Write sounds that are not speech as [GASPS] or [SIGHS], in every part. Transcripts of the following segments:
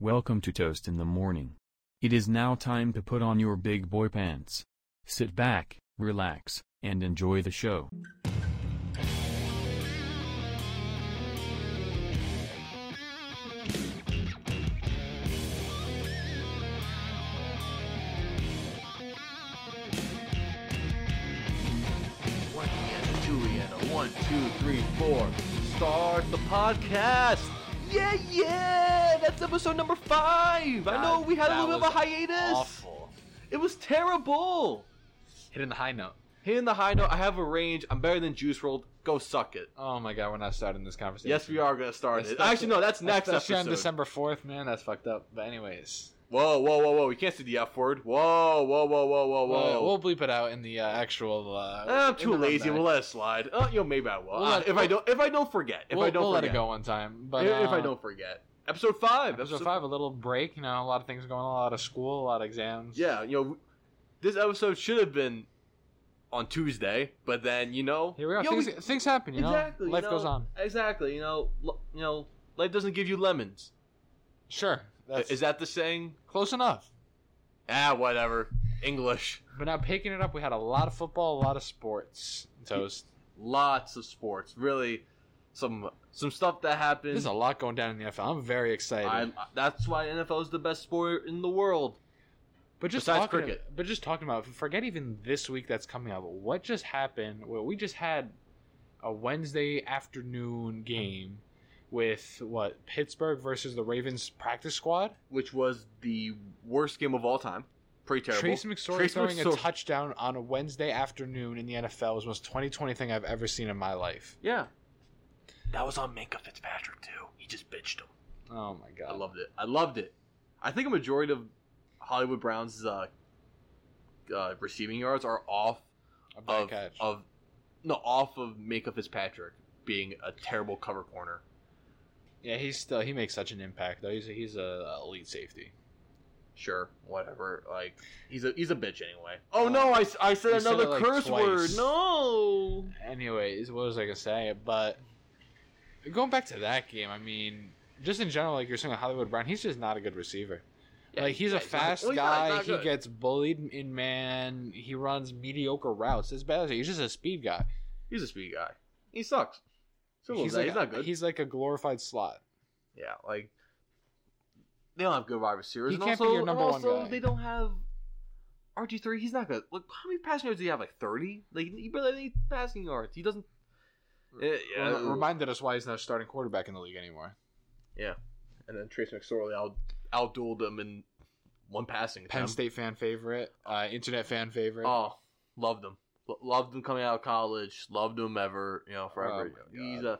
Welcome to Toast in the Morning. It is now time to put on your big boy pants. Sit back, relax, and enjoy the show. One and a two and a one, two, three, four. Start the podcast. Yeah, yeah. That's episode number five. I know we had a That little bit of a was hiatus. Awful. It was terrible. Hitting the high note. Hitting the high note. I have a range. I'm better than Juice World. Go suck it. Oh my god, we're not starting this conversation. Yes, we are gonna start it. Actually, no, that's next Especially episode. on December fourth, man. That's fucked up. But anyways, Whoa, whoa, whoa, whoa! You can't see the F word. Whoa, whoa, whoa, whoa, whoa, whoa! we'll, we'll bleep it out in the uh, actual. Uh, Ah, I'm in too the lazy. rundown. We'll let it slide. Oh, yo, maybe I will. We'll Ah, let- if I don't, if I don't forget, if We'll- I don't we'll let forget, it go one time. But if, if I uh, don't forget, episode five. episode five, a little break. You know, a lot of things going on, a lot of school, a lot of exams. Yeah, you know, this episode should have been on Tuesday, but then you know, Here we are. Yo, things, things happen. You know, exactly. you life goes know, on. Exactly. You know, l- you know, life doesn't give you lemons. Sure, that's Is that the saying? close enough. Ah, whatever. English. But now picking it up, we had a lot of football, a lot of sports. Toast. Lots of sports. Really, some some stuff that happened. There's a lot going down in the NFL. I'm very excited. I, that's why NFL is the best sport in the world. But just Besides talking, cricket. but just talking about, forget even this week that's coming up. What just happened? Well, we just had a Wednesday afternoon game with what Pittsburgh versus the Ravens practice squad. Which was the worst game of all time. Pretty terrible. Trace McSorley Trace throwing McSorley. a touchdown on a Wednesday afternoon in the NFL was the most 2020 thing I've ever seen in my life. Yeah. That was on Minka Fitzpatrick too. He just bitched him. Oh my god! I loved it. I loved it. I think a majority of Hollywood Brown's uh, uh, receiving yards are off a bad of, catch. of no off of Minka Fitzpatrick being a terrible cover corner. yeah, he's still he makes such an impact though. He's a, he's a elite safety. Sure, whatever. Like he's a he's a bitch anyway. Oh no! I, s- I said You said another it, like, curse twice. word. No. anyways, what was I gonna say? But going back to that game, I mean, just in general, like you're saying, Hollywood Brown, he's just not a good receiver. like he's a fast Well, he's not- guy. he's not he good. gets bullied in man. He runs mediocre routes. It's bad. He's just a speed guy. He's a speed guy. He sucks. Simple as He's that. like, he's not good. He's like a glorified slot. Yeah, like they don't have good wide receivers. He and can't be also, your number and one also guy. they don't have RG three. He's not good. Like how many passing yards do you have? Like thirty. Like he barely needs passing yards. He doesn't. Eh, yeah, Rem- reminded us why he's not a starting quarterback in the league anymore. and then Trace McSorley out out dueled him in one passing. Penn attempt. State fan favorite, uh, internet fan favorite. Oh, loved him. Lo- loved him coming out of college. Loved him ever. You know, forever. Oh my he's a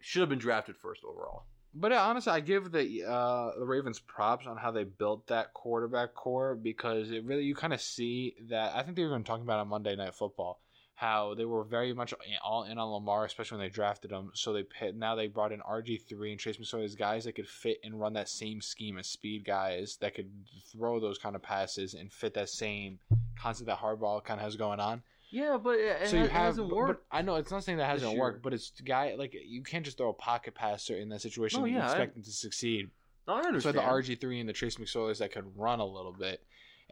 should have been drafted first overall. But uh, honestly, I give the uh, the Ravens props on how they built that quarterback core because it really you kind of see that. I think they were even talking about it on Monday Night Football how they were very much in- all in on Lamar, especially when they drafted him. So they pit, now they brought in RG three and Chase McSorley as guys that could fit and run that same scheme as speed guys that could throw those kind of passes and fit that same concept that Harbaugh kind of has going on Yeah, but it, so you have, hasn't but- worked. but I know it's not saying that hasn't year. worked, but it's guy like you can't just throw a pocket passer in that situation No, and Oh, yeah, I- expect him to succeed. No, I So understand. the RG three and the Trace McSorleys that could run a little bit.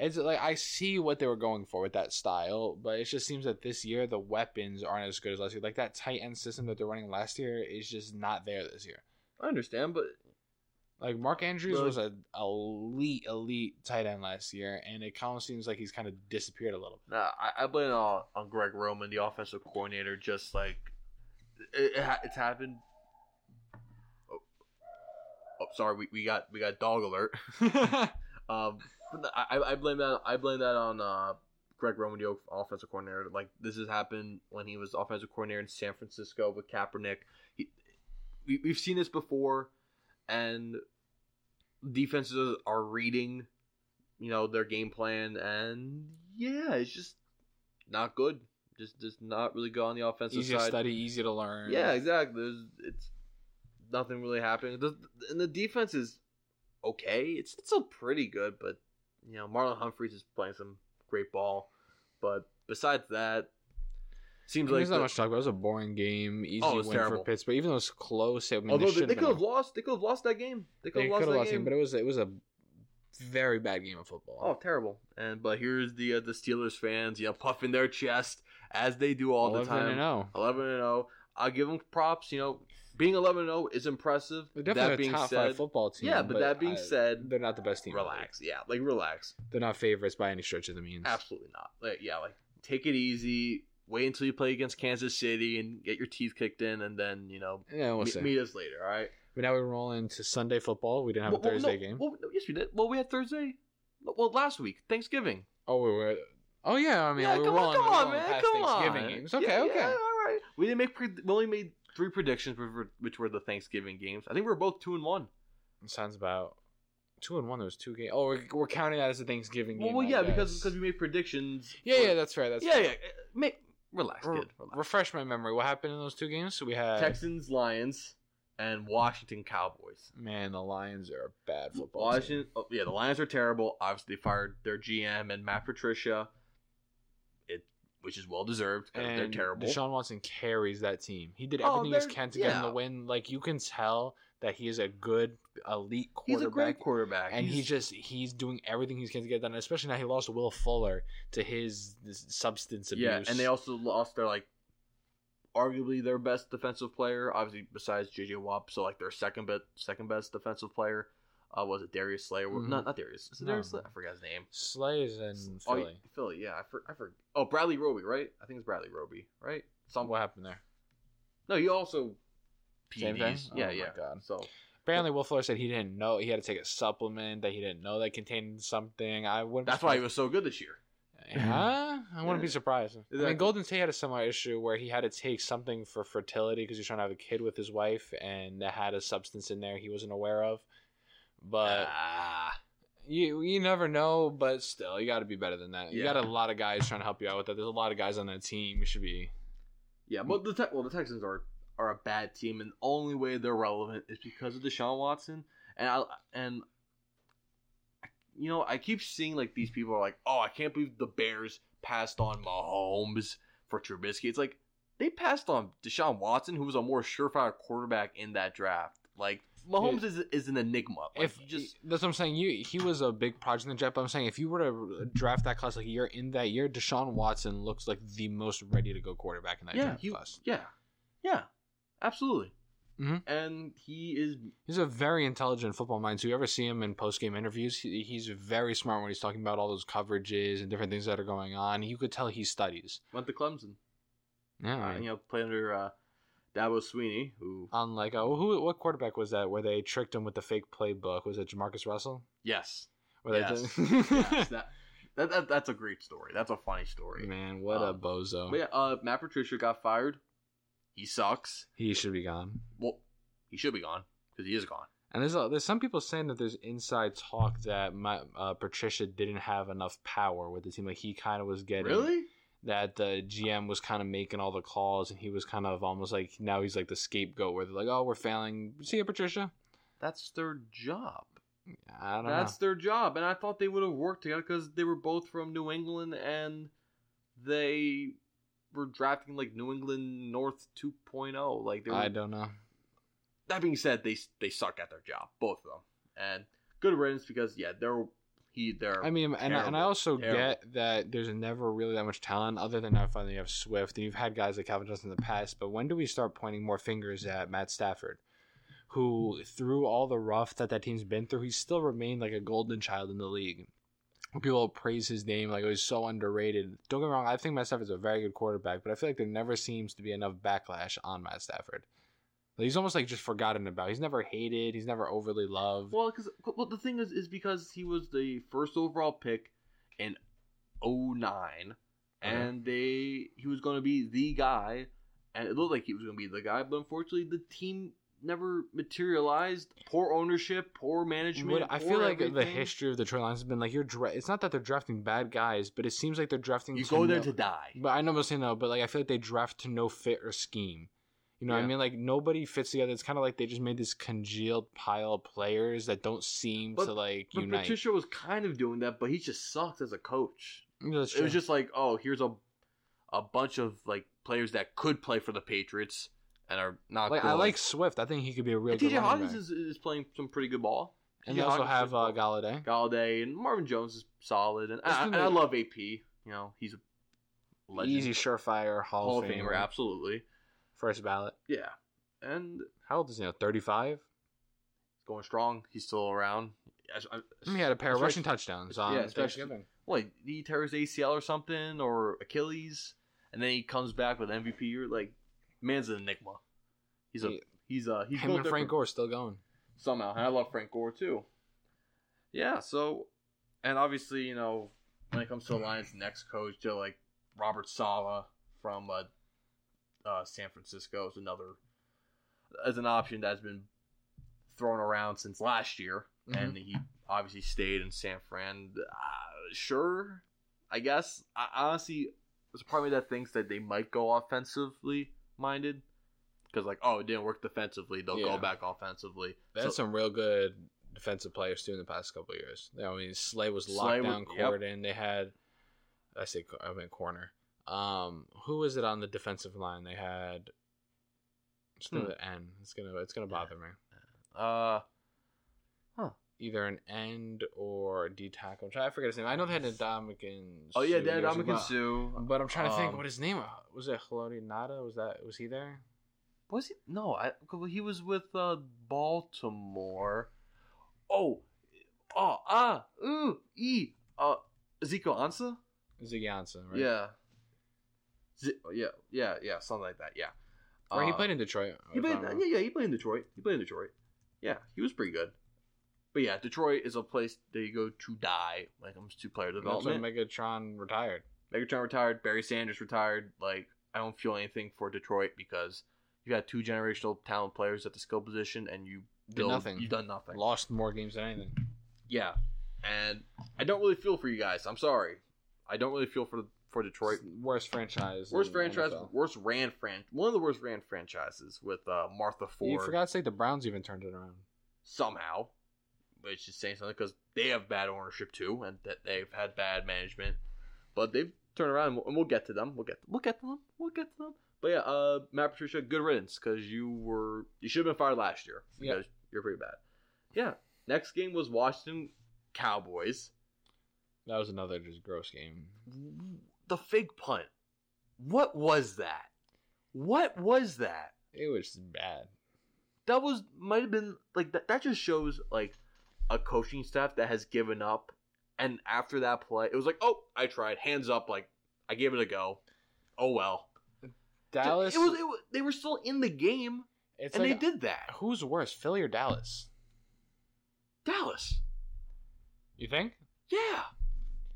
It's like I see what they were going for with that style, but it just seems that this year the weapons aren't as good as last year. Like that tight end system that they're running last year is just not there this year. I understand, but Like Mark Andrews Well- was a elite, elite tight end last year, and it kind of seems like he's kind of disappeared a little bit. Nah, I, I blame it all on Greg Roman, the offensive coordinator. Just like it, it, ha- it's happened. Oh, oh sorry, we, we got we got dog alert. um, but no, I, I blame that I blame that on uh, Greg Roman, the offensive coordinator. Like this has happened when he was offensive coordinator in San Francisco with Kaepernick. He, we, we've seen this before, and defenses are reading you know their game plan and yeah it's just not good just just not really good on the offensive Easy to side study, easy to learn. yeah exactly There's, it's nothing really happening the, and the defense is okay it's, it's still pretty good but you know marlon humphreys is playing some great ball but besides that Seems like There's not the- much to talk about. It was a boring game, easy Oh, it win was terrible. for Pittsburgh. Even though it's close, I mean, although they, should they could have lost, they could have lost that game. They could They have could lost have that lost game. him, but it was it was a very bad game of football. Oh, terrible! And but here's the uh, the Steelers fans, you know, [LAUGHS] puffing their chest as they do all the 11 and oh. time. 0. 11 and 0. I give them props. You know, being 11 and 0 is impressive. They're definitely that being a top said, five football team. yeah, but, that being I- said, they're not the best team. in the league. relax. Yeah, like relax. They're not favorites by any stretch of the means. Absolutely not. Like yeah, like take it easy. Wait until you play against Kansas City and get your teeth kicked in, and then you know Yeah, we'll me- see. meet us later. All right. But now we roll into Sunday football. We didn't have a Well, well, Thursday no, game. Well, no, yes, we did. Well, we had Thursday. Well, last week, Thanksgiving. oh, we were. Oh yeah, I mean yeah, we were come rolling, on, come we're on, rolling man, past come on. Thanksgiving games. Okay, Yeah, okay. yeah, all right. We didn't make. Pre- we only made three predictions, which were- which were the Thanksgiving games. I think we were both two and one. Sounds about two and one. There was two games. Oh, we're, we're counting that as a Thanksgiving Well, game. well I yeah, because guess. because we made predictions. yeah, for- yeah, that's right. That's yeah, right. yeah. uh, Make relax, Re- kid. Relax. refresh my memory. What happened in those two games? So we had Texans, Lions, and Washington Cowboys. man, the Lions are a bad football. Washington, oh, yeah, the Lions are terrible. Obviously, they fired their GM and Matt Patricia, it which is well deserved team. because they're terrible. Deshaun Watson carries that team. He did Oh, everything he they're- can to get him the yeah. win. Like you can tell that he is a good elite He's quarterback. a great quarterback, and He's- he just he's doing everything he can to get done. Especially now he lost Will Fuller to his this substance abuse. Yeah, and they also lost their like arguably their best defensive player, obviously besides JJ Watt. So like their second best second best defensive player uh, was it Darius Slay? Or, Mhm. Not not Darius. Is it No. Darius Slay? I forgot his name. Slays and Oh, yeah, Philly. Philly. Yeah, I for, I for, Oh, Bradley Roby, right? I think it's Bradley Roby, right? Some what happened there? no, you also Same thing? PEDs. Yeah, Oh my yeah. God. So Apparently, Will Fuller said he didn't know he had to take a supplement that he didn't know that contained something. I wouldn't. that's why he was so good this year. Huh? I wouldn't be Yeah. surprised. I Exactly. mean, Golden State had a similar issue where he had to take something for fertility because he was trying to have a kid with his wife, and that had a substance in there he wasn't aware of. But Ah. you you never know. But still, you got to be better than that. You Yeah. got a lot of guys trying to help you out with that. There's a lot of guys on that team. You should be. Yeah, but the Tex well, the Texans are are a bad team, and the only way they're relevant is because of Deshaun Watson. And I and you know I keep seeing like these people are like, oh, I can't believe the Bears passed on Mahomes for Trubisky. It's like they passed on Deshaun Watson, who was a more surefire quarterback in that draft. Like Mahomes is is an enigma. Like, if you just that's what I'm saying, you he was a big project in the draft. But I'm saying if you were to draft that class like a year in that year, Deshaun Watson looks like the most ready to go quarterback in that yeah, draft you, class. yeah, yeah, absolutely. Mhm. And he is He's a very intelligent football mind. So you ever see him in post game interviews, he, he's very smart when he's talking about all those coverages and different things that are going on. You could tell he studies. went to Clemson. Yeah, Uh, you know, played under uh, Dabo Sweeney, who unlike oh, who what quarterback was that where they tricked him with the fake playbook? Was it Jamarcus Russell? [LAUGHS] yes, Where they Yes. did- [LAUGHS] yes that, that, that that's a great story. That's a funny story. Man, what a Um, bozo! But yeah, uh, Matt Patricia got fired. He sucks. He should be gone. Well, he should be gone because he is gone. And there's a, there's some people saying that there's inside talk that my, uh, Patricia didn't have enough power with the team. Like he kind of was getting Really? that the GM was kind of making all the calls, and he was kind of almost like now he's like the scapegoat where they're like, oh, we're failing. See you, Patricia. That's their job. I don't That's their job, and I thought they would have worked together because they were both from New England and they were drafting like New England North 2.0. Like they know. were I don't know. that being said, they they suck at their job, both of them, and good riddance because yeah, they're he they're I mean, and I, and terrible, I also terrible. get that there's never really that much talent other than now. Finally, you have Swift, and you've had guys like Calvin Johnson in the past. But when do we start pointing more fingers at Matt Stafford, who through all the rough that that team's been through, he still remained like a golden child in the league. People praise his name like it was so underrated. Don't get me wrong, I think Matt Stafford's a very good quarterback, but I feel like there never seems to be enough backlash on Matt Stafford. Like, he's almost like just forgotten about. He's never hated. He's never overly loved. well because well the thing is is because he was the first overall pick in 09 Uh-huh. and they he was going to be the guy, and it looked like he was going to be the guy, but unfortunately the team never materialized. Poor ownership, poor management. What- I poor feel like the everything. history of the Detroit Lions has been like you're. Dra- it's not that they're drafting bad guys, but it seems like they're drafting. You go there no- to die. But I know I'm saying no, but like I feel like they draft to no fit or scheme. You know what I Yeah. mean? Like nobody fits together. It's kind of like they just made this congealed pile of players that don't seem But- to like But unite. Patricia was kind of doing that, but he just sucks as a coach. That's It true. was just like, oh, here's a a bunch of like players that could play for the Patriots and are not. Like I good. like Swift. I think he could be a real And good TJ running Hawkins back. is, is playing some pretty good ball. and TJ they also Hawkins have is- uh, Galladay. Galladay and Marvin Jones is solid, and This I, is and gonna I be- love AP. You know, he's a legend. Easy, surefire Hall, Hall of Famer. Famer, absolutely. First ballot. Yeah, and How old is he now? Thirty-five. going strong. He's still around. I, I- He had a pair of Especially- rushing touchdowns on yeah, especially- Thanksgiving. What he tears ACL or something or Achilles, and then he comes back with MVP. You're like, man's an enigma. He's a Yeah. he's a he's Him built and Frank different Gore still going. somehow, and I love Frank Gore too. Yeah, so and obviously you know when it comes to the Lions' next coach, they're like Robert Sala from uh, uh, San Francisco is another as an option that's been thrown around since last year, Mhm. and he obviously stayed in San Fran. Uh, sure, I guess. I, honestly, there's a part of me that thinks that they might go offensively minded because, like, oh, it didn't work defensively; they'll Yeah. go back offensively. They had some real good defensive players too in the past couple of years. I mean, Slay was Slay locked was- down, yep. court, and they had. I say co- I meant corner. Um, who was it on the defensive line? They had. It's Hmm. another N. It's gonna it's gonna bother me. uh, Either an end or a D tackle. I'm trying, I forget his name. I know they had Ndamukong. oh yeah, Suh Dad years Dominican ago, Sue. But I'm trying to think Um, what his name was. was. It Haloti Nada? Was that was he there? Was he? No, I, he was with uh, Baltimore. Oh, oh, ah, ooh, e, uh, Ezekiel Ansa. Ziggy Ansah, right? Yeah. Z- yeah, yeah, yeah, something like that. Yeah. Or he Uh, played in Detroit. He if played. I'm wrong. Yeah, yeah, he played in Detroit. He played in Detroit. Yeah, he was pretty good. But yeah, Detroit is a place that you go to die when it comes to player That's when development. Megatron retired. Megatron retired. Barry Sanders retired. Like, I don't feel anything for Detroit because you got two generational talent players at the skill position, and you Did build, nothing. You've done nothing. Lost more games than anything. Yeah, and I don't really feel for you guys. I'm sorry. I don't really feel for for Detroit. Worst franchise. Worst in franchise, NFL. worst ran fran, one of the worst ran franchises with uh, Martha Ford You forgot to say the Browns even turned it around. somehow, which is saying something because they have bad ownership too, and that they've had bad management, but they've turned around, and we'll, and we'll get to them. We'll get, we'll get to them. We'll get to them. But yeah, uh, Matt Patricia, good riddance because you were you should have been fired last year Yeah. because you're pretty bad. Yeah. Next game was Washington Cowboys. That was another just gross game. The fig punt. What was that? What was that? It was bad. that was might have been like that, that just shows like a coaching staff that has given up and after that play it was like oh i tried hands up like i gave it a go oh well Dallas. it was, it was they were still in the game it's and like, they did that Who's worse, Philly or Dallas? dallas You think? yeah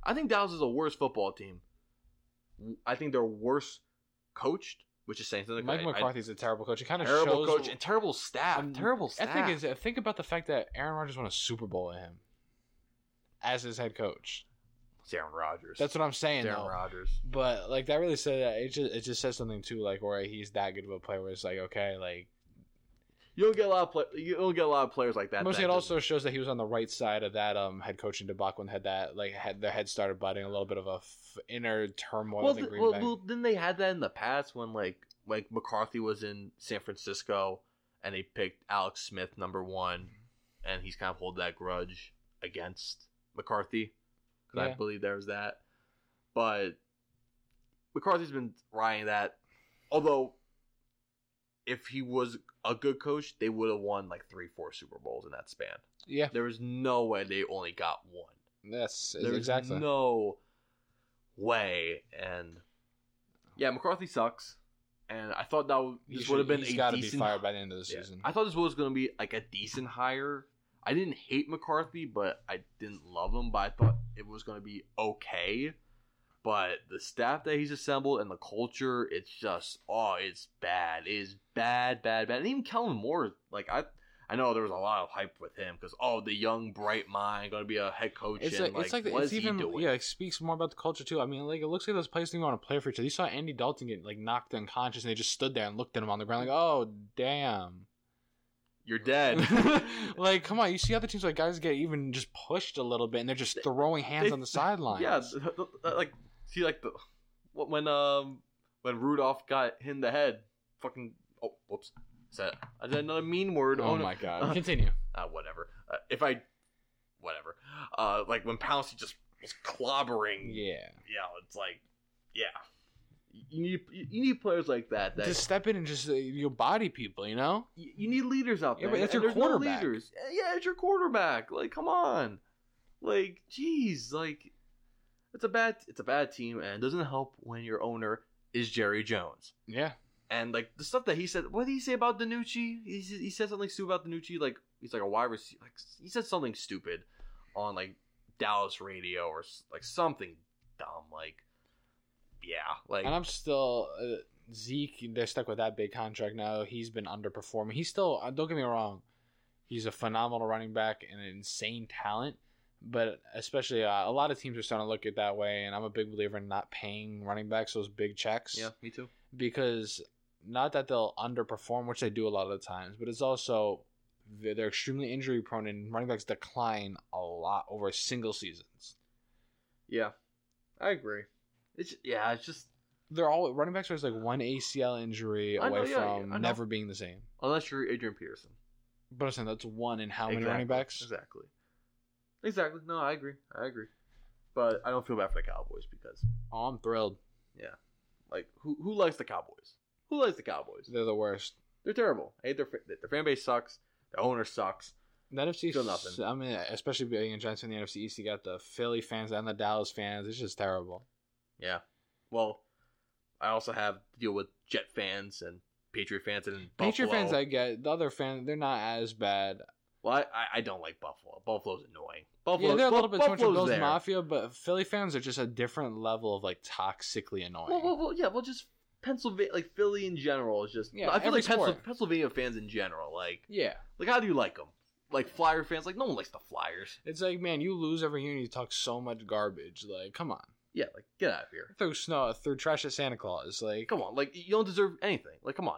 i think dallas is a worse football team i think they're worse coached which is saying something Mike I- I- McCarthy's a terrible coach. It kind of terrible shows. coach and terrible staff Um, terrible I staff think is think about the fact that Aaron Rodgers won a Super Bowl with him as his head coach. It's Aaron Rodgers That's what I'm saying. Aaron though. Rodgers But like that really said that it just it just says something too. Like where he's that good of a player. Where it's like okay, like you don't get a lot of play- you don't get a lot of players like that Mostly, that it just- also shows that he was on the right side of that um head coaching debacle and had that like had their head started budding a little bit of a f- inner turmoil. well, in th- Green well, Bay. well, then they had that in the past when like like McCarthy was in San Francisco and they picked Alex Smith number one, and he's kind of holding that grudge against McCarthy because I Yeah. believe there was that, but McCarthy's been riding that. Although, if he was a good coach, they would have won like three, four Super Bowls in that span. yeah, There was no way they only got one. that's There's exactly. no way. And yeah, McCarthy sucks. And I thought that would, He this should- would have been he's a gotta decent. be fired by the end of the Yeah. season. I thought this was going to be like a decent hire. I didn't hate McCarthy, but I didn't love him. But I thought it was going to be okay. But the staff that he's assembled and the culture, it's just oh, it's bad. It's bad, bad, bad. And even Kellen Moore, like I, I know there was a lot of hype with him because oh, the young bright mind going to be a head coach. it's and, like, it's like what it's is he even doing? yeah. It speaks more about the culture too. I mean, like it looks like those players didn't want to play for each other. You saw Andy Dalton get like knocked unconscious, and they just stood there and looked at him on the ground like, "Oh, damn." You're dead. [LAUGHS] [LAUGHS] like, come on! You see other teams like guys get even just pushed a little bit, and they're just throwing hands They- on the sidelines. yeah, th- th- th- like see, like the Wh- When um when Rudolph got hit in the head, fucking oh whoops, said I did another mean word. Oh no. my Uh, god. Continue. uh, whatever. Uh, if I, whatever. Uh, like when Pouncey just was clobbering. Yeah, Yeah. it's like, yeah. You need you need players like that. That Just step in and just uh, you body people, you know? you you need leaders out Yeah, there. but it's and your there's no quarterback. leaders. Eh, Yeah, it's your quarterback. Like, come on. Like, jeez. Like, it's a bad it's a bad team, and it doesn't help when your owner is Jerry Jones. Yeah. And like the stuff that he said, what did he say about Danucci? He s- he said something stupid about Danucci, like he's like a wide receiver. Like he said something stupid on like Dallas radio or s- like something dumb. Like yeah, like And I'm still uh, Zeke. They're stuck with that big contract now. He's been underperforming. He's still. uh, Don't get me wrong. He's a phenomenal running back and an insane talent. But especially uh, a lot of teams are starting to look at that way. And I'm a big believer in not paying running backs those big checks yeah, me too. because not that they'll underperform, which they do a lot of the times, but it's also they're they're extremely injury prone and running backs decline a lot over single seasons. Yeah, I agree. It's yeah, it's just They're all running backs are always like one ACL injury I know, away yeah, yeah, from I know. never being the same. unless you're Adrian Peterson. But I'm saying that's one in how many Exactly, running backs? Exactly. Exactly. No, I agree. I agree. But I don't feel bad for the Cowboys because Oh, I'm thrilled. like who who likes the Cowboys? Who likes the Cowboys? They're the worst. They're terrible. Hey, their fa- their fan base sucks. Their owner sucks. The NFC, Still nothing. I mean, especially being a Giants fan, the NFC East, you got the Philly fans and the Dallas fans. It's just terrible. Yeah. Well, I also have to deal with Jet fans and Patriot fans and Buffalo. Patriot fans, I get. The other fans, they're not as bad. well, I, I, I don't like Buffalo. Buffalo's annoying. Buffalo. yeah, they're a little bit too much of Buffalo's Bills there. Mafia, but Philly fans are just a different level of like toxically Well, annoying. well, well, yeah. Well, just Pennsylvania, like Philly in general, is just. Yeah, Yeah, I feel every like Pennsylvania, sport. Pennsylvania fans in general, like, yeah, like how do you like them? Like Flyer fans, like no one likes the Flyers. it's like man, you lose every year and you talk so much garbage. Like, come on, Yeah, like get out of here. throw snow, throw trash at Santa Claus. Like, Come on, like you don't deserve anything. Like come on.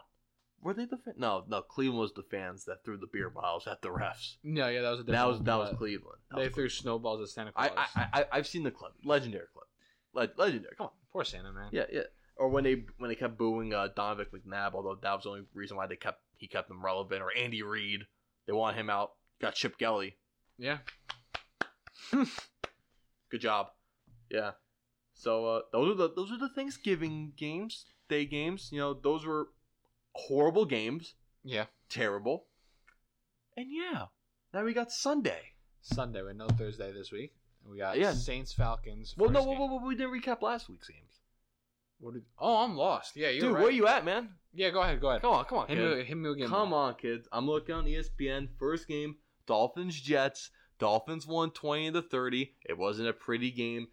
Were they the fan? No, no. Cleveland was the fans that threw the beer bottles at the refs. no, yeah, that was a That different was one, that was but Cleveland. That They was threw snowballs at Santa Claus. I, I, I I've seen the clip, legendary clip, Le- legendary. Come on, Poor Santa man. yeah, yeah. Or when they when they kept booing uh, Donovan McNabb, although that was the only reason why they kept he kept them relevant. Or Andy Reid, they want him out. Got Chip Kelly. yeah. Good job. Yeah. So uh, those are the those are the Thanksgiving games, day games. You know, those were horrible games, Yeah. terrible. And yeah, now we got Sunday. Sunday, we no Thursday this week. We got Yeah. Saints Falcons. Well, no, first well, game. well, well, we didn't recap last week's games. What did- oh, I'm lost. Yeah, you're Dude, right. where you at, man? Yeah, go ahead, go ahead. Come on, come on, Hit kid. me, hit me again. Come on, kids. I'm looking on E ESPN. First game, Dolphins Jets. Dolphins won 20 to 30. It wasn't a pretty game.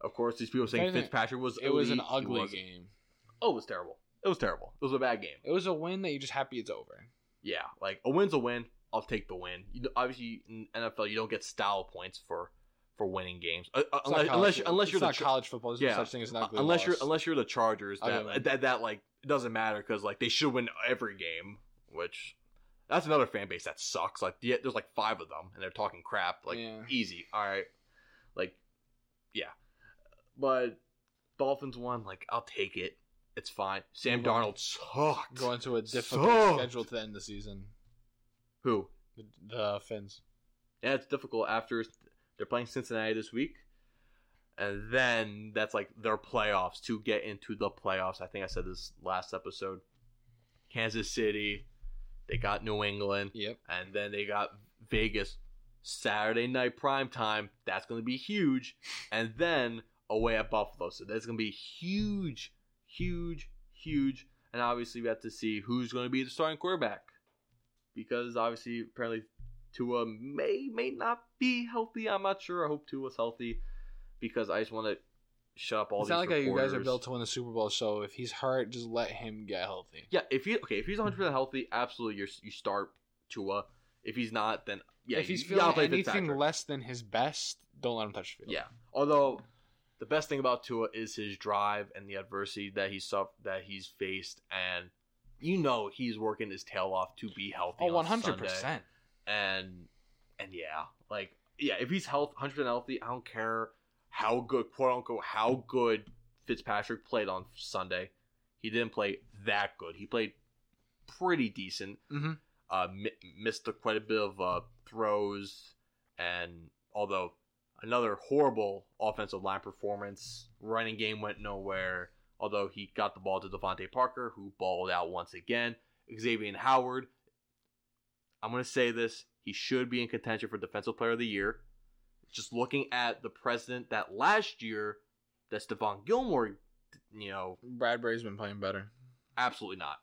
Of course, these people saying Anything- Fitzpatrick was It was an elite. He ugly wasn't. game. Oh, it was terrible. It was terrible. It was a bad game. It was a win that you're just happy it's over. Yeah, like a win's a win. I'll take the win. You know, obviously, in NFL, you don't get style points for for winning games Uh, uh, It's not unless college- unless, unless it's you're the not Ch- college football. There's Yeah. no such thing as an uh, ugly unless you're loss. unless you're the Chargers Ugly that win. that, that like it doesn't matter because like they should win every game, which that's another fan base that sucks. Like yeah, there's like five of them and they're talking crap like Yeah. easy. All right, like yeah, but Dolphins won. Like I'll take it. It's fine. Sam Move on. Darnold sucked. go into a difficult Sucked. schedule to end the season. Who? The, the Finns. Yeah, it's difficult after they're playing Cincinnati this week. And then that's like their playoffs to get into the playoffs. I think I said this last episode. Kansas City, they got New England, Yep. and then they got Vegas Saturday night prime time. That's going to be huge. And then away at Buffalo. So that's going to be huge, huge, huge. And obviously, we have to see who's going to be the starting quarterback because obviously, apparently, Tua may may not be healthy. I'm not sure. I hope Tua's healthy because I just want to shut up all it's these not like you guys are reporters. built to win the Super Bowl, so if he's hurt, just let him get healthy. Yeah, if he okay, if Hmm. he's 100 percent healthy, absolutely, you you start Tua. If he's not, then yeah, if he's you gotta feeling play anything Fitzpatrick. less than his best, don't let him touch the field. Yeah. Although the best thing about Tua is his drive and the adversity that he's suff- that he's faced, and you know he's working his tail off to be healthy. Oh, on 100 Sunday. percent. And and yeah, like yeah, if he's health hundred percent healthy, I don't care how good quote unquote how good Fitzpatrick played on Sunday. He didn't play that good. He played pretty decent. Mhm. Uh, mi- missed quite a bit of uh, throws, and although another horrible offensive line performance, running game went nowhere. Although he got the ball to Devontae Parker, who balled out once again. Xavier Howard, I'm going to say this: he should be in contention for Defensive Player of the Year. Just looking at the president that last year, that's Devon Gilmore. You know, Bradbury's been playing better. absolutely not.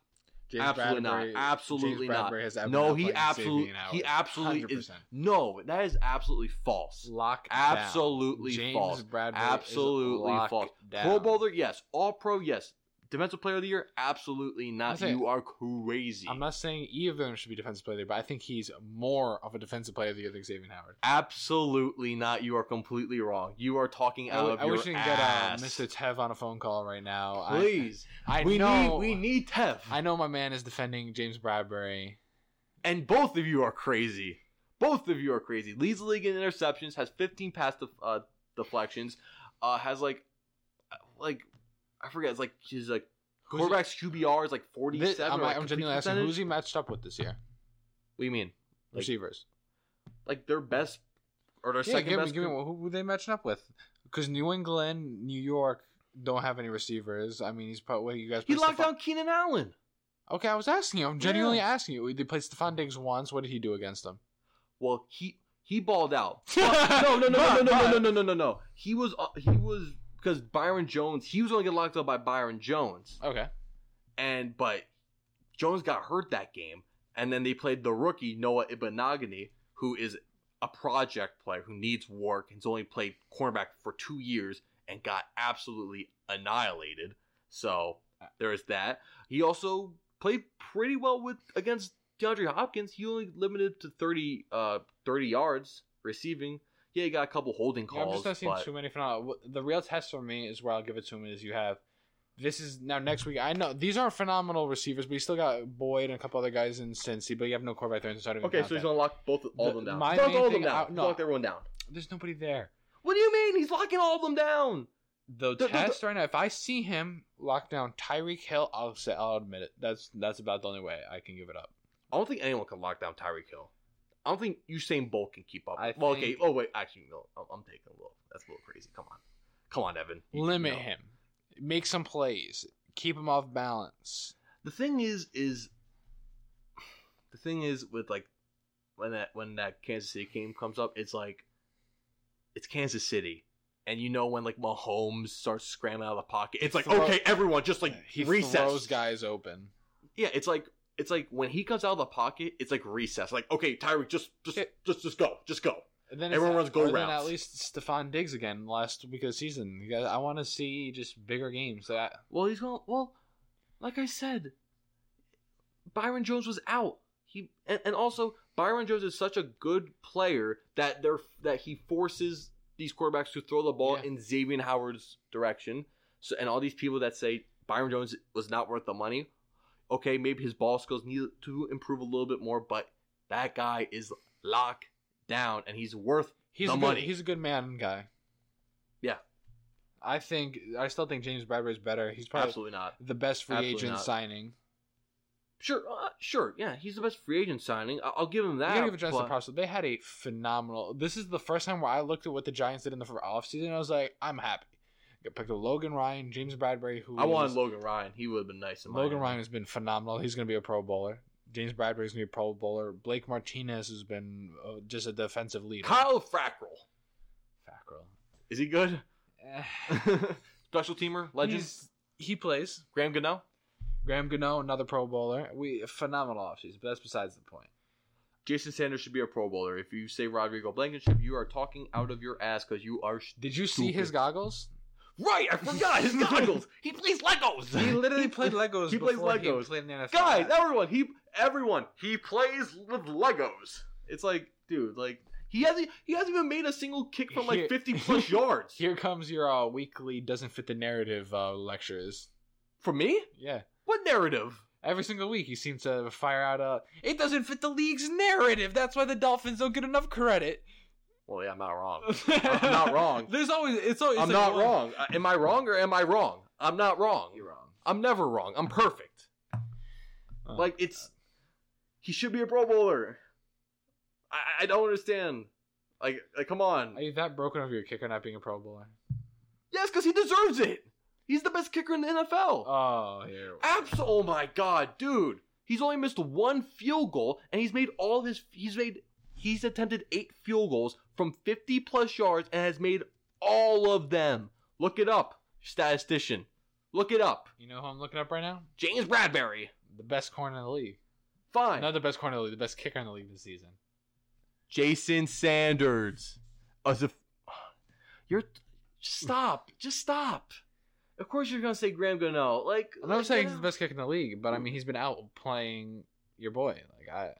James Absolutely not. Bradbury- Absolutely James not. Bradbury has no, outplayed he Xavier absolutely, Howard. he absolutely is. 100%. No, that is absolutely false. Lock down. Absolutely James false. Bradbury is Absolutely locked false. down. Pro Bowler, yes. All Pro, yes. Defensive Player of the Year, absolutely not. I'm saying- you are crazy. I'm not saying either of them should be defensive player, of the year, but I think he's more of a defensive player of the year than Xavier Howard. absolutely not. You are completely wrong. You are talking I out w- of I your wish we could get uh, ass. Mr. Tev on a phone call right now. I- Please, I, we need know, we need Tev, I know my man is defending James Bradbury. and both of you are crazy. Both of you are crazy. Leads the league in interceptions, has 15 pass def- uh, deflections, uh, has like, like I forget, it's like his like Who's he- quarterback's QBR is like 47. This, I'm, or, like, I'm complete genuinely asking, percentage. who's he matched up with this year? What do you mean? Like, Receivers. Like their best or their Yeah, second give me, best? give me com- who who they matching up with? Because New England, New York don't have any receivers. I mean, he's probably what, you guys. he put locked Stephon- down Keenan Allen. Okay, I was asking you. I'm genuinely asking you. They played Stephon Diggs once. What did he do against them? Well, he he balled out. But- [LAUGHS] no, no, no, no, no, no, no, no, no, no, no. He was uh, he was because Byron Jones. He was only getting locked up by Byron Jones, Okay. and but Jones got hurt that game, and then they played the rookie Noah Ibanagani, who is a project player who needs work. He's only played cornerback for two years and got absolutely annihilated. So Uh, there is that. He also played pretty well with against DeAndre Hopkins. He only limited to 30, uh, 30 yards receiving. Yeah, he got a couple holding Yeah, I'm calls. just not seeing but too many for now. Wh- The real test for me is where I'll give it to him is you have this is now next week. I know these aren't phenomenal receivers, but you still got Boyd and a couple other guys in Cincy, but you have no quarterback there, so I don't even okay, count so he's that. gonna lock both all of The- them down. my Lock main all of them thing- down. I- no. Lock everyone down. there's nobody there. What do you mean? He's locking all of them down. The The- the- test right now, if I see him lock down Tyreek Hill, I'll say I'll admit it. That's that's about the only way I can give it up. I don't think anyone can lock down Tyreek Hill. I don't think Usain Bolt can keep up. I well, think- okay. Oh wait, actually, no. I'm, I'm taking a little. That's a little crazy. Come on, come on, Evan. You- Limit no. him, make some plays, keep him off balance. The thing is, is the thing is with like when that when that Kansas City game comes up, it's like it's Kansas City, and you know when like Mahomes starts scrambling out of the pocket, it's like Throw- okay, everyone just like he recess. throws guys open. Yeah, it's like it's like when he comes out of the pocket, it's like recess. Like okay, Tyreek, just just Yeah. just just go, just go. And then Everyone it's- runs go or then routes. At least Stefan Diggs again last week of the season. You guys- I want to see just bigger games. That Well, he's going. Well, like I said, Byron Jones was out. He and, and also Byron Jones is such a good player that they're that he forces these quarterbacks to throw the ball Yeah. in Xavier Howard's direction. So and all these people that say Byron Jones was not worth the money. Okay, maybe his ball skills need to improve a little bit more, but that guy is locked down and he's worth. he's The a good, money. He's a good man guy. Yeah. I think I still think James Bradbury's better. He's probably Absolutely not. the best free Absolutely agent not. signing. Sure, uh, sure, yeah, he's the best free agent signing. I- I'll give him that. you gotta give Giants but- the props. They had a phenomenal. This is the first time where I looked at what the Giants did in the fir- offseason. and I was like, I'm happy. Got picked up Logan Ryan, James Bradbury. Who I wanted is- Logan Ryan. He would have been nice. In Logan Miami. Ryan has been phenomenal. He's going to be a Pro Bowler. James Bradbury's going to be a Pro Bowler. Blake Martinez has been uh, just a defensive leader. Kyle Frackrell. Fackrell. Is he good? Eh, [LAUGHS] Special teamer, legend. he's- He plays. Graham Gano. [SIGHS] Graham Gano, another Pro Bowler. We phenomenal offseason, but that's besides the point. Jason Sanders should be a Pro Bowler. If you say Rodrigo Blankenship, you are talking out of your ass because you are. Sh- Did you see his Stupid. goggles? right, I forgot his goggles. He plays Legos. [LAUGHS] [LAUGHS] He literally [LAUGHS] played Legos. he plays before Legos. played in the NFL. Guys, everyone, he, everyone, he plays with Legos. It's like, dude, like he hasn't, he hasn't even made a single kick from like Here- [LAUGHS] fifty plus yards. here comes your uh, weekly doesn't fit the narrative uh, lectures. For me, Yeah. what narrative? Every single week, he seems to fire out a. It doesn't fit the league's narrative. That's why the Dolphins don't get enough credit. Well, yeah, I'm not [LAUGHS] wrong. I'm not wrong. There's always it's always. I'm like, not well, wrong. Uh, Am I wrong or am I wrong? I'm not wrong. You're wrong. I'm never wrong. I'm perfect. Oh. like it's he should be a Pro Bowler. I, I don't understand. Like like come on. Are you that broken over your kicker not being a Pro Bowler? yes, because he deserves it. He's the best kicker in the NFL. Oh, here. Abs- oh my god, dude. He's only missed one field goal and he's made all of his he's made he's attempted 8 field goals from 50 plus yards and has made all of them. Look it up, statistician. Look it up. You know who I'm looking up right now? James Bradbury. The best corner in the league. Fine. Not the best corner in the league. The best kicker in the league this season. Jason Sanders. As if you're just stop, just stop. Of course you're gonna say Graham Gano. Like I'm not like, saying uh, he's the best kicker in the league, but I mean he's been out playing your boy. Like I.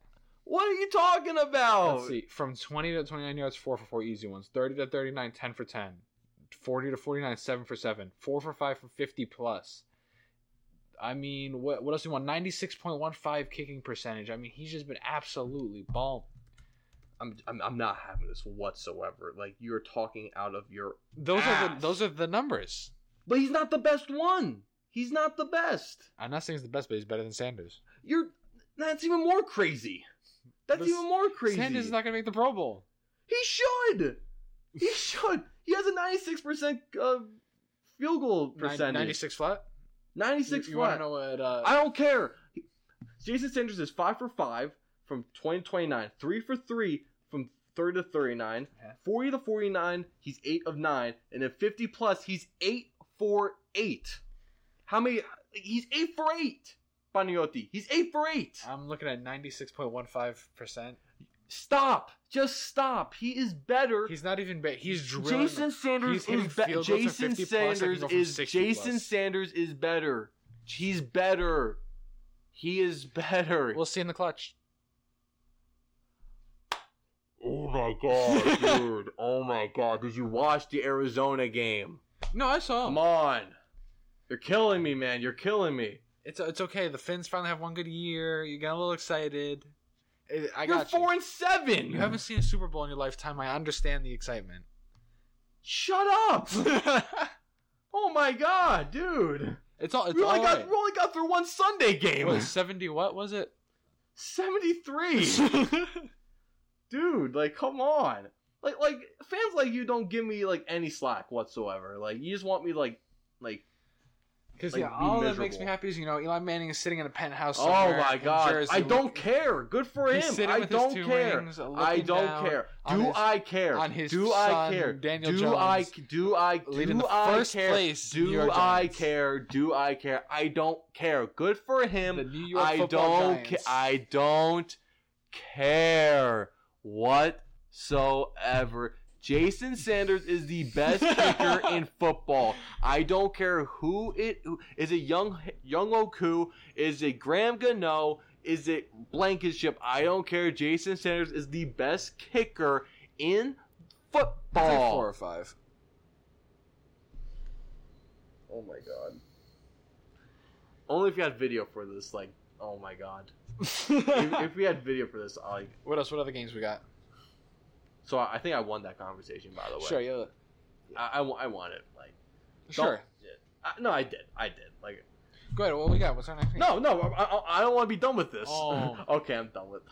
What are you talking Let's about? see. Oh, From 20 to 29 yards, 4 for 4 easy ones. 30 to 39, 10 for 10. 40 to 49, 7 for 7. 4 for 5 for 50 plus. I mean, what, what else do you want? 96.15 kicking percentage. I mean, he's just been absolutely ball. I'm, I'm I'm not having this whatsoever. Like you're talking out of your Those are the, Ass. those are the numbers. But he's not the best one. He's not the best. I'm not saying he's the best, but he's better than Sanders. You're that's even more crazy. That's But even more crazy. Sanders is not going to make the Pro Bowl. He should. He [LAUGHS] should. He has a 96% uh, field goal Nine- percentage. 96 flat? 96 You, you want flat. to know what? Uh, I don't care. Jason Sanders is five for five from 20 to 29, three for three from 30 to 39, Yeah. 40 to 49, he's eight of nine, and then 50 plus, he's eight for eight. How many? He's eight for eight, Paniotti. He's eight for eight. I'm looking at 96.15%. Stop. Just stop. He is better. He's not even bad. He's drilling. Jason Sanders he's hitting is better. field goals at Jason 50 plus, I can Sanders go from is 60 Jason plus. Sanders is better. He's better. He is better. We'll see in the clutch. Oh my god, dude. Oh my god. Did you watch the Arizona game? No, I saw him. Come on. You're killing me, man. You're killing me. It's it's okay. The Finns finally have one good year. You got a little excited. I- I You're got four you. and seven. You haven't seen a Super Bowl in your lifetime. I understand the excitement. Shut [LAUGHS] up. oh my god, dude. It's all. It's we only all got right. we only got through one Sunday It game. was seventy. What was it? Seventy three. [LAUGHS] dude, like come on. Like like fans like you don't give me like any slack whatsoever. Like you just want me like like Because Like, yeah, be all that makes me miserable. happy is you know Eli Manning is sitting in a penthouse. oh somewhere my in god. Jersey I with- don't care. Good for He's him. sitting I with his don't two care. rings, uh, I looking don't down care. on Do his- I care? on his do I son, care? Daniel do I Jones, do I leading do the I first care? place New do York I Giants. care? Do I care? I don't care. Good for The him. New York I Football don't ca- Giants. I don't care whatsoever. Jason Sanders is the best kicker [LAUGHS] in football. I don't care who it who, is. It young young Oku is it Graham Gano is it Blankenship. I don't care. Jason Sanders is the best kicker in It's like football. four [LAUGHS] or five. Oh my god. Only if you had video for this, like, oh my god. if, if we had video for this, I What else? What other games we got? so I, I think I won that conversation. By the way, Sure, yeah, I, I, wa- I won it. Like, don't- sure. yeah. I, no, I did. I did. Like, Go ahead. What we got? What's our next? game? no, no, I, I, I don't want to be done with this. Oh. [LAUGHS] okay, I'm done with.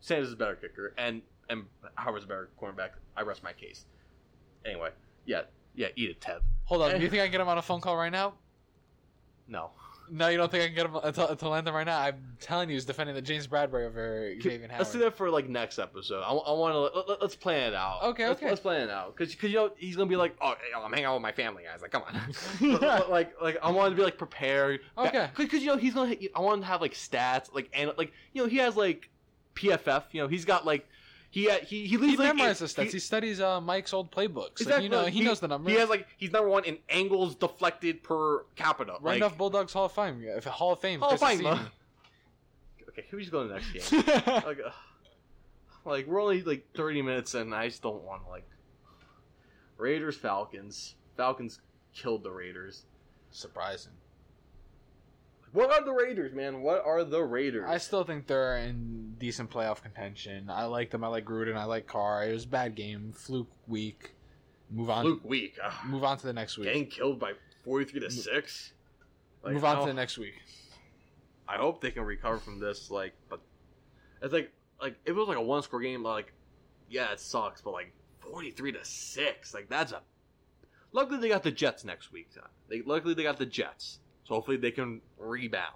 Sanders is a better kicker, and and Howard's a better cornerback. I rest my case. Anyway, yeah, yeah, eat it, Tev. Hold on. Do you [LAUGHS] think I can get him on a phone call right now? No, No, you don't think I can get him uh, until, until end them right now? I'm telling you, he's defending the James Bradbury over Xavier Howard. Let's do that for like next episode. I, want to let, us plan it out. Okay, let's, okay. Let's plan it out because you know he's gonna be like, oh, hey, I'm hanging out with my family guys. Like, come [LAUGHS] on. [LAUGHS] But, like like I want to be like prepared. Okay. Because you know he's gonna. I want to have like stats like and like you know he has like PFF. You know he's got like he he he leads he like, memorizes he- stats. He, studies uh, Mike's old playbooks. Like, exactly, you know, he, he- knows the numbers. He has like he's number one in angles deflected per capita. right like, enough Bulldogs Hall of Fame. If Hall of Fame. Hall of Chris Fame, Cassini. Okay, who's going to the [LAUGHS] next game? [LAUGHS] like, ugh. like we're only like 30 minutes in and i just don't want to like raiders falcons falcons killed the raiders Surprising. What are the Raiders, man? What are the Raiders? I still think they're in decent playoff contention. I like them. I like Gruden. I like Carr. It was a bad game, fluke week. Move on. Luke Week. Ugh. Move on to the next week. getting killed by 43 to 6 Like, oh. Move on how- to the next week. i hope they can recover from this like but it's like like if it was like a one score game like yeah it sucks but like 43 to 6 like that's a luckily they got the jets next week Tom. they luckily they got the jets so hopefully they can rebound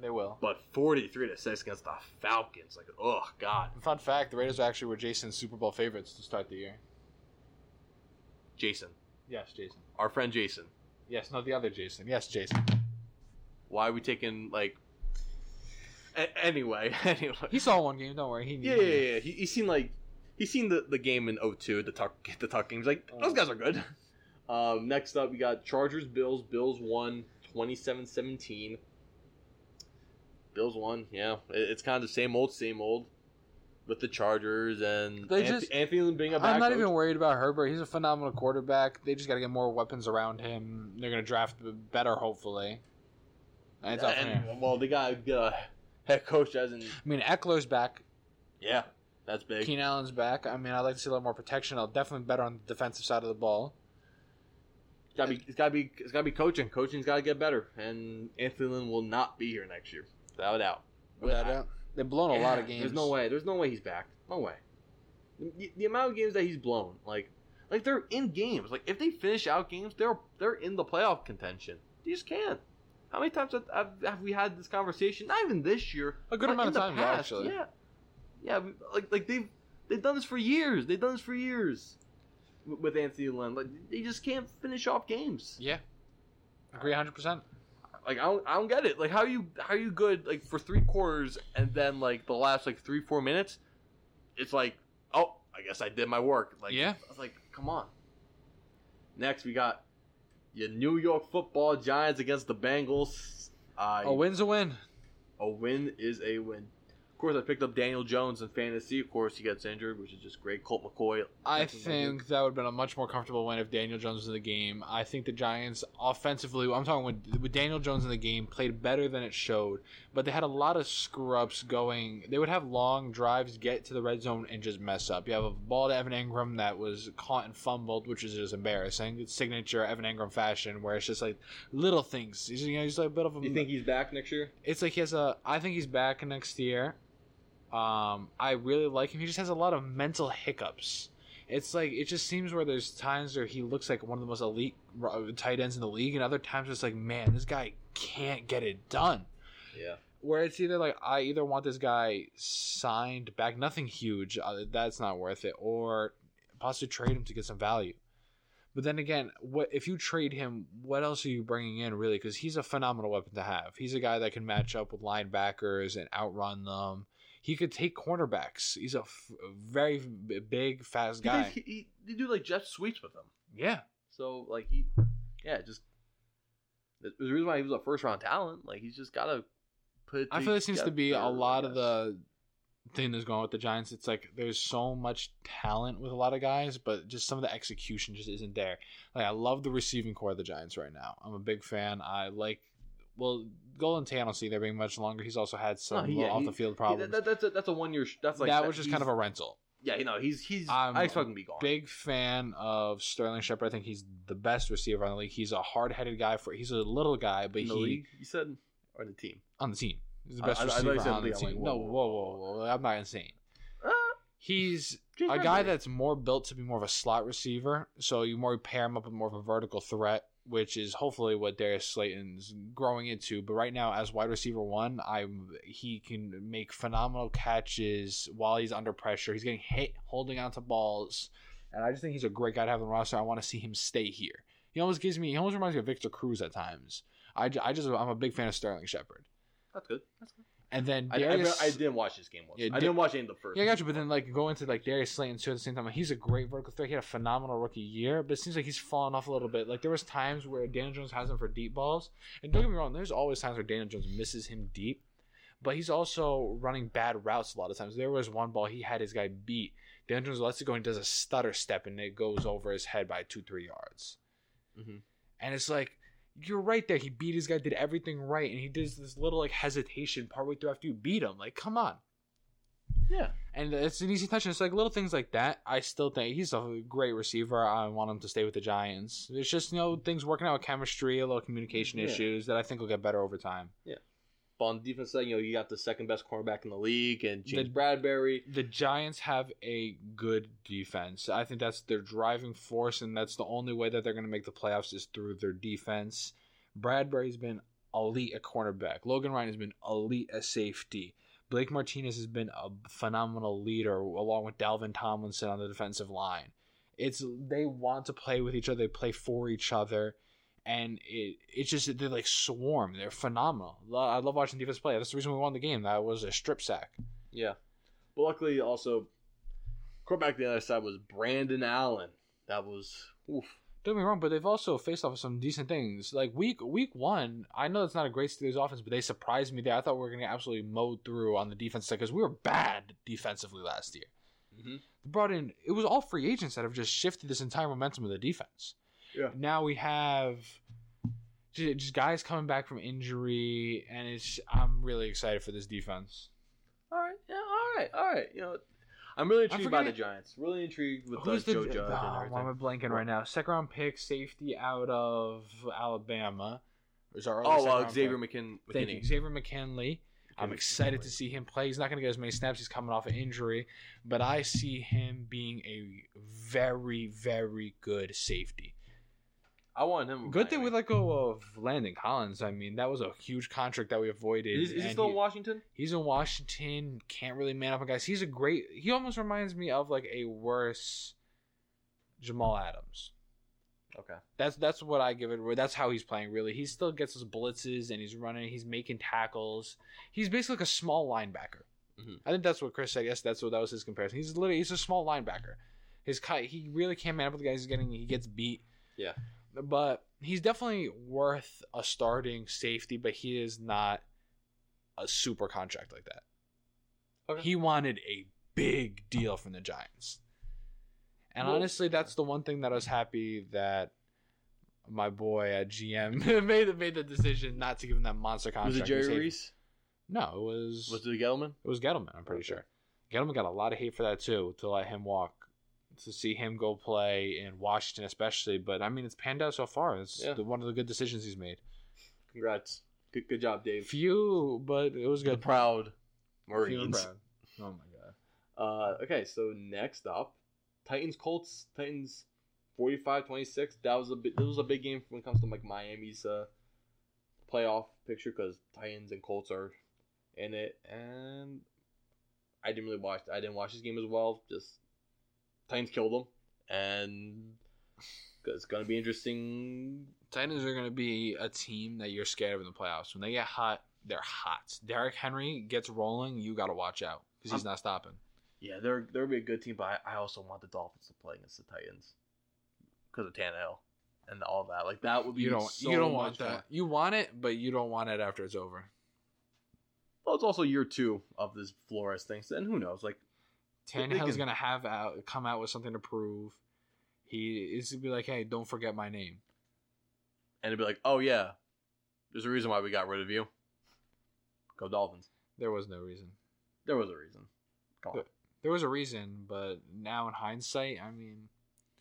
They will. but 43 to 6 against the falcons like oh god Fun fact: the Raiders actually were Jason's Super Bowl favorites to start the year. jason Yes, Jason. our friend jason Yes, not the other Jason. Yes, Jason. why are we taking like a- anyway [LAUGHS] anyway He saw one game. Don't worry. He Yeah, yeah, yeah. yeah. He, he seen like he seen the, the game in 02, the tuck [LAUGHS] the tuck games. Like Oh. those guys are good. [LAUGHS] Um, next up, we got Chargers Bills. Bills won 27-17. Bills won. Yeah, It- it's kind of the same old, same old with the Chargers and They Anth- just- Anthony Lynn being a back I'm not coach. even worried about Herbert. He's a phenomenal quarterback. They just got to get more weapons around him. They're going to draft better, hopefully. And it's up from here. And, well, they got uh, head coach as in I mean, Eckler's back. yeah, that's big. Keen Allen's back. I mean, I'd like to see a little more protection. I'll definitely bet on the defensive side of the ball. It's gotta be, it's gotta be, it's gotta be coaching. Coaching's gotta get better, and Anthony Lynn will not be here next year, without a doubt. Without a doubt. They've blown a lot of Yeah, games. There's no way. There's no way he's back. No way. The, the amount of games that he's blown, like, like they're in games. Like if they finish out games, they're they're in the playoff contention. They just can't. How many times have, have, have we had this conversation? Not even this year. A good but amount in of the times, past. actually. Yeah, yeah. we- Like like they've they've done this for years. They've done this for years with, with Anthony Lynn. Like they just can't finish off games. Yeah. Agree 100%. Like I don't, I don't get it. Like how you how you good like for three quarters and then like the last like three four minutes, it's like oh I guess I did my work. Like Yeah. I was like come on. Next we got your New York Football Giants against the Bengals. Uh, A win's a win. a win is a win. Of course, I picked up Daniel Jones in fantasy. Of course, he gets injured, which is just great. Colt McCoy. I that's what do. think that would have been a much more comfortable win if Daniel Jones was in the game. I think the Giants offensively, I'm talking with, with Daniel Jones in the game, played better than it showed, but they had a lot of screw ups going. They would have long drives get to the red zone and just mess up. You have a ball to Evan Ingram that was caught and fumbled, which is just embarrassing. It's signature Evan Ingram fashion, where it's just like little things. He's, you know, he's like a bit of a You think he's back next year? it's like he has a I think he's back next year. Um I really like him. He just has a lot of mental hiccups. It's like it just seems where there's times where he looks like one of the most elite ro- tight ends in the league and other times it's like man, this guy can't get it done. Yeah. Where it's either like I either want this guy signed back nothing huge, uh, that's not worth it or possibly trade him to get some value. But then again, what if you trade him? What else are you bringing in really? Because he's a phenomenal weapon to have. He's a guy that can match up with linebackers and outrun them. He could take cornerbacks. He's a f- a very b- big, fast He, guy. did- he, he, they do like Jeff sweeps with him. yeah, So like he, yeah, just the the reason why he was a first round talent, like he's just gotta put. it I feel there seems to be a together, I lot of guess. the thing that's going on with the Giants. It's like there's so much talent with a lot of guys, but just some of the execution just isn't there. Like I love the receiving core of the Giants right now. I'm a big fan. I like. Well, Golden Tate, I don't see there being much longer. He's also had some he- yeah, off he- the field Yeah, problems. that, that's a, that's a one year. That's like that was just kind of he's- a rental. yeah. You know he's he's I'm I expect him to be gone. Big fan of Sterling Shepard. I think he's the best receiver on the league. He's a hard headed guy for. He's a little guy, but in the he league. You said or the team. on the team. He's the I- best I- I thought you receiver said on the league. I'm team. like, no, whoa, whoa, whoa, whoa, I'm not insane. Uh, He's James a guy Bradbury. that's more built to be more of a slot receiver, so you more pair him up with more of a vertical threat, which is hopefully what Darius Slayton's growing into. But right now, as wide receiver one, I'm he can make phenomenal catches while he's under pressure. He's getting hit, holding onto balls, and I just think he's a great guy to have on the roster. I want to see him stay here. He almost gives me, he almost reminds me of Victor Cruz at times. I, ju- I just, I'm a big fan of Sterling Shepard. that's good. That's good. And then I, I, Darius, I didn't watch this game once. Yeah, I Dar- didn't watch any of the first. yeah, I got you. But then, like, go into like Darius Slayton too at the same time. Like, he's a great vertical threat. He had a phenomenal rookie year, but it seems like he's fallen off a little bit. Like there was times where Daniel Jones has him for deep balls, and don't get me wrong, there's always times where Daniel Jones misses him deep, but he's also running bad routes a lot of times. There was one ball he had his guy beat. Daniel Jones lets it go and does a stutter step, and it goes over his head by two three yards. Mhm. And it's like you're right there. He beat his guy, did everything right, and he does this little like hesitation partway through after you beat him. Like, come on. Yeah. And it's an easy touch. And it's like little things like that. I still think he's a great receiver. I want him to stay with the Giants. It's just, you know, things working out with chemistry, a little communication Yeah. issues that I think will get better over time. But on the defense side, you know, you got the second best cornerback in the league and James The- Bradbury. The Giants have a good defense. I think that's their driving force, and that's the only way that they're going to make the playoffs is through their defense. Bradbury's been elite at cornerback. Logan Ryan has been elite at safety. Blake Martinez has been a phenomenal leader, along with Dalvin Tomlinson on the defensive line. It's they want to play with each other. They play for each other, and it it's just that they like swarm. They're phenomenal. Lo- I love watching defense play. That's the reason we won the game. That was a strip sack. Yeah. But luckily, also, quarterback on the other side was Brandon Allen. That was, oof. Don't get me wrong, but they've also faced off some decent things. Like week week one, I know that's not a great Steelers offense, but they surprised me there. I thought we were going to absolutely mow through on the defense side because we were bad defensively last year. Mhm. They brought in it was all free agents that have just shifted this entire momentum of the defense. Yeah. Now we have ju- just guys coming back from injury, and it's I'm really excited for this defense. All right. Yeah. All right. All right. You know, I'm really I'm intrigued by the forgetting- Giants. Really intrigued with Who's the the? Joe Judge oh, and why am I everything. blanking right now? Second round pick, safety out of Alabama. It was our early Oh, second well, round Xavier pick. McKin- McKinney. Thank you, Xavier McKinley. I'm McKinley. excited to see him play. He's not going to get as many snaps. He's coming off an injury, but I see him being a very, very good safety. I want him. Good thing we let go of Landon Collins. I mean, that was a huge contract that we avoided. Is, is he and still in he- Washington? he's in Washington. Can't really man up on guys. He's a great. He almost reminds me of like a worse Jamal Adams. Okay. That's that's what I give it. That's how he's playing. Really, he still gets his blitzes and he's running. He's making tackles. He's basically like a small linebacker. Mhm. I think that's what Chris. I guess that's what that was his comparison. He's literally he's a small linebacker. His ki- he really can't man up with the guys he's getting. He gets beat. Yeah. but he's definitely worth a starting safety. But he is not a super contract like that. Okay. He wanted a big deal from the Giants. And Well- honestly, that's the one thing that I was happy that my boy at GM [LAUGHS] made the, made the decision not to give him that monster contract. Was it Jerry He saved- Reese? No, it was, Was it Gettleman? it was Gettleman. I'm pretty Okay. sure Gettleman got a lot of hate for that too. To let him walk, to see him go play in Washington, especially. But I mean, it's panned out so far. It's Yeah. the, one of the good decisions he's made. Congrats. Good, good job, Dave. Few, but it was The good. proud Few and Marines. proud. Oh my god. Uh, okay, so next up, Titans Colts. Titans 45-26. That was a bit, this was a big game when it comes to like Miami's uh, playoff picture because Titans and Colts are in it. And I didn't really watch. I didn't watch this game as well. Just Titans killed them, and 'cause it's gonna be interesting. Titans are going to be a team that you're scared of in the playoffs. When they get hot, they're hot. Derrick Henry gets rolling, you got to watch out because he's not stopping. Yeah, they're they'll be a good team, but I, I also want the Dolphins to play against the Titans because of Tannehill and all that. Like that would be You don't so you don't much want that. fun. You want it, but you don't want it after it's over. Well, it's also year two of this Flores thing, so- and who knows? Like, They- they Tannehill's can- going to have out come out with something to prove. He is to be like, "Hey, don't forget my name." and it'd be like, oh yeah, there's a reason why we got rid of you. Go Dolphins. There was no reason. There was a reason. Come on. But- There was a reason, but now in hindsight, I mean,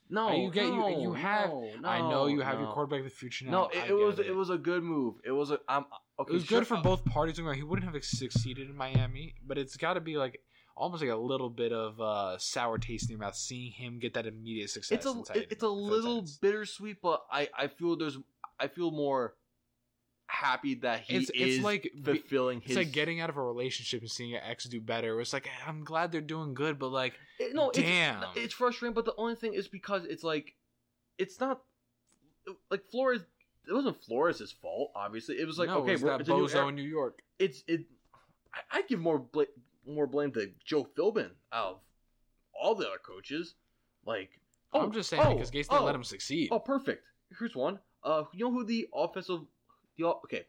No, you get- you- no, you have- no, I know you no, have your no. quarterback of the future now. No, I it, it get was it. was a good move. It was a I'm okay. It was sure- good for both parties. He wouldn't have succeeded in Miami, but it's got to be like almost like a little bit of uh, sour taste in your mouth seeing him get that immediate success. It's a in Titan- it- it's a for the little Titans. bittersweet, but I I feel there's I feel more happy that he It's- it's is like- fulfilling It's his like getting out of a relationship and seeing your ex do better. It's like I'm glad they're doing good, but like It- no, it's- Damn. It's, frustrating, but the only thing is because it's like, it's not like Flores. It wasn't Flores' fault, obviously. It was like no, okay, it's we're, that it's, a new bozo era. in New York. it's it. I- I give more bla- more blame to Joe Philbin out of all the other coaches. Like, oh, I'm just saying oh, because Gase didn't oh, let him succeed. Oh, perfect. Here's one. Uh, you know who the offensive, the o- okay,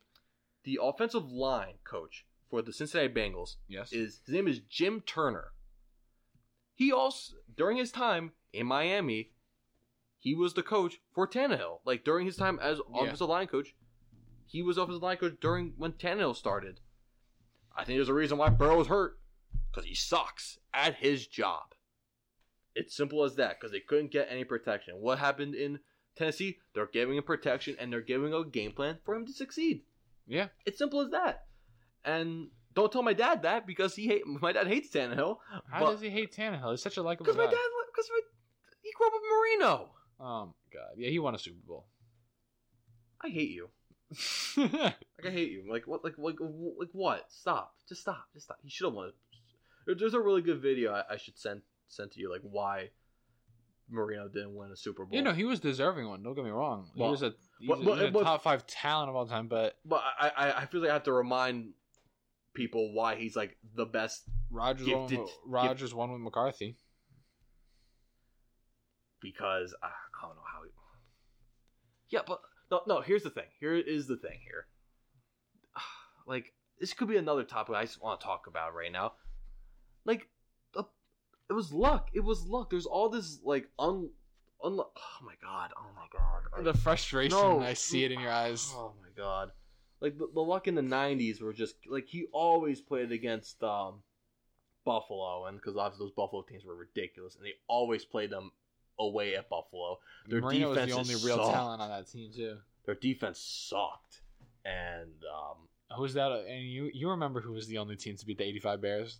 the offensive line coach for the Cincinnati Bengals yes, is his name is Jim Turner. He also during his time in Miami, he was the coach for Tannehill. Like during his time as Yeah. offensive line coach, he was offensive line coach during when Tannehill started. I think there's a reason why Burrow was hurt because he sucks at his job. It's simple as that because they couldn't get any protection. What happened in Tennessee? They're giving him protection and they're giving a game plan for him to succeed. Yeah. It's simple as that. And don't tell my dad that because he hate my dad hates Tannehill. How does he hate Tannehill? He's such a likable Because guy. my dad, because my he grew up with Marino. Oh my god. Yeah, he won a Super [LAUGHS] Bowl. I hate you. Like I hate you. Like what? Like like wh- like what? Stop. Just stop. Just stop. He should have won. There- There's a really good video I, I should send send to you. Like why Marino didn't win a Super Bowl. you know, he was deserving one. Don't get me wrong. Well, he was a, he's well, a- well, he's a it was- top five talent of all time, but but I, I I feel like I have to remind people why he's like the best Rogers won, Gifted- with, Rogers won with McCarthy. because I I don't know how. He... Yeah, but no, no. Here's the thing. Here is the thing. Here, [SIGHS] like this could be another topic I just want to talk about right now. Like, uh, it was luck. It was luck. There's all this like un, un. Oh my god. Oh my god. The frustration, No. I see it in your eyes. Oh my god. Like the, the luck in the '90s were just like he always played against um, Buffalo, and because obviously those Buffalo teams were ridiculous, and they always played them away at Buffalo. Their Marino was the defenses only real sucked. talent on that team too. Their defense sucked, and um, Who's that? And you you remember who was the only team to beat the '85 Bears?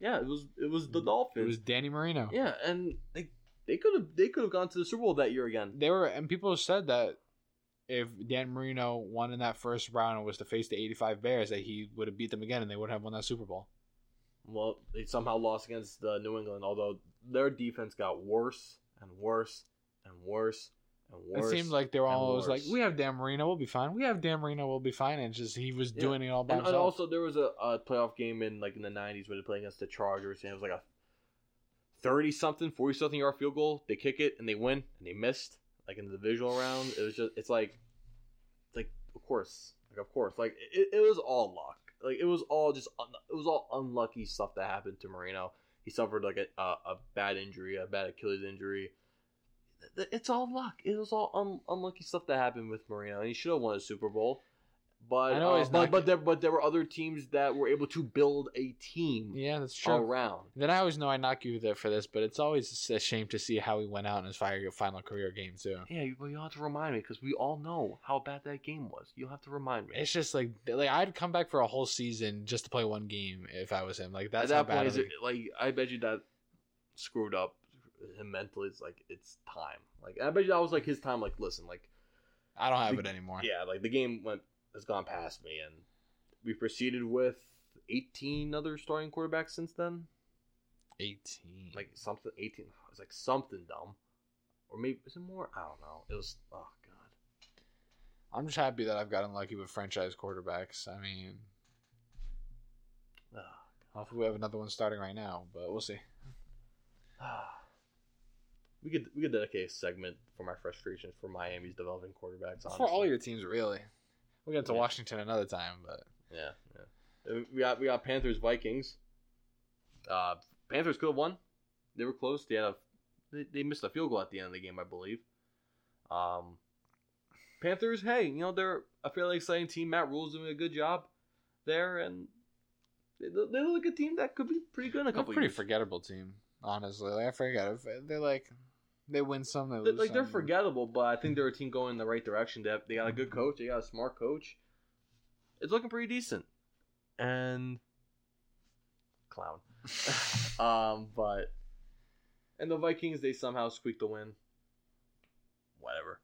yeah, it was it was the It Dolphins. was Danny Marino. yeah, and they they could have they could have gone to the Super Bowl that year again. They were, and people said that if Dan Marino won in that first round and was to face the '85 Bears, that he would have beat them again, and they would have won that Super Bowl. Well, they somehow lost against uh, New England, although their defense got worse and worse and worse and worse. it seemed like they were and always like, worse. "We have Dan Marino, we'll be fine. We have Dan Marino, we'll be fine." And it's just he was Yeah. doing it all by And, and himself. also, there was a, a playoff game in like in the '90s where they played against the Chargers, and it was like a thirty-something, forty-something yard field goal. They kick it and they win, and they missed. Like in the divisional round, it was just it's like, it's like of course, like of course, like it, it was all luck. Like it was all just un- it was all unlucky stuff that happened to Marino. He suffered like a a, a bad injury, a bad Achilles injury. Th- th- It's all luck. It was all un- unlucky stuff that happened with Marino, and he should have won a Super Bowl. But I know uh, he's but not- but there but there were other teams that were able to build a team yeah, that's true. around. Then I always know I knock you there for this, but it's always a shame to see how he went out in his fi- final career game too. Yeah, you- well, you'll have to remind me because we all know how bad that game was. You'll have to remind me. It's just like like I'd come back for a whole season just to play one game if I was him. Like that's how At that bad point, it is it, like I bet you that screwed up him mentally. It's like it's time. Like I bet you that was like his time. Like listen, like I don't have the- it anymore. yeah, like the game went has gone past me, and we proceeded with eighteen other starting quarterbacks since then. Eighteen. like something 18 it's like something dumb or maybe is it more i don't know it was oh god I'm just happy that I've gotten lucky with franchise quarterbacks. I mean, Ugh. hopefully we have another one starting right now, but we'll see. Ah. we could we could dedicate a segment for my frustrations for miami's developing quarterbacks honestly. For all your teams, really. We'll get to Yeah. Washington another time, but yeah yeah Uh, we got we got panthers vikings uh panthers could have won they were close they had a they, they missed a field goal at the end of the game i believe um panthers hey you know they're a fairly exciting team matt rule's doing a good job there and they, they look like a team that could be pretty good in a they're a couple pretty years. forgettable team, honestly. Like, I forget. If- They're like, they win some, they They're- lose like they're some. forgettable, but I think they're a team going in the right direction. They, have, they got a good coach. They got a smart coach. It's looking pretty decent. And clown. um, but and the Vikings they somehow squeaked the win. Whatever.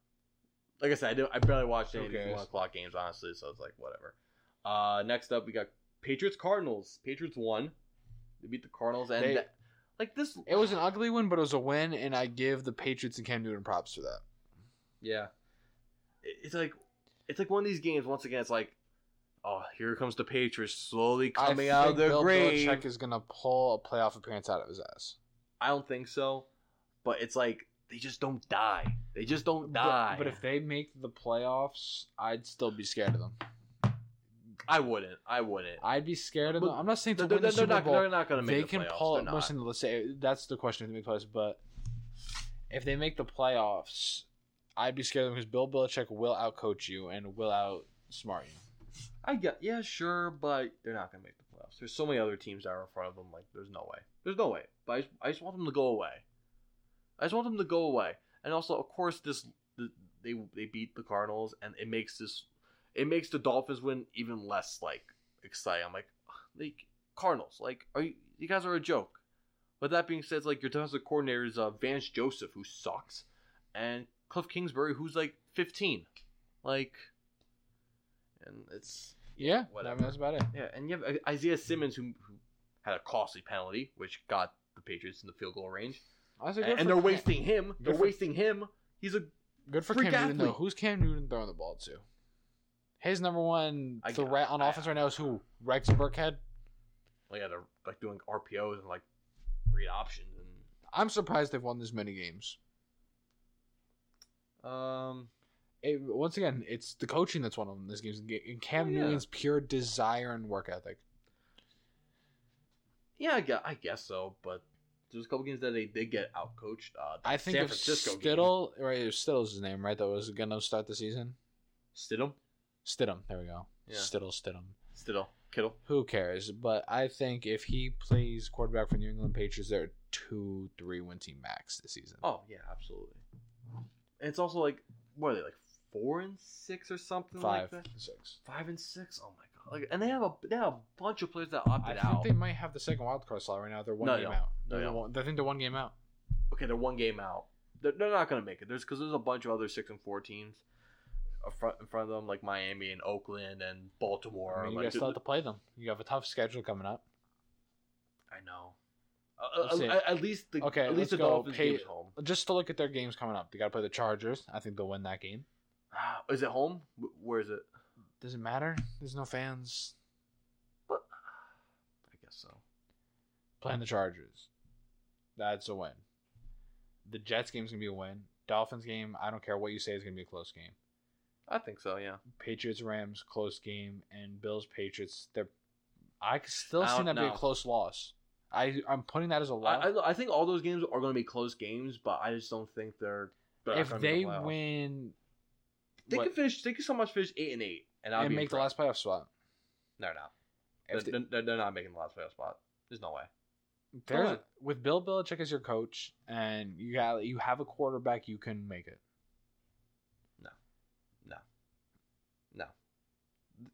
Like I said, I, did, I barely watched any of Who these cares? one o'clock games, honestly. So it's like whatever. Uh, next up we got Patriots Cardinals. Patriots won. They beat the Cardinals and They- that- like this. [LAUGHS] It was an ugly win, but it was a win, and I give the Patriots and Cam Newton props for that. Yeah. It- It's like it's like one of these games once again it's like oh here comes the Patriots slowly I coming out of think their Bill grave. Belichick is gonna pull a playoff appearance out of his ass. I don't think so, but it's like they just don't die. They just don't die. But, but if they make the playoffs, I'd still be scared of them. I wouldn't. I wouldn't. I'd be scared of But them. I'm not saying to They're, they're- win the they're Super not, Bowl. they're not going to they make the can playoffs. pull. They're not. Listen, let's say that's the question to make playoffs, but if they make the playoffs, I'd be scared of them because Bill Belichick will outcoach you and will outsmart you. I get, yeah, sure, but they're not gonna make the playoffs. There's so many other teams that are in front of them. Like, there's no way. There's no way. But I just, I just want them to go away. I just want them to go away. And also, of course, this the, they they beat the Cardinals, and it makes this it makes the Dolphins win even less like exciting. I'm like, like Cardinals, like are you, you guys are a joke. But that being said, it's like your defensive coordinator is uh, Vance Joseph, who sucks, and Cliff Kingsbury, who's like 15, like, and it's Yeah, I whatever. mean, that's about it. yeah, and you have uh, Isaiah Simmons who, who had a costly penalty, which got the Patriots in the field goal range, Honestly, and, and good for they're Cam- wasting him. They're Good for- wasting him. He's a Good for freak Cam Newton though. athlete. Who's Cam Newton throwing the ball to? His number one I- threat on I- offense right now is who? Rex Burkhead. like at a, like doing RPOs and like read options and I'm surprised they've won this many games. um It, once again, it's the coaching that's won them this game. And Cam Oh, yeah. Newton's pure desire and work ethic. yeah I guess, I guess so, but there's a couple games that they did get outcoached. Uh, that I think San if Francisco game. Stidle, right? It was Stittle's his name, right? That was gonna start the season. Stidham, Stidham. There we go. Yeah. Stidle, Stidham. Stidham, Kittle. Who cares? But I think if he plays quarterback for New England Patriots, they're a two, three win team max this season. Oh yeah, absolutely. And it's also like what are they like four and six or something five, like that? six. Five and six. Oh my god! Like, and they have a they have a bunch of players that opted I out. think they might have the second wild card slot right now. They're one No, they game don't. out. No, They're they don't. one, I think they're one game out. okay, they're one game out. They're, they're not gonna make it. There's because there's a bunch of other six and four teams in front in front of them, like Miami and Oakland and Baltimore. I mean, you like, guys still have to play them. You have a tough schedule coming up. I know. Uh, Let's uh, see. at, at least the Okay, at let's least the go Dolphins pay- game's home. [GASPS] Just to look at their games coming up, they got to play the Chargers. I think they'll win that game. Is it home? Wh- Where is it? Doesn't matter. There's no fans I guess so. playing the Chargers. That's a win. The Jets game's gonna be a win. Dolphins game, I don't care what you say, is gonna be a close game. I think so. Yeah. Patriots Rams close game and Bills Patriots. They're I could still I see don't that be a know. close loss. I I'm putting that as a loss. I, I I think all those games are going to be close games, but I just don't think they're. they're not if gonna make they the playoffs. win, they what- can finish. They can so much finish eight and eight, and I'll and be make the last playoff spot. No, no, If they're, they're, they're not making the last playoff spot. There's no way. they, there's- Correct. with Bill Belichick as your coach, and you got you have a quarterback, you can make it. No.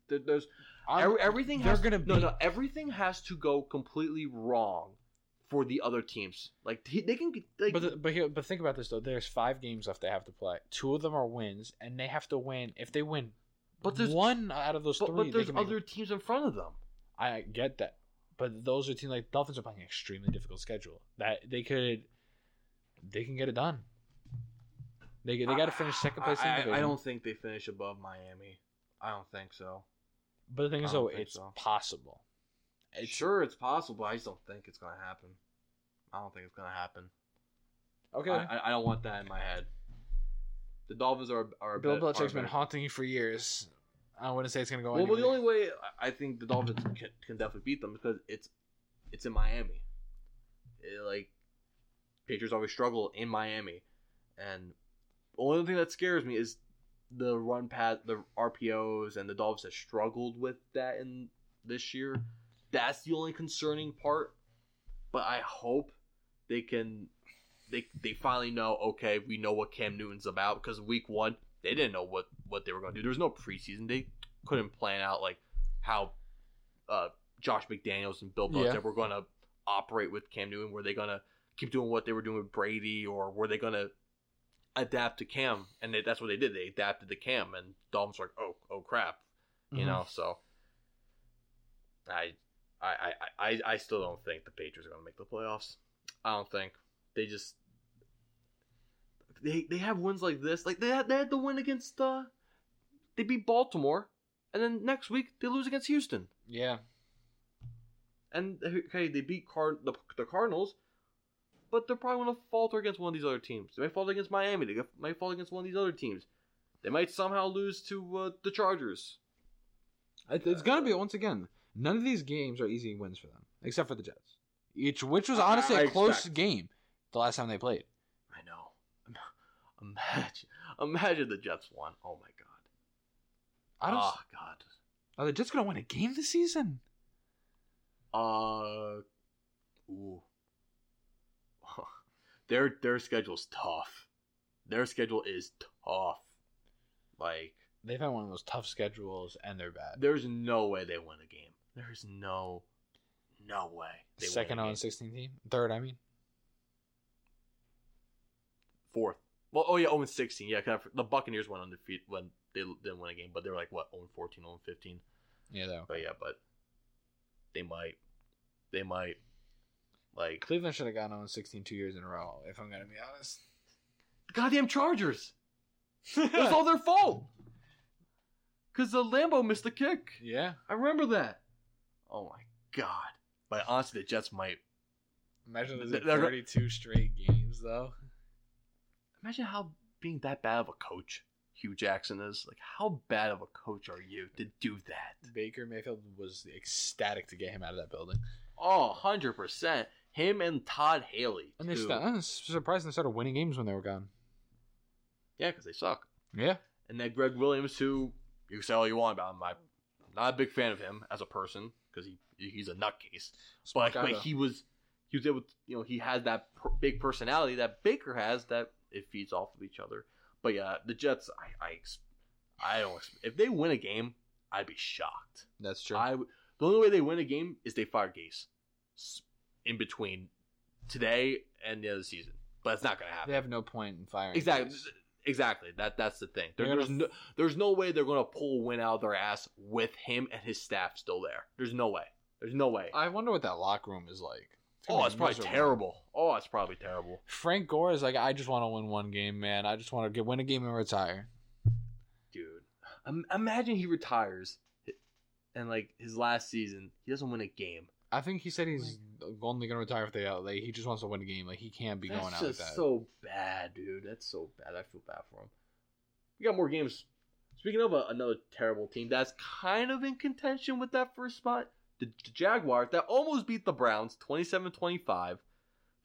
There, there's I'm- every- everything. they're has, gonna no, be- no. Everything has to go completely wrong for the other teams. Like he- they can get. Like, but the, but here, but think about this though. There's five games left they have to play. Two of them are wins, and they have to win. If they win, But there's- one out of those but, three. but they there's can make it. other teams in front of them. I get that, but those are teams like Dolphins are playing an extremely difficult schedule that they could, they can get it done. They they got to finish second place. in the I, I, I division. don't think they finish above Miami. I don't think so. But the thing is, I don't though, think it's so. possible. It's- sure, it's possible. I just don't think it's gonna happen. I don't think it's gonna happen. Okay. I, I, I don't want that in my head. The Dolphins are are a Bill bet- are a Belichick's been better- haunting you for years. I wouldn't say it's gonna go. Well, anywhere. the only way I- I think the Dolphins can, can definitely beat them because it's it's in Miami. It, like Patriots always struggle in Miami, and the only thing that scares me is the run pad, the RPOs, and the Dolphins have struggled with that in this year. That's the only concerning part. But I hope they can they they finally know okay we know what Cam Newton's about because week one they didn't know what what they were going to do. There was no preseason. They couldn't plan out like how uh, Josh McDaniels and Bill Belichick Yeah. were going to operate with Cam Newton. Were they going to keep doing what they were doing with Brady, or were they going to adapt to Cam? And they, that's what they did. They adapted to Cam, and Dolphins were like, oh oh crap, you Mhm. know. So I. I, I, I, I still don't think the Patriots are going to make the playoffs. I don't think they just they they have wins like this. Like they had, they had the win against uh they beat Baltimore, and then next week they lose against Houston. Yeah. And okay, they beat Card- the, the Cardinals, but they're probably going to falter against one of these other teams. They might falter against Miami. They might fall against one of these other teams. They might somehow lose to uh, the Chargers. It- It's gonna be once again. None of these games are easy wins for them, except for the Jets, each which was honestly I- I a close expect- game the last time they played. I know. Imagine, imagine the Jets won. Oh my god. I don't. oh s Are the Jets gonna win a game this season? Ah, god. Uh, ooh. [LAUGHS] their their schedule's tough. Their schedule is tough. Like They've had one of those tough schedules, and they're bad. there's no way they win a game. There's no, no way. They win Second a on game. sixteen team, third. I mean, fourth. Well, oh yeah, 0 and 16. Yeah, 'cause the Buccaneers went undefeated when they didn't win a game, but they were like what 0 and 14, 0 and 15. yeah, though. But yeah, but they might, they might, like Cleveland should have gotten on 16 two years in a row. If I'm gonna be [LAUGHS] honest, goddamn Chargers. It was all their fault. Cause the Lambo missed the kick. [LAUGHS] yeah, I remember that. Oh my god. But honestly, the Jets might. imagine Th- losing they're- 32 straight games though. Imagine how being that bad of a coach Hugh Jackson is. Like, how bad of a coach are you to do that? Baker Mayfield was ecstatic to get him out of that building, Oh, 100%. Him and Todd Haley. and they too. st- I'm surprised they started winning games when they were gone. Yeah, because they suck. Yeah, And then Greg Williams, who you can say all you want about him. I'm not a big fan of him as a person because he he's a nutcase. But, but he was he was able to, you know, he had that per- big personality that Baker has that it feeds off of each other. But yeah, the Jets, I, I, ex- I don't, ex- if they win a game, I'd be shocked. that's true. I w- the only way they win a game is they fire Gase s- in between today and the other season, but it's not gonna happen. they have no point in firing. exactly, Gaze. exactly. That that's the thing. There- They're there's gonna no there's no way they're gonna pull a win out of their ass with him and his staff still there. There's no way. There's no way. I wonder what that locker room is like. gonna oh, be it's probably miserable. terrible. Oh, it's probably terrible. Frank Gore is like, I just want to win one game, man. I just want to get win a game and retire. dude. Um, imagine he retires, and like his last season, he doesn't win a game. I think he said he's only gonna retire if they out. Like he just wants to win a game. Like he can't be going That's out like just that. so bad, dude. That's so bad. I feel bad for him. We got more games. Speaking of a, another terrible team that's kind of in contention with that first spot, the, the Jaguars that almost beat the Browns 27-25.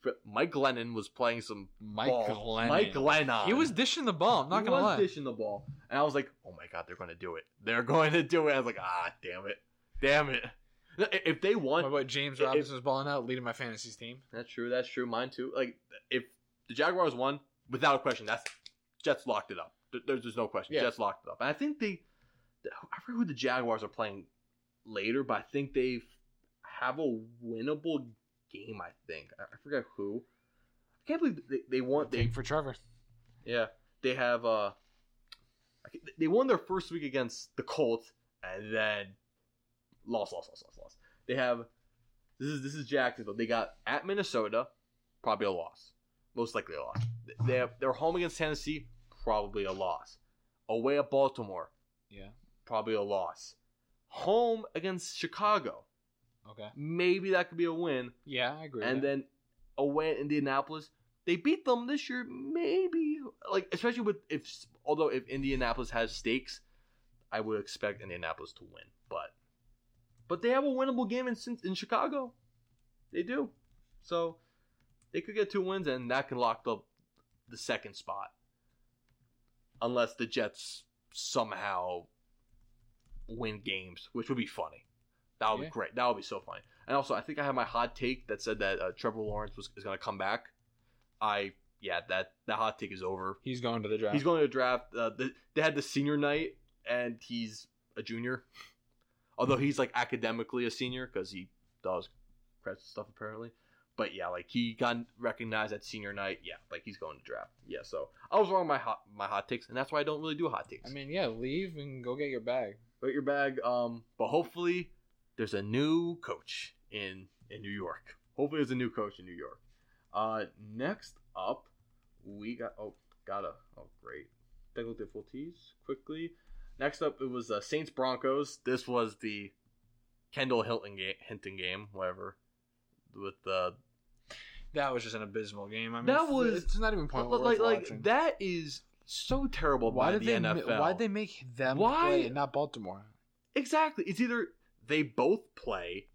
Fr- Mike Glennon was playing some Mike ball. Glennon. Mike Glennon. He was dishing the ball. I'm not He gonna was lie. dishing the ball, and I was like, "Oh my god, they're going to do it! They're [LAUGHS] going to do it!" I was like, "Ah, damn it, damn it!" No, i- If they My won, boy James If- Robinson's balling out, leading my fantasy's team. that's true. That's true. Mine too. Like, if the Jaguars won, without question, that's Jets locked it up. There- There's just no question. Yeah. Jets locked it up, and I think they, I forget who the Jaguars are playing later, but I think they have a winnable game. I think I I forget who. I can't believe they, they want they Take for Trevor. Yeah, they have. uh I c- They won their first week against the Colts, and then lost, lost, lost, lost, lost. They have. This is this is Jacksonville. They got at Minnesota, probably a loss, most likely a loss. They have, they're home against Tennessee, probably a loss. Away at Baltimore, Yeah. probably a loss. Home against Chicago, Okay. maybe that could be a win. Yeah, I agree. with And that. then away at Indianapolis, they beat them this year. Maybe like especially with if although if Indianapolis has stakes, I would expect Indianapolis to win. But but they have a winnable game in Cin- in Chicago. They do, so they could get two wins and that can lock up the second spot, unless the Jets somehow win games, which would be funny. That would Yeah. be great. That would be so funny. And also, I think I had my hot take that said that uh, Trevor Lawrence was is going to come back. I yeah, that that hot take is over. he's going to the draft. He's going to draft. Uh, the, they had the senior night, and he's a junior. Although he's like academically a senior because he does credit stuff apparently. But yeah, like he got recognized at senior night. Yeah, like he's going to draft. Yeah, so I was wrong on my hot my hot takes, and that's why I don't really do hot takes. I mean, yeah, leave and go get your bag. Put your bag. Um, but hopefully there's a new coach in in New York. Hopefully there's a new coach in New York. Uh, next up, we got oh gotta oh great technical difficulties quickly. Next up, it was uh, Saints Broncos. This was the Kendall Hilton game, Hinton game, whatever. With uh, That was just an abysmal game. I mean, That it's- was- it's not even point worth like watching. like that is so terrible why by did the they NFL. why did they make them Why- play and not Baltimore? Exactly. It's either they both play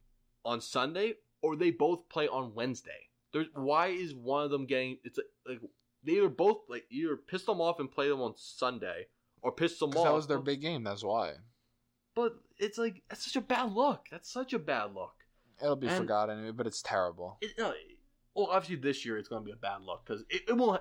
on Sunday or they both play on Wednesday. There's why is one of them getting it's like, like they either both like either pissed them off and played them on Sunday or pissed them off. Because that was their big game. That's why But it's like that's such a bad look. That's such a bad look. it'll be And- forgotten, but it's terrible. It, no, it- well, obviously this year it's going to be a bad look because it, it won't.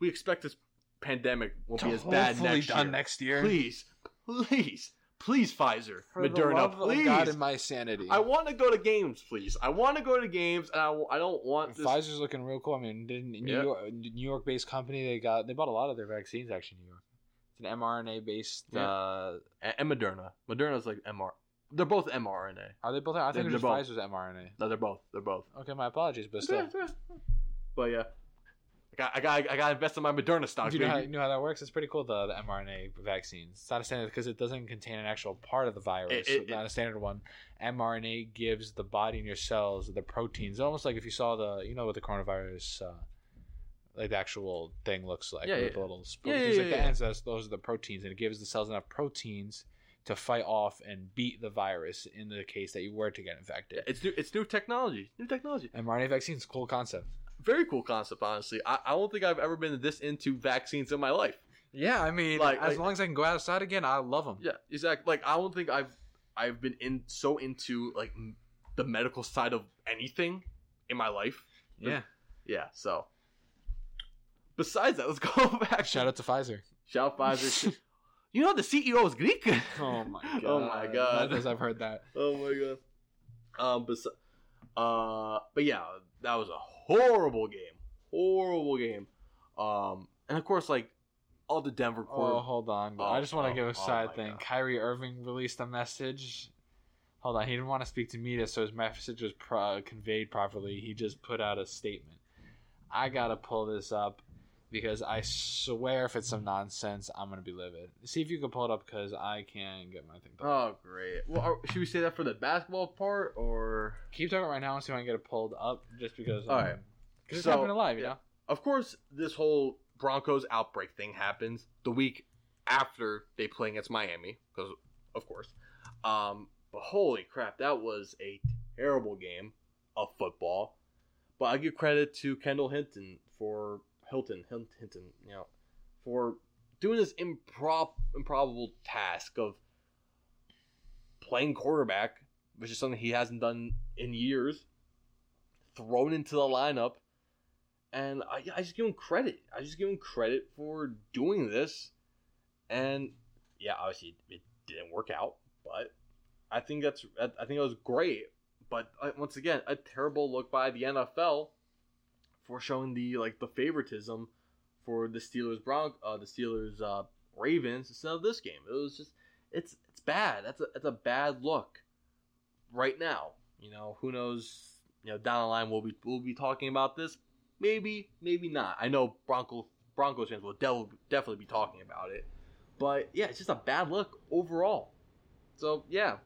We expect this pandemic won't be as bad Hopefully next year. done next year. Please, please, please, Pfizer, For the Moderna, love of please. God and my sanity. I want to go to games, please. I want to go to games, and I, w- I don't want this. Pfizer's looking real cool. I mean, didn't New Yeah. York, New York-based company they got they bought a lot of their vaccines actually. in New York, it's an mRNA-based. Yeah. Uh, And, and Moderna. Moderna's like MR. They're both mRNA. are they both? I think They're- it was they're both. Pfizer's mRNA. No, they're both. They're both. Okay, my apologies, but still, But yeah, I got, I got, I got to invest in my Moderna stock, do you know how, you baby. know how that works? It's pretty cool the, the mRNA vaccines. It's not a standard because it doesn't contain an actual part of the virus. It- it- so it's not a standard one. mRNA gives the body and your cells the proteins, almost like if you saw the you know what the coronavirus. Uh, like the actual thing looks like Yeah, with yeah. the little sp- Yeah, yeah, things yeah, like yeah. that. And so that's- those are the proteins, and it gives the cells enough proteins to fight off and beat the virus in the case that you were to get Yeah, infected. it's new. It's new technology. New technology. mRNA vaccines, cool concept. Very cool concept, honestly. I, I don't think I've ever been this into vaccines in my life. Yeah, I mean, Like- as like- long as I can go outside again, I love them. Yeah, exactly. Like I don't think I've I've been in so into like m- the medical side of anything in my life. yeah. Yeah, so. Besides that, let's go [LAUGHS] back. Shout out to Pfizer. Shout Pfizer. [LAUGHS] you know the CEO is Greek. [LAUGHS] Oh my god. Oh my god. As I've [LAUGHS] heard that. Oh my god. Um, but uh, but yeah, that was a horrible game. Horrible game. Um, and of course, like all the Denver quarter. Oh, hold on. Oh, I just want oh, to give a oh side my thing. God. Kyrie Irving released a message. Hold on. He didn't want to speak to media, so his message was pro- conveyed properly. He just put out a statement. I gotta pull this up because I swear if it's some nonsense, I'm gonna be livid. See if you can pull it up because I can get my thing. pulled up. Oh great. Well, are, should we say that for the basketball part or? Keep talking right now and see if I can get it pulled up. Just because. All um, right. 'cause it's So, happening live, you yeah. know. Of course, this whole Broncos outbreak thing happens the week after they play against Miami, because of course. Um, but holy crap, that was a terrible game of football. But I give credit to Kendall Hinton for Hilton, Hin- Hinton, you know, for doing this improb- improbable task of playing quarterback, which is something he hasn't done in years. Thrown into the lineup, and I, I just give him credit. I just give him credit for doing this. And yeah, obviously it didn't work out, but I think that's I I think it was great. But uh, once again, a terrible look by the NFL for showing the like the favoritism for the Steelers Bronc uh, the Steelers uh, Ravens instead of this game. It was just it's it's bad. That's a that's a bad look right now. You know who knows. You know down the line we'll be we'll be talking about this, maybe, maybe not. I know Bronco Broncos fans will del- definitely be talking about it, but yeah, it's just a bad look overall. So yeah,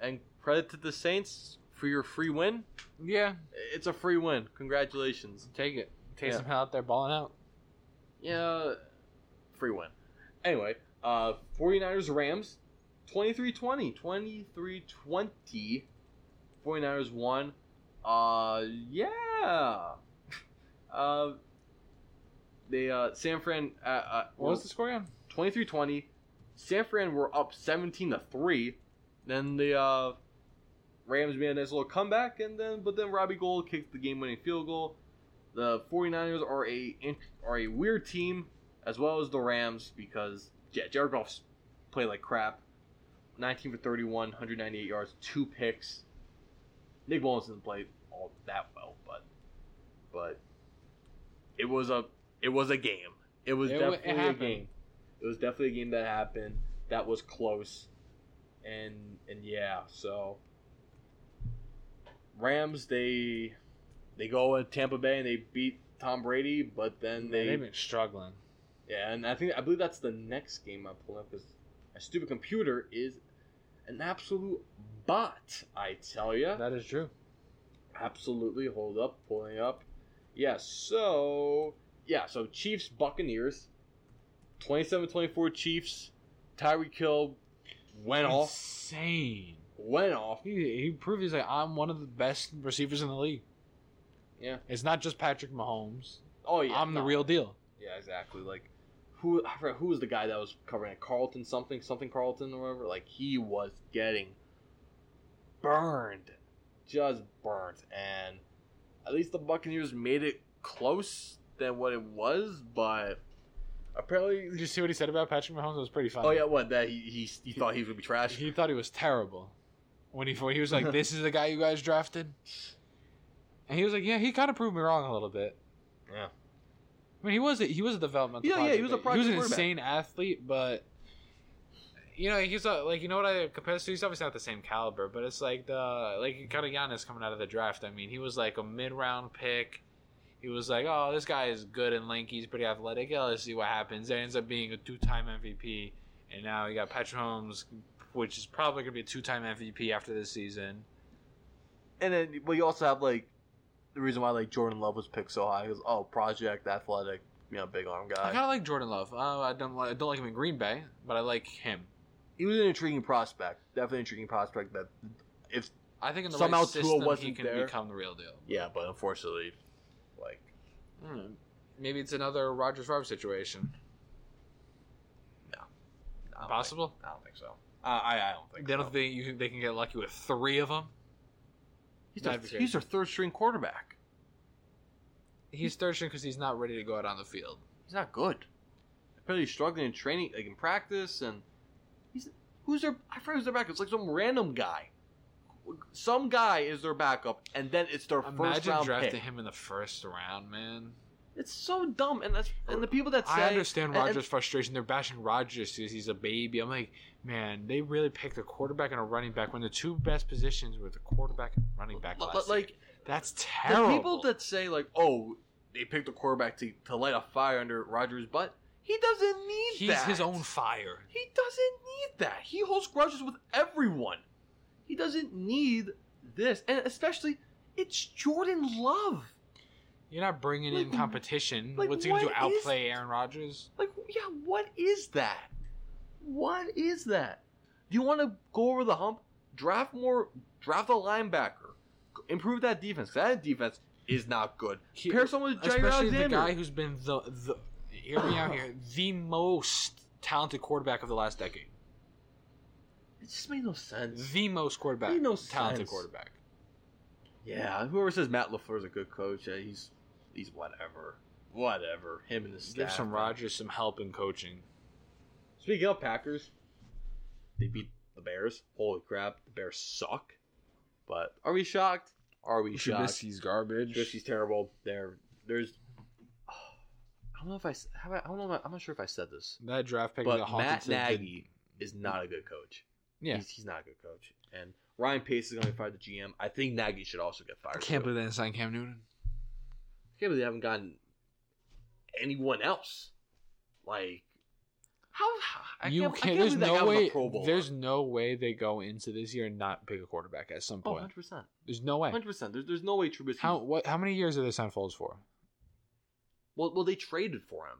and credit to the Saints for your free win. Yeah. It's a free win. Congratulations. Take it. Take Yeah. some out there balling out. Yeah, free win. Anyway, uh, 49ers Rams, 23-20, 23-20. 49ers won. Uh, yeah. [LAUGHS] Uh, they uh, San Fran uh, uh, What was the score again? 23-20. San Fran were up 17 to 3. Then the uh, Rams made a nice little comeback and then but then Robbie Gold kicked the game-winning field goal. The 49ers are a are a weird team as well as the Rams because yeah, Jared Goff's played like crap. 19 for 31, 198 yards, two picks. Nick Mullins didn't play all that well, but but it was a it was a game. It was It wa- it definitely a happened. game. It was definitely a game that happened that was close, and and yeah, so Rams they they go at Tampa Bay and they beat Tom Brady, but then They, they have been struggling. yeah, and I think I believe that's the next game I'm pulling up because my stupid computer is an absolute bot. I tell you, That is true. absolutely. Hold up, pulling up. Yeah, so yeah, so Chiefs Buccaneers, 27-24 Chiefs. Tyreek Kill went off, Insane. went off. He, he proved he's like I'm one of the best receivers in the league. Yeah. It's not just Patrick Mahomes. Oh yeah, I'm the no. real deal. Yeah, exactly. Like who I forgot who was the guy that was covering it? Carlton something something Carlton or whatever. Like he was getting burned, just burned, and at least the Buccaneers made it close than what it was, but apparently. Did you see what he said about Patrick Mahomes? It was pretty funny. Oh yeah, what that he he, he thought he was gonna be trash. he thought he was terrible when he when he was [LAUGHS] like, "This is the guy you guys drafted," and he was like, "Yeah, he kind of proved me wrong a little bit." Yeah. I mean, he was a, he was a developmental. Yeah, yeah, he was a He was an project quarterback. insane athlete, but you know, he's a, like you know what I compare this to. He's obviously not the same caliber, but it's like the like kind of Giannis coming out of the draft. I mean, he was like a mid round pick. He was like, "Oh, this guy is good and lanky. He's pretty athletic. Yeah, let's see what happens." That ends up being a two time MVP, and now you got Patrick Holmes, which is probably gonna be a two time MVP after this season. And then, but you also have like the reason why like Jordan Love was picked so high is oh project athletic, you know, big arm I guy. kind of like Jordan Love. Uh, I don't like, I don't like him in Green Bay, but I like him. He was an intriguing prospect, definitely intriguing prospect. That if I think in the Somehow right Tua system, he wasn't can there. become the real deal. yeah, but unfortunately, like I don't know. Hmm. Maybe it's another Rogers Favre situation. I don't Possible. think- I don't think so. I I, I don't think they so. don't think you can, they can get lucky with three of them. he's, That'd be their, he's their third string quarterback. He's thirsting because he's not ready to go out on the field. He's not good. Apparently, he's struggling in training, like in practice, and he's who's their I forget who's their backup. It's like some random guy. Some guy is their backup, and then it's their first Imagine round drafting pick. him in the first round, man. It's so dumb, and that's and the people that say I understand and- and- Rogers' frustration. They're bashing Rogers because he's a baby. I'm like, man, they really picked a quarterback and a running back when the two best positions were the quarterback and running back. L- Last l- like like that's the terrible. people that say like, oh, they picked a quarterback to, to light a fire under Rogers' butt. He doesn't need he's that. his own fire. He doesn't need that. He holds grudges with everyone. He doesn't need this, and especially it's Jordan Love. You're not bringing in Like, competition. like, What's he gonna do? what is- Outplay Aaron Rodgers? Like, yeah, what is that? What is that? Do you want to go over the hump? Draft more. Draft a linebacker. Improve that defense. That defense is not good. He- Pair someone with Jair especially Alexander. the guy who's been the the hear me out [SIGHS] here the most talented quarterback of the last decade. It just made no sense. The most quarterback, Made no talented sense. quarterback. Yeah, whoever says Matt Lafleur is a good coach, yeah, he's he's whatever, whatever. Him and his staff. Give some Rodgers some help in coaching. Speaking of Packers, they beat the Bears. Holy crap, the Bears suck. But are we shocked? Are we shocked? garbage. Trubisky's terrible. There, there's. [SIGHS] I don't know if I. s- Have I, I don't know. If I, am not sure if I said this. That draft pick is a But haunted Matt thing. Nagy is not a good coach. Yeah, He's, he's not a good coach. And Ryan Pace is going to be fired the GM. I think Nagy should also get fired. I can't too. believe they signed Cam Newton. I can't believe they haven't gotten anyone else. Like, how? I you can't, can't. I can't there's believe that guy no was a way. Pro Bowler. There's no way they go into this year and not pick a quarterback at some Oh, point. 100%. There's no way. 100%. There's, there's no way Trubisky. How what? How many years are this on Foles for? Well, well, they traded for him.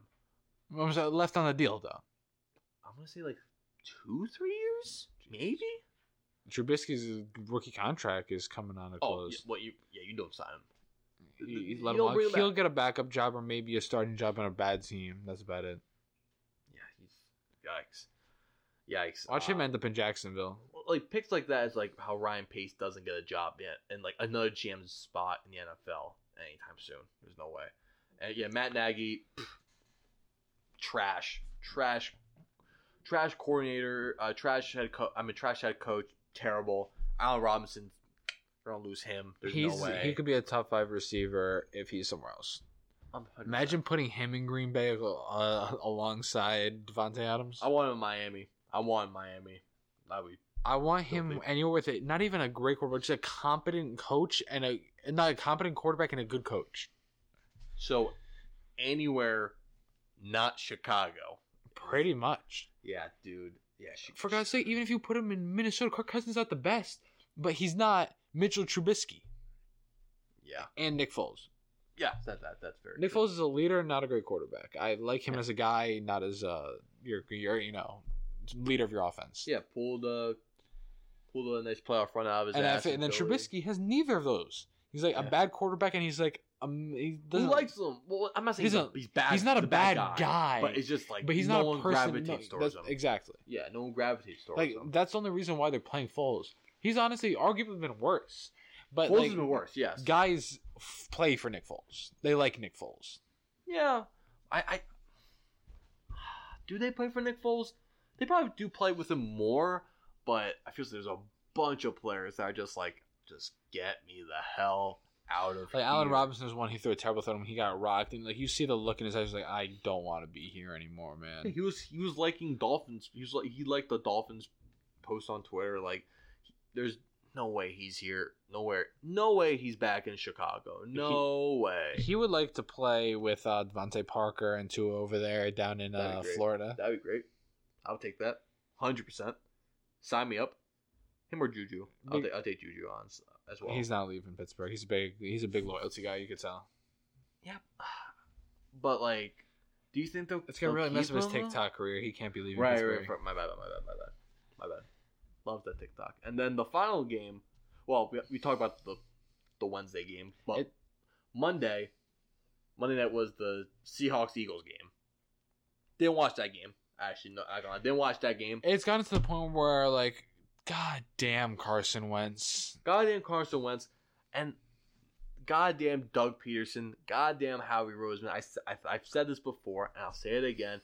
What was that left on the deal though? I'm going to say like two, three years? Maybe? Trubisky's rookie contract is coming on a Oh, yeah, close. well, you, yeah, you don't sign him. You- you You let him don't walk. bring him He'll back. get a backup job or maybe a starting job on a bad team. That's about it. Yeah, he's. Yikes. Yikes. Watch him Uh, end up in Jacksonville. like picks like that is like how Ryan Pace doesn't get a job yet, and like another GM's spot in the NFL anytime soon. There's no way. And yeah, Matt Nagy, pff, trash, trash, trash coordinator, uh, trash head coach. I mean, trash head coach, terrible. Allen Robinson, they're gonna lose him. There's He's no way. he could be a top five receiver if he's somewhere else. I'm 100%. Imagine putting him in Green Bay uh, alongside Devontae Adams. I want him in Miami. I want him in Miami. That would. I want him Filthy. anywhere with it. Not even a great quarterback, just a competent coach and a and not a competent quarterback and a good coach. So anywhere, not Chicago. Pretty much. Yeah, dude. Yeah, Chi- For God's sake, even if you put him in Minnesota, Kirk Cousins not the best, but he's not Mitchell Trubisky Yeah. and Nick Foles. Yeah, that, that that's fair. Nick Foles is a leader, not a great quarterback. I like him as a guy, not as uh your your you know leader of your offense. Yeah, pulled uh pulled a nice playoff run out of his and I ass. think, and then Philly. Trubisky has neither of those. He's like Yeah. a bad quarterback, and he's like um, he Who doesn't- likes him? Well, I'm not saying He's he's, a- a, he's bad. he's not a the bad guy, But it's just like but he's no not one a person. no, gravitates towards that's- him. exactly. Yeah, no one gravitates towards Like him. that's the only reason why they're playing Foles. He's honestly arguably been worse, but Foles like, has been worse. Yes. guys f- play for Nick Foles. They like Nick Foles. yeah. I, I. Do they play for Nick Foles? They probably do play with him more, but I feel there's a bunch of players that are just like, just get me the hell out of Like here. Allen Robinson is one. He threw a terrible throw and he got rocked, and like you see the look in his eyes, like I don't want to be here anymore, Yeah, man. he was he was liking dolphins. He was like he liked the dolphins post on Twitter. Like, he- there's no way he's here. Nowhere. No way he's back in Chicago. No way. He would like to play with uh, Devontae Parker and Tua over there down in That'd be uh, great. Florida. That'd be great. I would take that. Hundred percent. Sign me up. Him or Juju. I'll, Big- ta- I'll take Juju on s- as well. He's not leaving Pittsburgh. He's a big. He's a big loyalty guy. You could tell. Yep. But like, do you think they'll? It's gonna they'll really mess keep up his him, though? TikTok career. He can't be leaving Right, Pittsburgh. right, right. My bad, my bad, my bad, my bad. Love that TikTok. And then the final game. Well, we, we talked about the the Wednesday game, but It- Monday, Monday night was the Seahawks Eagles game. Didn't watch that game. Actually, no, I I didn't watch that game. It's gotten to the point where like, god damn Carson Wentz. Goddamn Carson Wentz, and goddamn Doug Peterson, goddamn Howie Roseman. I, s- I, have said this before, and I'll say it again.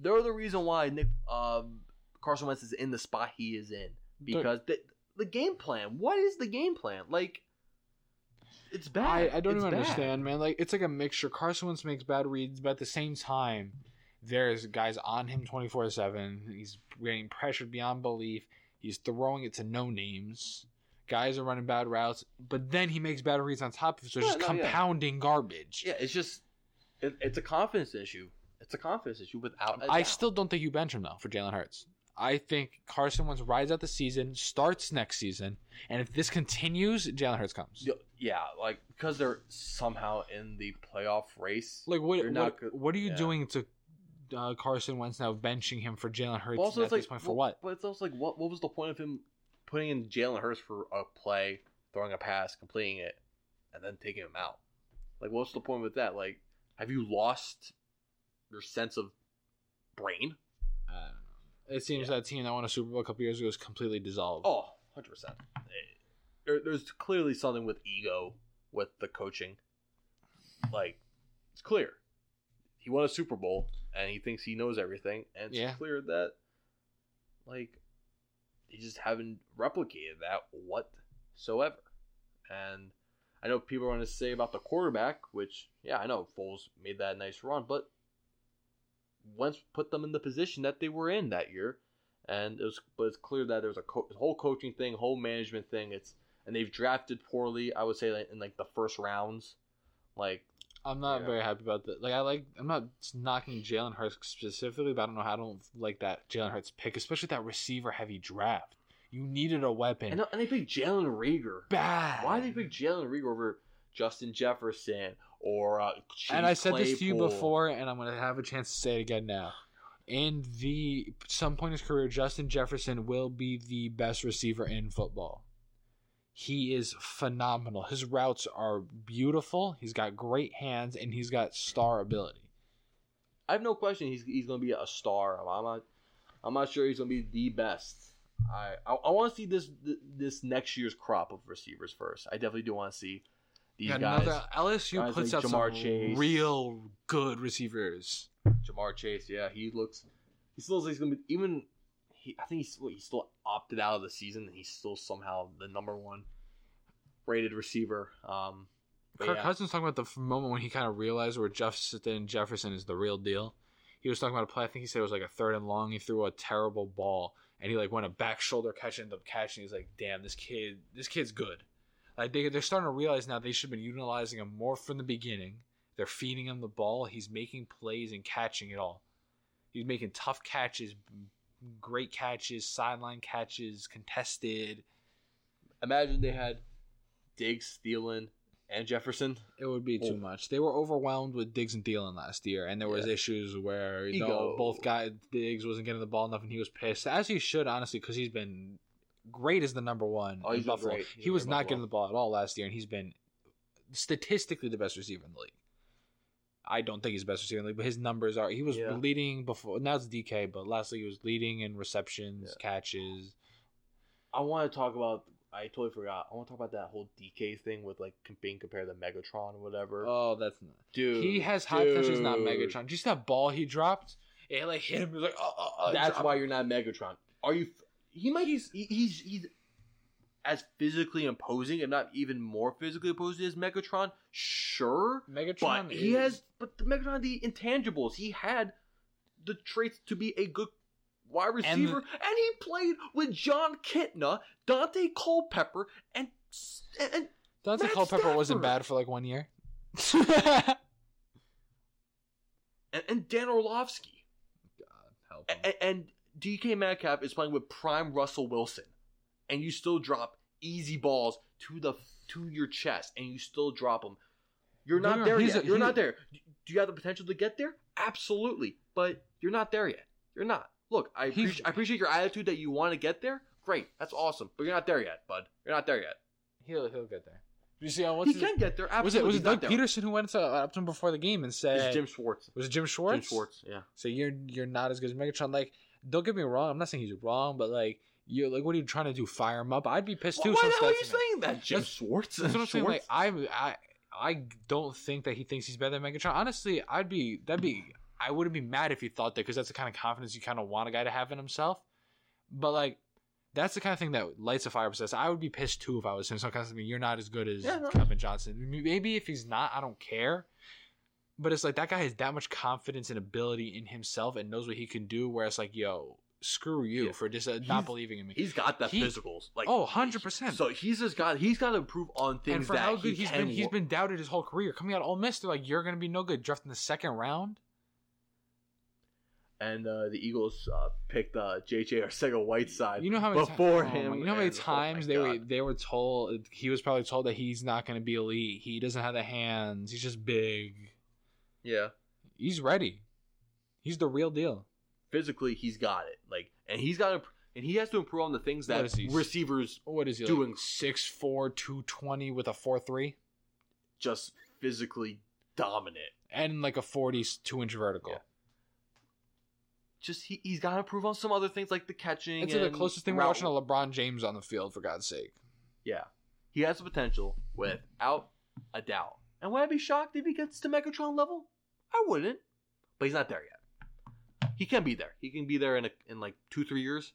They're the reason why Nick um, Carson Wentz is in the spot he is in because the, the game plan. What is the game plan? Like, it's bad. I, I don't It's even bad. understand, man. Like it's like a mixture. Carson Wentz makes bad reads, but at the same time, there's guys on him twenty four seven. He's getting pressured beyond belief. He's throwing it to no names. Guys are running bad routes, but then he makes bad reads on top of it, so it's Yeah, just no, yeah. compounding garbage. Yeah, it's just it, it's a confidence issue. It's a confidence issue without. I I still don't think you bench him though for Jalen Hurts. I think Carson Wentz rides out the season, starts next season, and if this continues, Jalen Hurts comes. Yo- yeah, like because they're somehow in the playoff race. Like what? You're What, not go- what are you yeah. doing to uh, Carson Wentz now, benching him for Jalen Hurts But also, at it's this like, point for well, what? But it's also like, what what was the point of him putting in Jalen Hurts for a play, throwing a pass, completing it, and then taking him out? Like, what's the point with that? Like, have you lost your sense of brain? I don't know. It seems that team that won a Super Bowl a couple years ago is completely dissolved. Oh, 100 percent. There, there's clearly something with ego with the coaching. Like, it's clear he won a Super Bowl and he thinks he knows everything, and it's Yeah. clear that like they just haven't replicated that whatsoever. And I know people are going to say about the quarterback, which yeah, I know Foles made that nice run, but Wentz put them in the position that they were in that year, and it was but it's clear that there's a co- whole coaching thing, whole management thing. It's and they've drafted poorly. I would say like, in like the first rounds, like I'm not Yeah. very happy about that. Like I like, I'm not knocking Jalen Hurts specifically, but I don't know how I don't like that Jalen Hurts pick, especially that receiver heavy draft. You needed a weapon. and, and they picked Jalen Rieger. Bad. Why did they pick Jalen Rieger over Justin Jefferson or uh, Chase and I said this to you Claypool? before, and I'm gonna have a chance to say it again now. In the some point in his career, Justin Jefferson will be the best receiver in football. He is phenomenal. His routes are beautiful. He's got great hands, and he's got star ability. I have no question he's he's gonna be a star. I'm not I'm not sure he's gonna be the best. I I, I want to see this this next year's crop of receivers first. I definitely do want to see these Got guys. another- LSU guys puts like out Jamar some Chase. real good receivers. Jamar Chase, yeah, he looks he still looks like he's gonna be even. He, I think he's what, he still opted out of the season. and He's still somehow the number one rated receiver. Um, but Kirk yeah. Cousins talking about the f- moment when he kind of realized where Justin Jefferson is the real deal. He was talking about a play. I think he said it was like a third and long. He threw a terrible ball, and he like went a back shoulder catch, ended up catching. He's like, "Damn, this kid, this kid's good." Like they they're starting to realize now they should have been utilizing him more from the beginning. They're feeding him the ball. He's making plays and catching it all. He's making tough catches, great catches, sideline catches, contested. imagine they had Diggs, Thielen, and Jefferson. It would be too Oh. much. They were overwhelmed with Diggs and Thielen last year, and there was Yeah. issues where you know Ego. both guys Diggs wasn't getting the ball enough, and he was pissed, as he should honestly, because he's been great as the number one Oh, in he's been Buffalo. great. He's He been was great in not Buffalo. getting the ball at all last year, and he's been statistically the best receiver in the league. I don't think he's the best receiver in the league, but his numbers are he was Yeah. leading before now it's DK, but last league he was leading in receptions, catches. I want to talk about. I totally forgot. I want to talk about that whole DK thing with like com- being compared to Megatron or whatever. Oh, that's not dude, he has high potential. He's not dude. Megatron. Just that ball he dropped, it like hit him. He was like, oh, oh, oh, That's drop why it. you're not Megatron. Are you? f- He might. Uh, He's he- he's he's as physically imposing, and not even more physically imposing as Megatron. Sure, Megatron. but he is- has. But the Megatron, the intangibles. He had the traits to be a good wide receiver, and, he played with John Kitna, Dante Culpepper, and and Dante Matt Culpepper Stafford. wasn't bad for like [LAUGHS] one year. and, and Dan Orlovsky. Help him. and, and DK Metcalf is playing with prime Russell Wilson, and you still drop easy balls to the to your chest, and you still drop them. You're No, not no, there he's yet. a- you're he- not there. Do you have the potential to get there? Absolutely, but you're not there yet. You're not. Look, I He's- appreciate, I appreciate your attitude that you want to get there. Great, that's awesome, but you're not there yet, bud. You're not there yet. He'll he'll get there. You see, uh, what's he his, can get there. Absolutely. was it was He's it not Doug there. Peterson who went to, uh, up to him before the game and said It's Jim Schwartz. was it Jim Schwartz? Jim Schwartz. Yeah. So you're you're not as good as Megatron. Like, don't get me wrong. I'm not saying he's wrong, but like you're like, what are you trying to do? Fire him up? I'd be pissed too. Why if the hell someone said are that you to me. saying that, Jim That's- Schwartz? That's what I'm saying. Like Schwartz? I I I don't think that he thinks he's better than Megatron. Honestly, I'd be that'd be I wouldn't be mad if he thought that because that's the kind of confidence you kind of want a guy to have in himself. But like that's the kind of thing that lights a fire possess. I would be pissed too if I was him. So kind of you're not as good as Yeah, no. Calvin Johnson. Maybe if he's not, I don't care. But it's like that guy has that much confidence and ability in himself and knows what he can do. Whereas like yo, screw you Yeah. for just uh, He's- not believing in me. He's got the He- physicals. Like Oh, 100%. So he's just got he's got to improve on things and for that how good he has can been, he's work. been doubted his whole career. Coming out of Ole Miss, they're like, "You're going to be no good." Drafted in the second round. And uh, the Eagles uh, picked uh, J.J. Arcega Whiteside. You know how many ti- before oh my- him. you know how many and- oh my times they were God. they were told he was probably told that he's not going to be elite. He doesn't have the hands. He's just big. Yeah, He's ready. He's the real deal. physically he's got it. Like, and he's got to, and he has to improve on the things What that is he? receivers What is he Doing- Like, six four two twenty with a four three just physically dominant. and like a forty two inch vertical. Yeah. Just he, he's got to improve on some other things like the catching. It's like the and closest thing route we're watching to LeBron James on the field, for God's sake. Yeah. He has the potential without a doubt. And would I be shocked if he gets to Megatron level? I wouldn't. But he's not there yet. He can be there. He can be there in a, in like two, three years.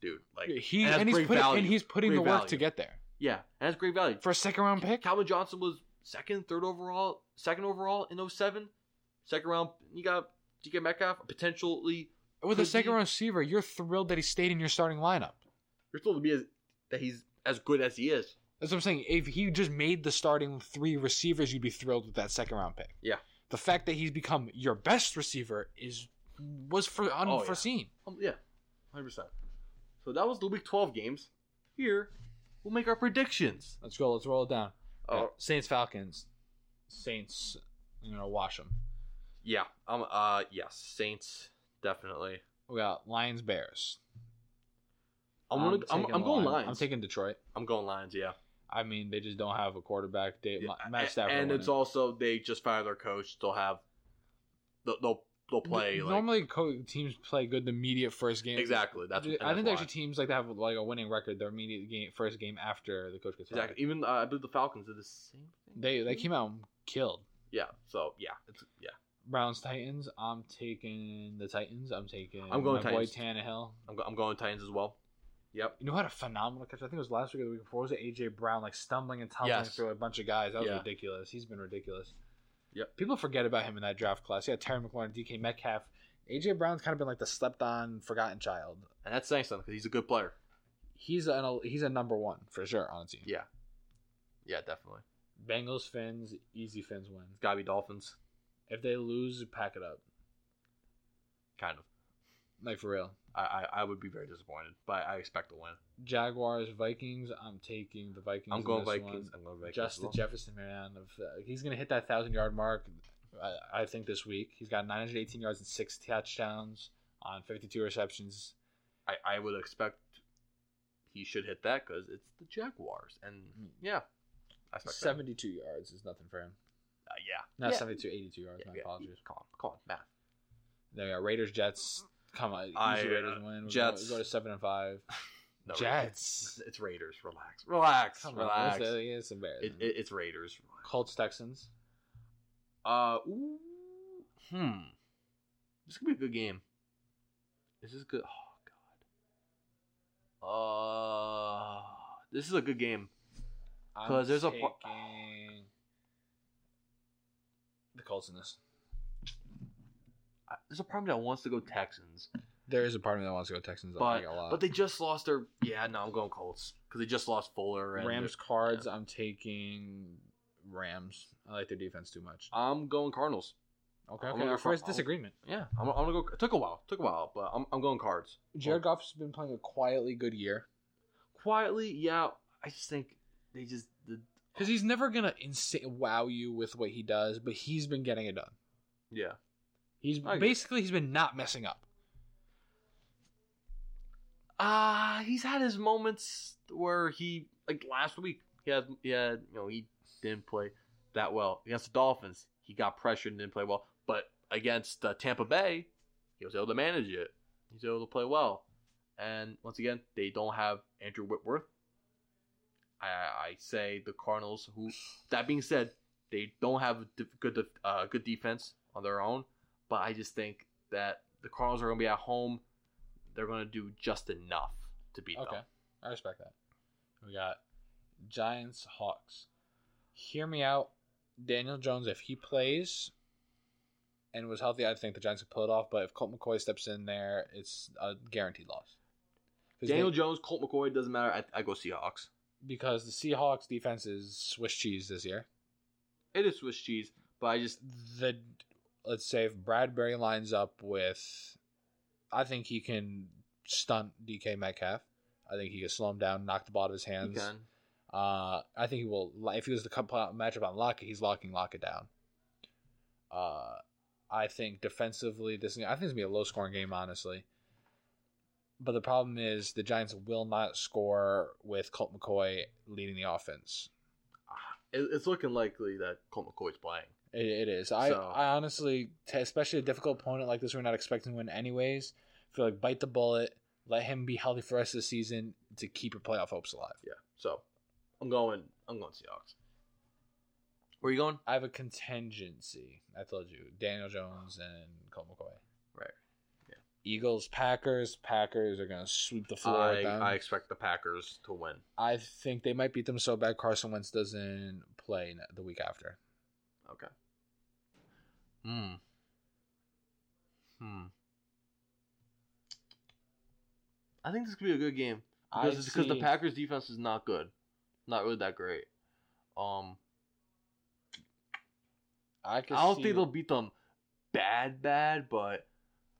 Dude, like He that's and he's great putting value. and he's putting Great the work value. to get there Yeah, and that's great value. for a second round pick. Calvin Johnson was second, third overall, second overall in 07. Second round, you got DK Metcalf, potentially With a Could second be. round receiver, you're thrilled that he stayed in your starting lineup. you're told to be as, that he's as good as he is. That's what I'm saying. If he just made the starting three receivers, you'd be thrilled with that second round pick. Yeah. The fact that he's become your best receiver is was for yeah. unforeseen. Um, yeah, hundred percent. So that was the week twelve games. Here, we'll make our predictions. Let's go. Let's roll it down. Oh Saints Falcons. Saints. You know, wash them. yeah, um, uh, yes, Saints definitely. We got Lions Bears. I'm, gonna, I'm, taking I'm going the Lions. Lions. I'm taking Detroit. I'm going Lions. Yeah, I mean, they just don't have a quarterback. They, Yeah, Ma- a- Matt Stafford. and won it's it. also they just fired their coach. They'll have, they'll they'll, they'll play like Normally, co- teams play good the immediate first game. exactly. That's I and think that's actually why. teams like that have like a winning record their immediate game first game after the coach gets fired. exactly. Mm-hmm. Even uh, I believe the Falcons did the same thing. They they came out and killed Yeah. So yeah, it's, yeah. Browns Titans. I'm taking the Titans. I'm taking I'm going my Titans. boy Tannehill. I'm, go- I'm going Titans as well. Yep. You know what a phenomenal catch? I think it was last week or the week before. Was it AJ Brown like stumbling and tumbling Yes. through a bunch of guys? That was Yeah. ridiculous. He's been ridiculous. Yep. People forget about him in that draft class. Yeah, Terry McLaurin, DK Metcalf. AJ Brown's kind of been like the slept on, forgotten child. And that's saying something because he's a good player. He's an he's a number one for sure on a team. Yeah. Yeah, definitely. Bengals Fins, easy Fins win. It's gotta be Dolphins, If they lose, pack it up. kind of. Like for real. I, I, I would be very disappointed, but I expect to win. Jaguars, Vikings. I'm taking the Vikings. I'm in going this Vikings. one. I'm going Vikings. Justin Jefferson, man, of, uh, he's gonna hit that thousand yard mark. I, I think this week he's got 918 yards and six touchdowns on 52 receptions. I, I would Hmm. expect he should hit that because it's the Jaguars, and yeah, I expect so. 72 yards is nothing for him. Uh, yeah. Not Yeah. 72, 82 yards. Yeah, my yeah. apologies. Come on, come on, math. There you go. Raiders, Jets. Come on. Easy I, Raiders uh, win. We're gonna Jets. Go to 7 and 5. No, Jets. It's Raiders. Relax. Relax. Come [LAUGHS] on. relax. It's, uh, It, it's embarrassing. it, it's Raiders. Colts, Texans. Uh, ooh. hmm. This could be a good game. This is good. Oh God. Uh, this is a good game. I'm 'Cause there's a po- taking the Colts in this. I- There's a part of me that wants to go Texans, There is a part of me that wants to go Texans. I but think a lot. but they just lost their. Yeah, no, I'm going Colts because they just lost Fuller and Rams cards. I'm taking Rams. I like their defense too much. I'm going Cardinals. Uh, Okay, I'm okay. gonna Our go for- first disagreement. Yeah, I'm, I'm gonna go. It took a while. Took a while, but I'm, I'm going Cards. Jared Goff's been playing a quietly good year quietly, yeah. I just think they just the because he's never gonna insa- wow you with what he does, but he's been getting it done. yeah. He's I get it. basically he's been not messing up. Ah, he's had his moments where he like last week. He had yeah, you know, he didn't play that well against the Dolphins. He got pressured and didn't play well, but against uh, Tampa Bay, he was able to manage it. He was able to play well. And once again, they don't have Andrew Whitworth. I, I say the Cardinals. Who that being said, they don't have a def- good def- uh, good defense on their own. But I just think that the Cardinals are going to be at home. They're going to do just enough to beat Okay, them. I respect that. We got Giants, Hawks. Hear me out, Daniel Jones. If he plays and was healthy, I think the Giants could pull it off. But if Colt McCoy steps in there, it's a guaranteed loss. 'Cause Daniel they- Jones, Colt McCoy doesn't matter. I, I go Seahawks. because the Seahawks defense is Swiss cheese this year. It is Swiss cheese, but I just the let's say if Bradbury lines up with, I think he can stunt DK Metcalf. I think he can slow him down, knock the ball out of his hands. again. Uh, I think he will. If he was the cup- matchup on Lockett, he's locking Lockett down. Uh, I think defensively, this I think it's gonna be a low scoring game, honestly. But the problem is the Giants will not score with Colt McCoy leading the offense. It, it's looking likely that Colt McCoy's playing. It, it is. I, So- I honestly, t- especially a difficult opponent like this, we're not expecting to win anyways. feel like bite the bullet, let him be healthy for the rest of the season to keep your playoff hopes alive. Yeah. So I'm going. I'm going Seahawks. Where are you going? I have a contingency. I told you, Daniel Jones and Colt McCoy. Right. Yeah. Eagles, Packers. Packers are gonna sweep the floor. with I, them. I expect the Packers to win. I think they might beat them so bad Carson Wentz doesn't play n- the week after. Okay. Hmm. Hmm. I think this could be a good game I because because the see- Packers defense is not good, not really that great. Um, I, could I don't see- think they'll beat them bad, bad, but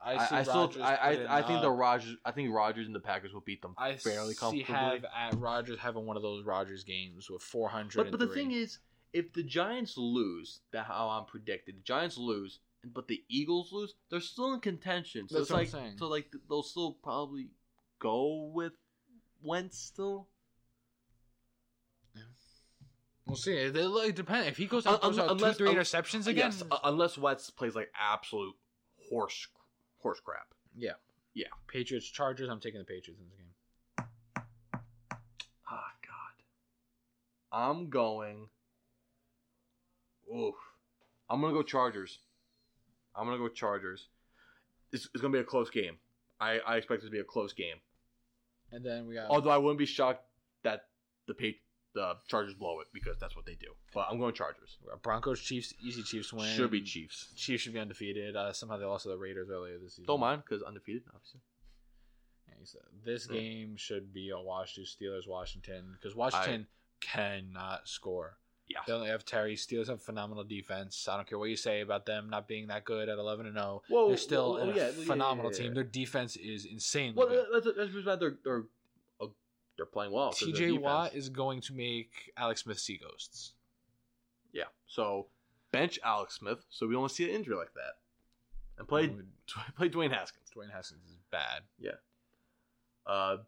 I, I, see still Rodgers I putting I, I think the up- Rogers I think Rogers and the Packers will beat them I fairly see comfortably. have at Rogers having one of those Rogers games with 400. But but the thing is, if the Giants lose, that how I'm predicted, the Giants lose, and but the Eagles lose, they're still in contention. So That's it's what I'm like saying. so like th- they'll still probably go with Wentz still. we'll see. It, it, like, depend if he goes Un- out, throws un- out unless- two, un- three interceptions again. Yes, uh, u- unless Wentz plays like absolute horse horse crap. yeah, Yeah. Patriots, Chargers. I'm taking the Patriots in this game. Ah God, I'm going. Oof, I'm gonna go Chargers. I'm gonna go Chargers. It's, it's gonna be a close game. I, I expect it to be a close game. And then we got Although I wouldn't be shocked that the pa- the Chargers blow it because that's what they do. But I'm going Chargers. we got Broncos, Chiefs. Easy Chiefs win. Should be Chiefs. Chiefs should be undefeated. Uh, somehow they lost to the Raiders earlier this season. Don't mind because undefeated, obviously. Yeah, he said, this Yeah. game should be a wash to Steelers Washington because Washington cannot score. Yeah. They only have Terry. Steelers have phenomenal defense. I don't care what you say about them not being that good at eleven and zero. Whoa, They're still well, a well, yeah, well, yeah, phenomenal yeah, yeah, team. yeah. Their defense is insanely Well, uh, good. that's that's just they're they're uh, they're playing well. 'cause of their TJ Watt defense. is going to make Alex Smith see ghosts. yeah. So bench Alex Smith so we don't see an injury like that, and [LAUGHS] Mm. play Dwayne play Dwayne Haskins. Haskins is bad. Uh,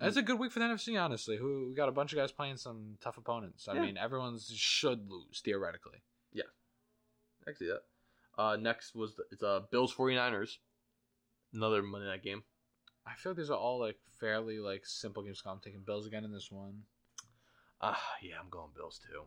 That's a good week for the NFC, honestly. Who we got a bunch of guys playing some tough opponents. I Yeah. mean, everyone should lose theoretically. I can see that. Uh, next was the, it's uh Bills 49ers. Another Monday night game. I feel like these are all like fairly like simple games. I'm taking Bills again in this one. Ah, yeah, I'm going Bills too.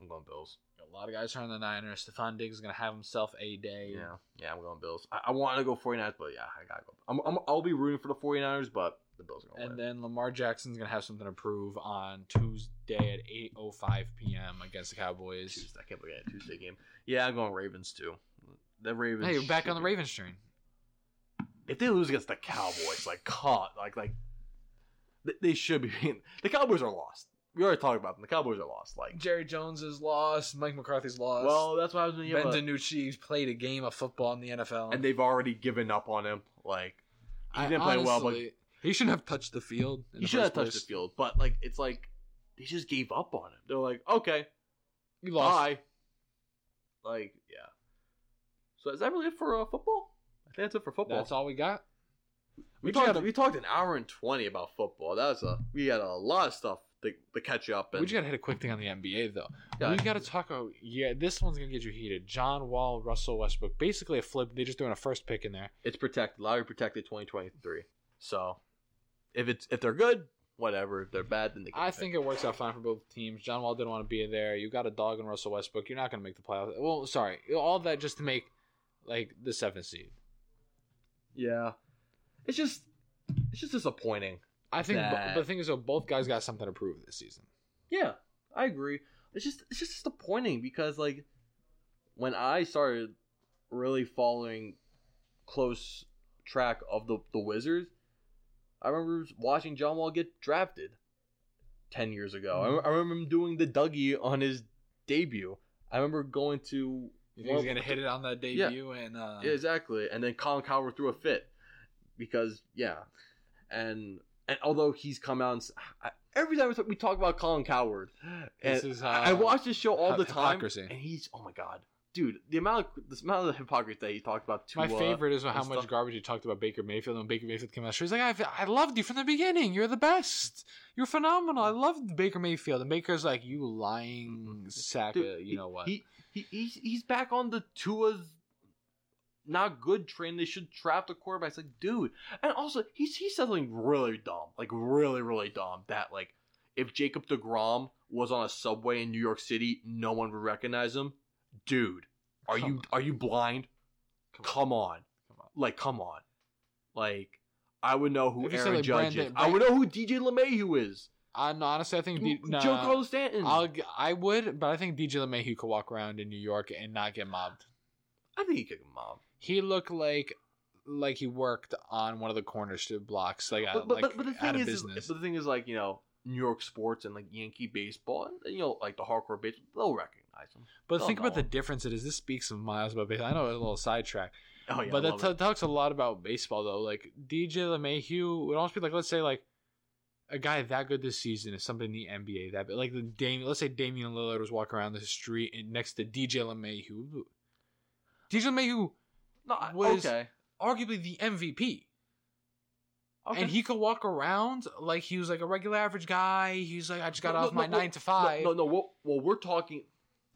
I'm going Bills. A lot of guys are on the Niners. Stephon Diggs is gonna have himself a day. Yeah, yeah, I'm going Bills. I, I want to go 49ers, but yeah, I gotta go. I'm, I'm I'll be rooting for the 49ers, but the Bills are going. to And win. then Lamar Jackson's gonna have something to prove on Tuesday at 8:05 p.m. against the Cowboys. Tuesday. I can't believe I had a Tuesday game. Yeah, I'm going Ravens too. The Ravens. Hey, you're back should on the be- Ravens train. If they lose against the Cowboys, like caught, like like they, they should be. The Cowboys are lost. We already talked about them. The Cowboys are lost. Like, Jerry Jones is lost. Mike McCarthy's lost. well, that's why I was going Ben DiNucci's played a game of football in the NFL. and they've already given up on him. Like he I didn't play well, but honestly- he shouldn't have touched the field. in he the should have first touched the place. field. But like it's like they just gave up on him. They're like, okay, He lost. bye. Like yeah. So is that really it for uh, football? I think that's it for football. That's all we got. we, We just talked. gotta- we talked an hour and twenty about football. That was a we had a lot of stuff to, to catch up. We And just gotta hit a quick thing on the NBA though. Yeah. We gotta talk. About, yeah, this one's gonna get you heated. John Wall, Russell Westbrook, basically a flip. They just doing a first pick in there. it's protected. Lottery protected twenty twenty three. So if it's if they're good, whatever. If they're bad, then they. Can I think it works out fine for both teams. John Wall didn't want to be there. You got a dog in Russell Westbrook. You're not gonna make the playoffs. Well, sorry, all that just to make like the seventh seed. yeah. It's just it's just disappointing. I think. That- But the thing is, though, both guys got something to prove this season. Yeah, I agree. It's just it's just disappointing because like when I started really following close track of the the Wizards, I remember watching John Wall get drafted ten years ago. Mm-hmm. I, rem- I remember him doing the Dougie on his debut. I remember going to You think he's gonna hit it on that Yeah. debut and uh, yeah, exactly. And then Colin Cowherd threw a fit because yeah, and and although he's come out and s I every time we talk- we talk about Colin Cowherd, and this is uh, I I watch this show all hy- the time, hypocrisy. and he's oh my god, dude, the amount of the amount of hypocrisy that he talked about. To, My uh, favorite is how and much stuff. garbage you talked about Baker Mayfield when Baker Mayfield came out. She's like, I, I loved you from the beginning. You're the best. You're phenomenal. I loved Baker Mayfield. And Baker's like, you lying sack dude, of, he- you know what. He, he he's he's back on the Tua's not good train. They should trap the quarterbacks. Like, dude, and also he's he said something really dumb, like really really dumb. That like if Jacob Degrom was on a subway in New York City, no one would recognize him. Dude, are Come you are you blind? Come Come on. on. Come on. like come on, like I would know who If you said, Aaron like, Judge Brandon- is. I would know who DJ LeMahieu is. I, no, honestly, I think. D- Who- no, Joe Carlos Stanton. I'll, g- I would, but I think DJ LeMahieu could walk around in New York and not get mobbed. I think he kicked him off. He looked like like he worked on one of the corner st- blocks, like, uh, But, but, like but, but the out thing of is, business. is- but the thing is, like you know, New York sports and like Yankee baseball, and you know, like the hardcore baseball, they'll recognize him. but Oh, think about no. the difference it is. This speaks of miles about baseball. I know it's a little sidetrack. Oh yeah, but I that love t- it. talks a lot about baseball, though. Like DJ LeMahieu would almost be like, let's say, like a guy that good this season is something in the NBA that, but like the Damian, let's say Damian Lillard was walking around the street and next to DJ LeMahieu. DJ LeMahieu, no, I- was- okay. arguably the MVP, okay. and he could walk around like he was like a regular average guy. He's like, I just got No, off no, my no, nine to five. No, no. no well, well, we're talking.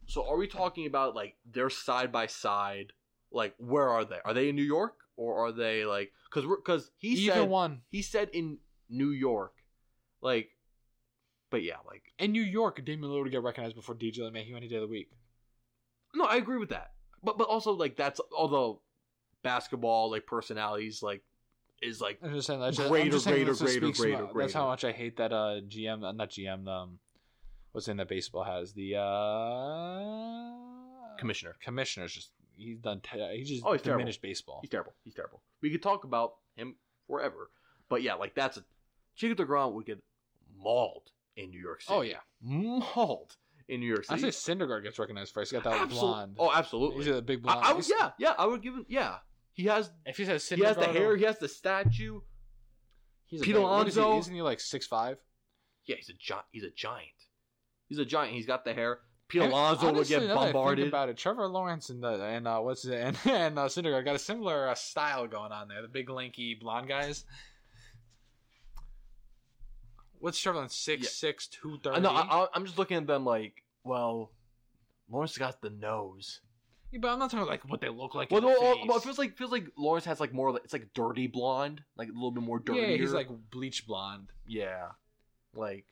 So, are we talking about like they're side by side? Like, where are they? Are they in New York or are they like? Because we're because he Either said one he said in New York, like, but yeah, like in New York, Damian Lillard would get recognized before DJ LeMahieu any day of the week. no, I agree with that. But but also like that's although basketball like personalities like is like I'm just saying that's just, Greater, I'm just saying greater, that's what greater, speaks to- greater, That's how greater. much I hate that uh GM, uh, not GM, the, um, what's in that baseball has the uh commissioner. commissioner's just he's done te- he just Oh, he's terrible. diminished baseball. He's terrible. He's terrible. We could talk about him forever. But yeah, like that's a Jacob Degrom would get mauled in New York City. Oh yeah, mauled in New York I City. say Syndergaard gets recognized first. He got that Absol- blonde. Oh, he's absolutely. got the big I, blonde. I would, He's- yeah, yeah, I would give him. Yeah, he has If he says Syndergaard, he has the hair. He has the statue. he's a Pete big- what is he, Alonso. Isn't he like six five? Yeah, he's a giant. He's a giant. He's a giant. He's got the hair. Pete Alonso would get bombarded. about it. Trevor Lawrence and the, and uh, what's it, [LAUGHS] and and uh, Syndergaard got a similar uh, style going on there. The big lanky blonde guys. What's Strickland? Six six two thirty. I know. I, I- I'm just looking at them like, well, Lawrence got the nose. Yeah, but I'm not talking about, like what they look like. Well, in the no, well, face. well, it feels like feels like Lawrence has like more. like- It's like dirty blonde, like a little bit more dirty. yeah, he's like bleach blonde. yeah, like.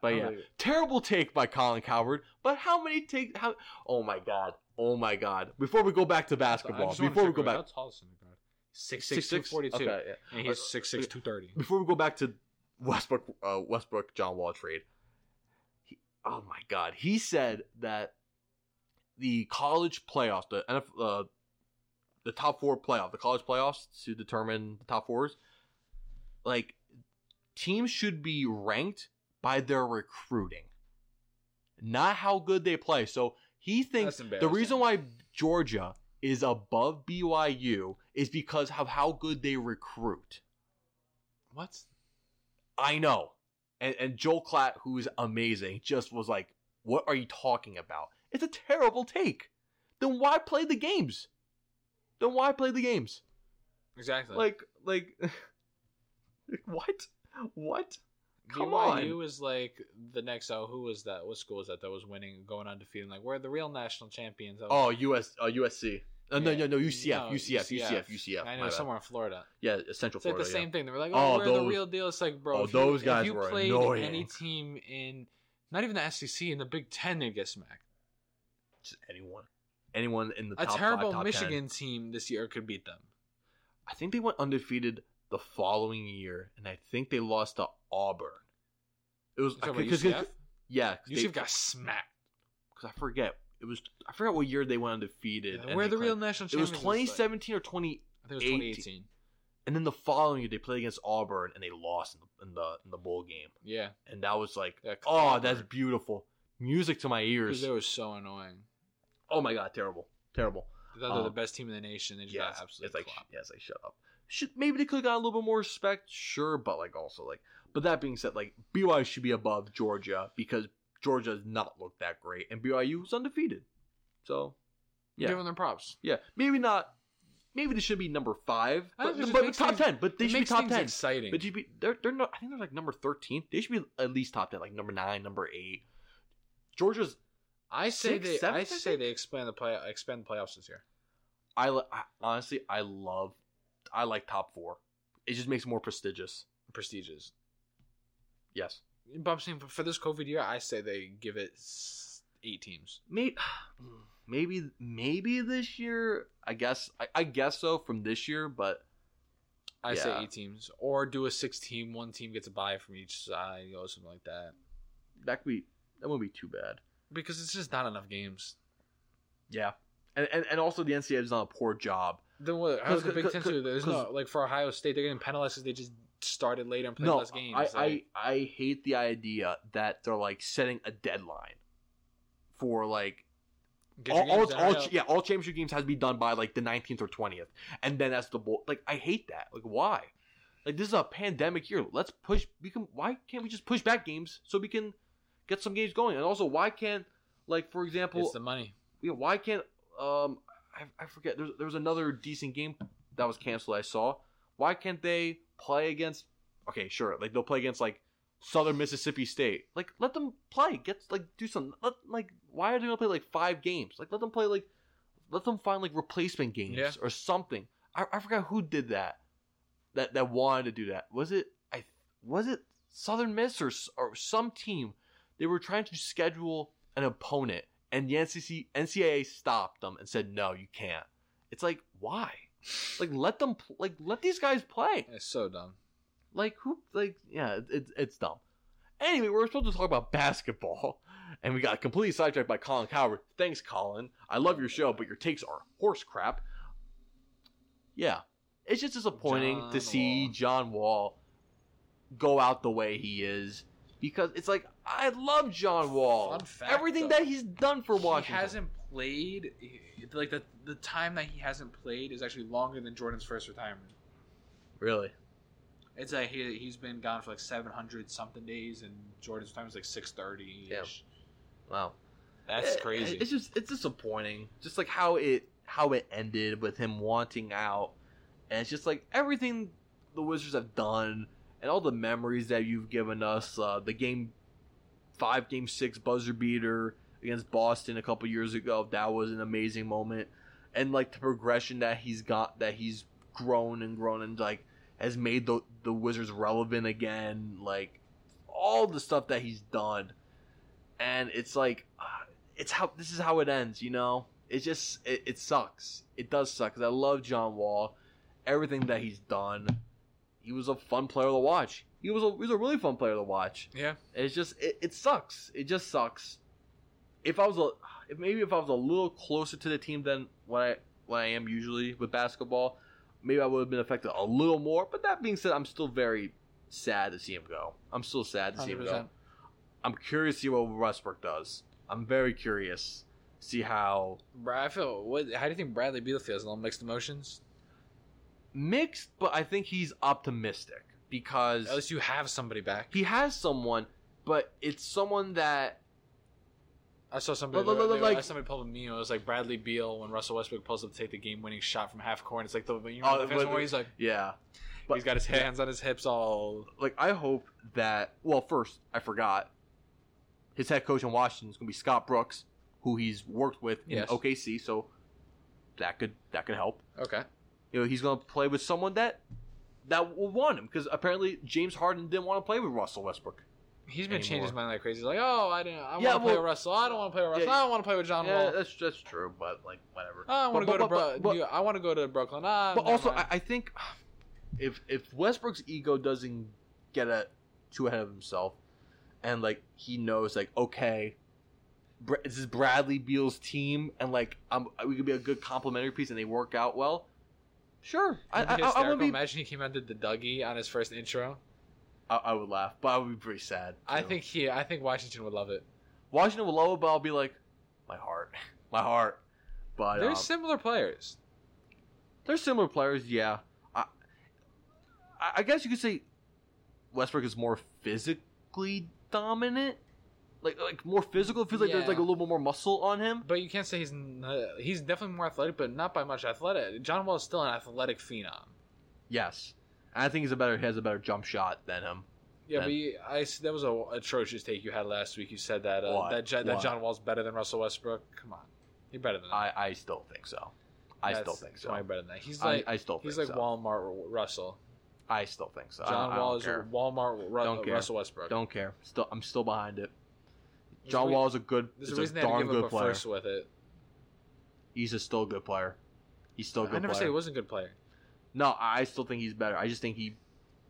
But I'm yeah, like- terrible take by Colin Coward. But how many takes? How? Oh my god! Oh my god! Before we go back to I basketball, just wanna before we check go right now, back, how tall is Syndergaard? Six six two forty two, Okay, yeah. and he's six six two thirty. Before we go back to Westbrook, uh, Westbrook John Wall trade. He, oh my god, he said that the college playoffs, the NF, uh, the top four playoff, the college playoffs to determine the top fours, like teams should be ranked by their recruiting, not how good they play. So he thinks That's the reason embarrassing. why Georgia is above BYU is because of how good they recruit. What? I know. And, and Joel Klatt, who's amazing, just was like, what are you talking about? It's a terrible take. Then why play the games? Then why play the games? Exactly. Like, like, [LAUGHS] what? What? come BYU is like the next. Oh, who was that? What school was that that was winning, going undefeated? Like we're the real national champions. I was Oh, US, uh, USC. Uh, No, no, no, UCF, No, UCF, UCF, UCF, I my know bad. somewhere in Florida. Yeah, uh, Central It's like Florida. the same thing. They were like, Oh, "Oh, we're the those- real deal." It's like, bro, oh, if you- those if guys you were played annoying. any team in, not even the SEC, in the Big Ten, they'd get smacked. yeah. Just anyone. Anyone in the A top five, terrible top 10. Michigan team this year could beat them. I think they went undefeated the following year, and I think they lost to Auburn. It was You talking about cause- cause- UCF? yeah, UCF got smacked. because I forget it was I forget what year they went undefeated. Yeah, and we're they the real claimed- national It was champions. twenty It's like- seventeen or twenty, I think it was 18. 2018. and then the following year they played against Auburn and they lost in the in the, in the bowl game, Yeah, and that was like, Yeah, 'cause oh, that's Auburn- beautiful music to my because ears. they were so annoying. Oh my god, terrible, terrible. They thought they were the Um, best team in the nation. They just yeah, got it's, it's absolutely like clopped. yeah, it's like shut up. Should, maybe they could have got a little bit more respect, sure, but like also like. But that being said, like BYU should be above Georgia because Georgia has not looked that great, and BYU was undefeated. So, yeah, Give them their props. yeah, maybe not. Maybe they should be number five, but, I think it just but makes top things- ten. But they it should be makes top things ten. exciting. But you be they're they're no, I think they're like number thirteen. They should be at least top ten, like number nine, number eight. Georgia's I say Six, they. seven, I I say think? they expand the play. Expand the playoffs this year. I, li- I honestly I love I like top four. It just makes it more prestigious. Prestigious. Yes. But I'm saying for, for this COVID year, I say they give it s- eight teams. Maybe [SIGHS] maybe maybe this year. I guess I, I guess so from this year, but I say Yeah. eight teams, or do a six team. One team gets a bye from each side, or something like that. that could be that wouldn't be too bad. Because it's just not enough games. Yeah. And and, and also the NCAA has done a poor job. Then what? How's the 'Cause- Big Ten 'cause- do? There's no like for Ohio State, they're getting penalized because they just started later and played No, less games. I, I Like, I hate the idea that they're like setting a deadline for like get your all, all, games done all- right now. yeah, all championship games has to be done by like the 19th or 20th, and then that's the bowl. Like, I hate that. Like, why? Like, this is a pandemic year. Let's push. We can. Why can't we just push back games so we can get some games going? And also, why can't like for example, it's the money. you know, why can't um I, I forget there's there was another decent game that was canceled I saw. Why can't they play against? Okay, sure. Like they'll play against like Southern Mississippi State. Like let them play. Get like do some. Let, like why are they gonna play like five games? Like let them play like let them find like replacement games Yeah. or something. I, I forgot who did that. That that wanted to do that. Was it I was it Southern Miss or s- or some team? They were trying to schedule an opponent, and the NCC, NCAA stopped them and said, "No, you can't." It's like why? Like let them pl- like let these guys play. It's so dumb. Like who? Like yeah, it- it's it's dumb. Anyway, we were supposed to talk about basketball, [LAUGHS] and we got completely sidetracked by Colin Coward. Thanks, Colin. I love your show, but your takes are horse crap. Yeah, it's just disappointing John to see Wall. John Wall go out the way he is because it's like I love John Wall. Fun fact, Everything though, that he's done for Washington. He hasn't played like the the time that he hasn't played is actually longer than Jordan's first retirement. really. It's like he he's been gone for like seven hundred something days, and Jordan's time is like six thirty. Yeah. Wow. that's It- crazy. Eh, It's just it's disappointing. Just like how it how it ended with him wanting out, and it's just like everything the Wizards have done, and all the memories that you've given us. Uh, the game five, game six buzzer beater against Boston a couple years ago. That was an amazing moment, and like the progression that he's got, that he's grown and grown, and like has made the the Wizards relevant again. Like all the stuff that he's done, and it's like ah, it's how this is how it ends. You know, it just it, it sucks. It does suck because I love John Wall, everything that he's done. He was a fun player to watch. He was a he was a really fun player to watch. Yeah. It's just it, it sucks. It just sucks. If I was a if maybe if I was a little closer to the team than what I what I am usually with basketball, maybe I would have been affected a little more. But that being said, I'm still very sad to see him go. I'm still sad to see him go. 100%. I'm curious to see what Westbrook does. I'm very curious. See how Brad, I feel. What? How do you think Bradley Beal feels? A little mixed emotions. mixed, but I think he's optimistic because At least you have somebody back. he has someone, but it's someone that I saw somebody. Look, look, look, like like- somebody pulled a meme. It was like Bradley Beal when Russell Westbrook pulls up to take the game-winning shot from half court. and It's like the you know Oh, the famous wait, one where he's like yeah. but- he's got his hands on his hips all. like I hope that well first I forgot his head coach in Washington is going to be Scott Brooks, who he's worked with in Yes. OKC, so that could that could help. Okay. You know, he's going to play with someone that that will want him because apparently James Harden didn't want to play with Russell Westbrook. He's been Anymore. changing his mind like crazy. He's like, oh, I didn't. I Yeah, want to play well- with Russell. I don't want to play with Russell. Yeah. I don't want to play with John yeah, Wall. that's that's true, but like whatever. I want to But- go to but- but- Bro- but- New- I want to go to Brooklyn. Ah, but never also, mind. I, I think if if Westbrook's ego doesn't get a, too ahead of himself, and like he knows, like okay, Br- this is Bradley Beal's team, and like I'm, we could be a good complementary piece, and they work out well. Sure, I It'd I, be I, I hysterical. wouldn't be. Imagine he came out and did the Dougie on his first intro. I, I would laugh, but I would be pretty sad. I too. think he. I think Washington would love it. Washington will love it, but I'll be like, my heart, [LAUGHS] my heart. But They're um, similar players. They're similar players, yeah. I, I I guess you could say Westbrook is more physically dominant, like like more physical. It feels like Yeah. there's like a little bit more muscle on him. But you can't say he's n- uh, he's definitely more athletic, but not by much athletic. John Wall is still an athletic phenom. Yes, and I think he's a better. He has a better jump shot than him. Yeah, Yeah. but you, I s- that was a atrocious take you had last week. You said that uh, What? that, Jo- that What? John Wall's better than Russell Westbrook. Come on, you're better than that. I I still think so. I That's- still think so. Way better than that. He's I, like I still think he's like so. Walmart Russell. I still think so. I don't- John I Wall don't is care. Walmart Ru- Don't care. Russell Westbrook. Don't care. Still, I'm still behind it. There's a John rea- Wall is a good. There's is a reason a they had to darn give good up a player. first with it. He's a still good player. He's still a I good. never player. said he wasn't a good player. No, I I still think he's better. I just think he,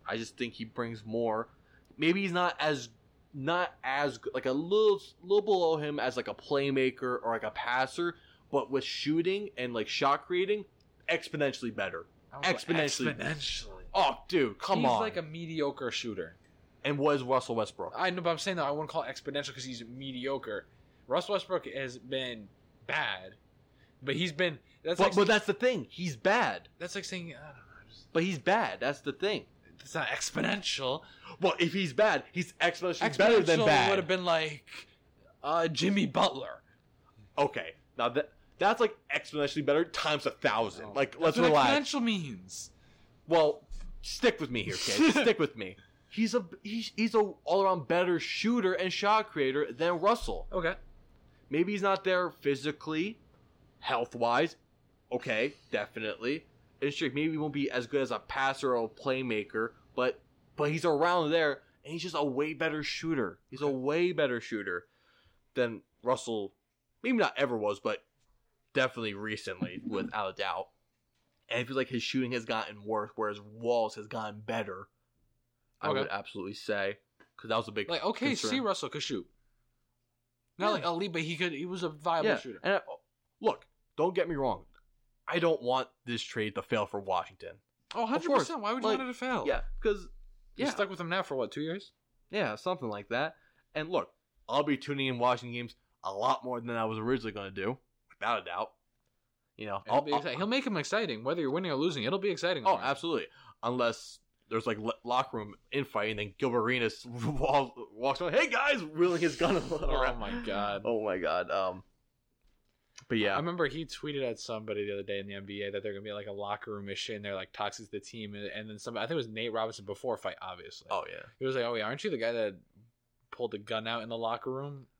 I just think he brings more. Maybe he's not as not as good, like a little little below him as like a playmaker or like a passer, but with shooting and like shot creating, exponentially better. I don't know, Exponentially. Exponentially. Oh, dude, come he's on! like a Uh, mediocre shooter. and was Russell Westbrook? I know, but I'm saying though I wouldn't call it exponential because he's mediocre. Russ Westbrook has been bad, but he's been that's but like, but that's the thing. He's bad, that's like saying I don't know, just, but he's bad. That's the thing. it's not exponential. Well, if he's bad, he's exponentially, exponential better than bad. would have been like uh, Jimmy Butler. Okay, now that that's like exponentially better times a thousand. Like let's Oh. that's what relax. exponential means. Well, stick with me here, [LAUGHS] kid. stick with me. He's a he's, he's a all around better shooter and shot creator than Russell. Okay, Maybe he's not there physically, health wise. Okay, definitely. And sure, maybe he won't be as good as a passer or a playmaker, but but he's around there, and he's just a way better shooter. He's a way better shooter than Russell. Maybe not ever was, but definitely recently, without a doubt. And I feel like his shooting has gotten worse, whereas Walls has gotten better. I Okay. would absolutely say because that was a big like okay, see concern. Russell could shoot. Not Yeah. like elite, but he could. He was a viable shooter. And I, look, don't get me wrong. I don't want this trade to fail for Washington. Oh, 100 course. percent. Why would you Like, want it to fail? Yeah, because you yeah, stuck with him now for what two years? yeah, something like that. And look, I'll be tuning in Washington games a lot more than I was originally going to do, without a doubt. You know, It'll I'll- be I'll- exciting. He'll make him exciting, whether you're winning or losing. It'll be exciting. oh, Lawrence. absolutely. Unless there's like lo- locker room infight, and then Gilbert Arenas [LAUGHS] walks, [LAUGHS] walks around, hey guys, wielding his gun around. Oh my god. Oh my god. Um, But I yeah, remember he tweeted at somebody the other day in the NBA that they're gonna be like a locker room issue and they're like toxic to the team and, and then somebody I think it was Nate Robinson before a fight obviously. oh yeah. He was like, "Oh yeah, aren't you the guy that pulled the gun out in the locker room?" [LAUGHS]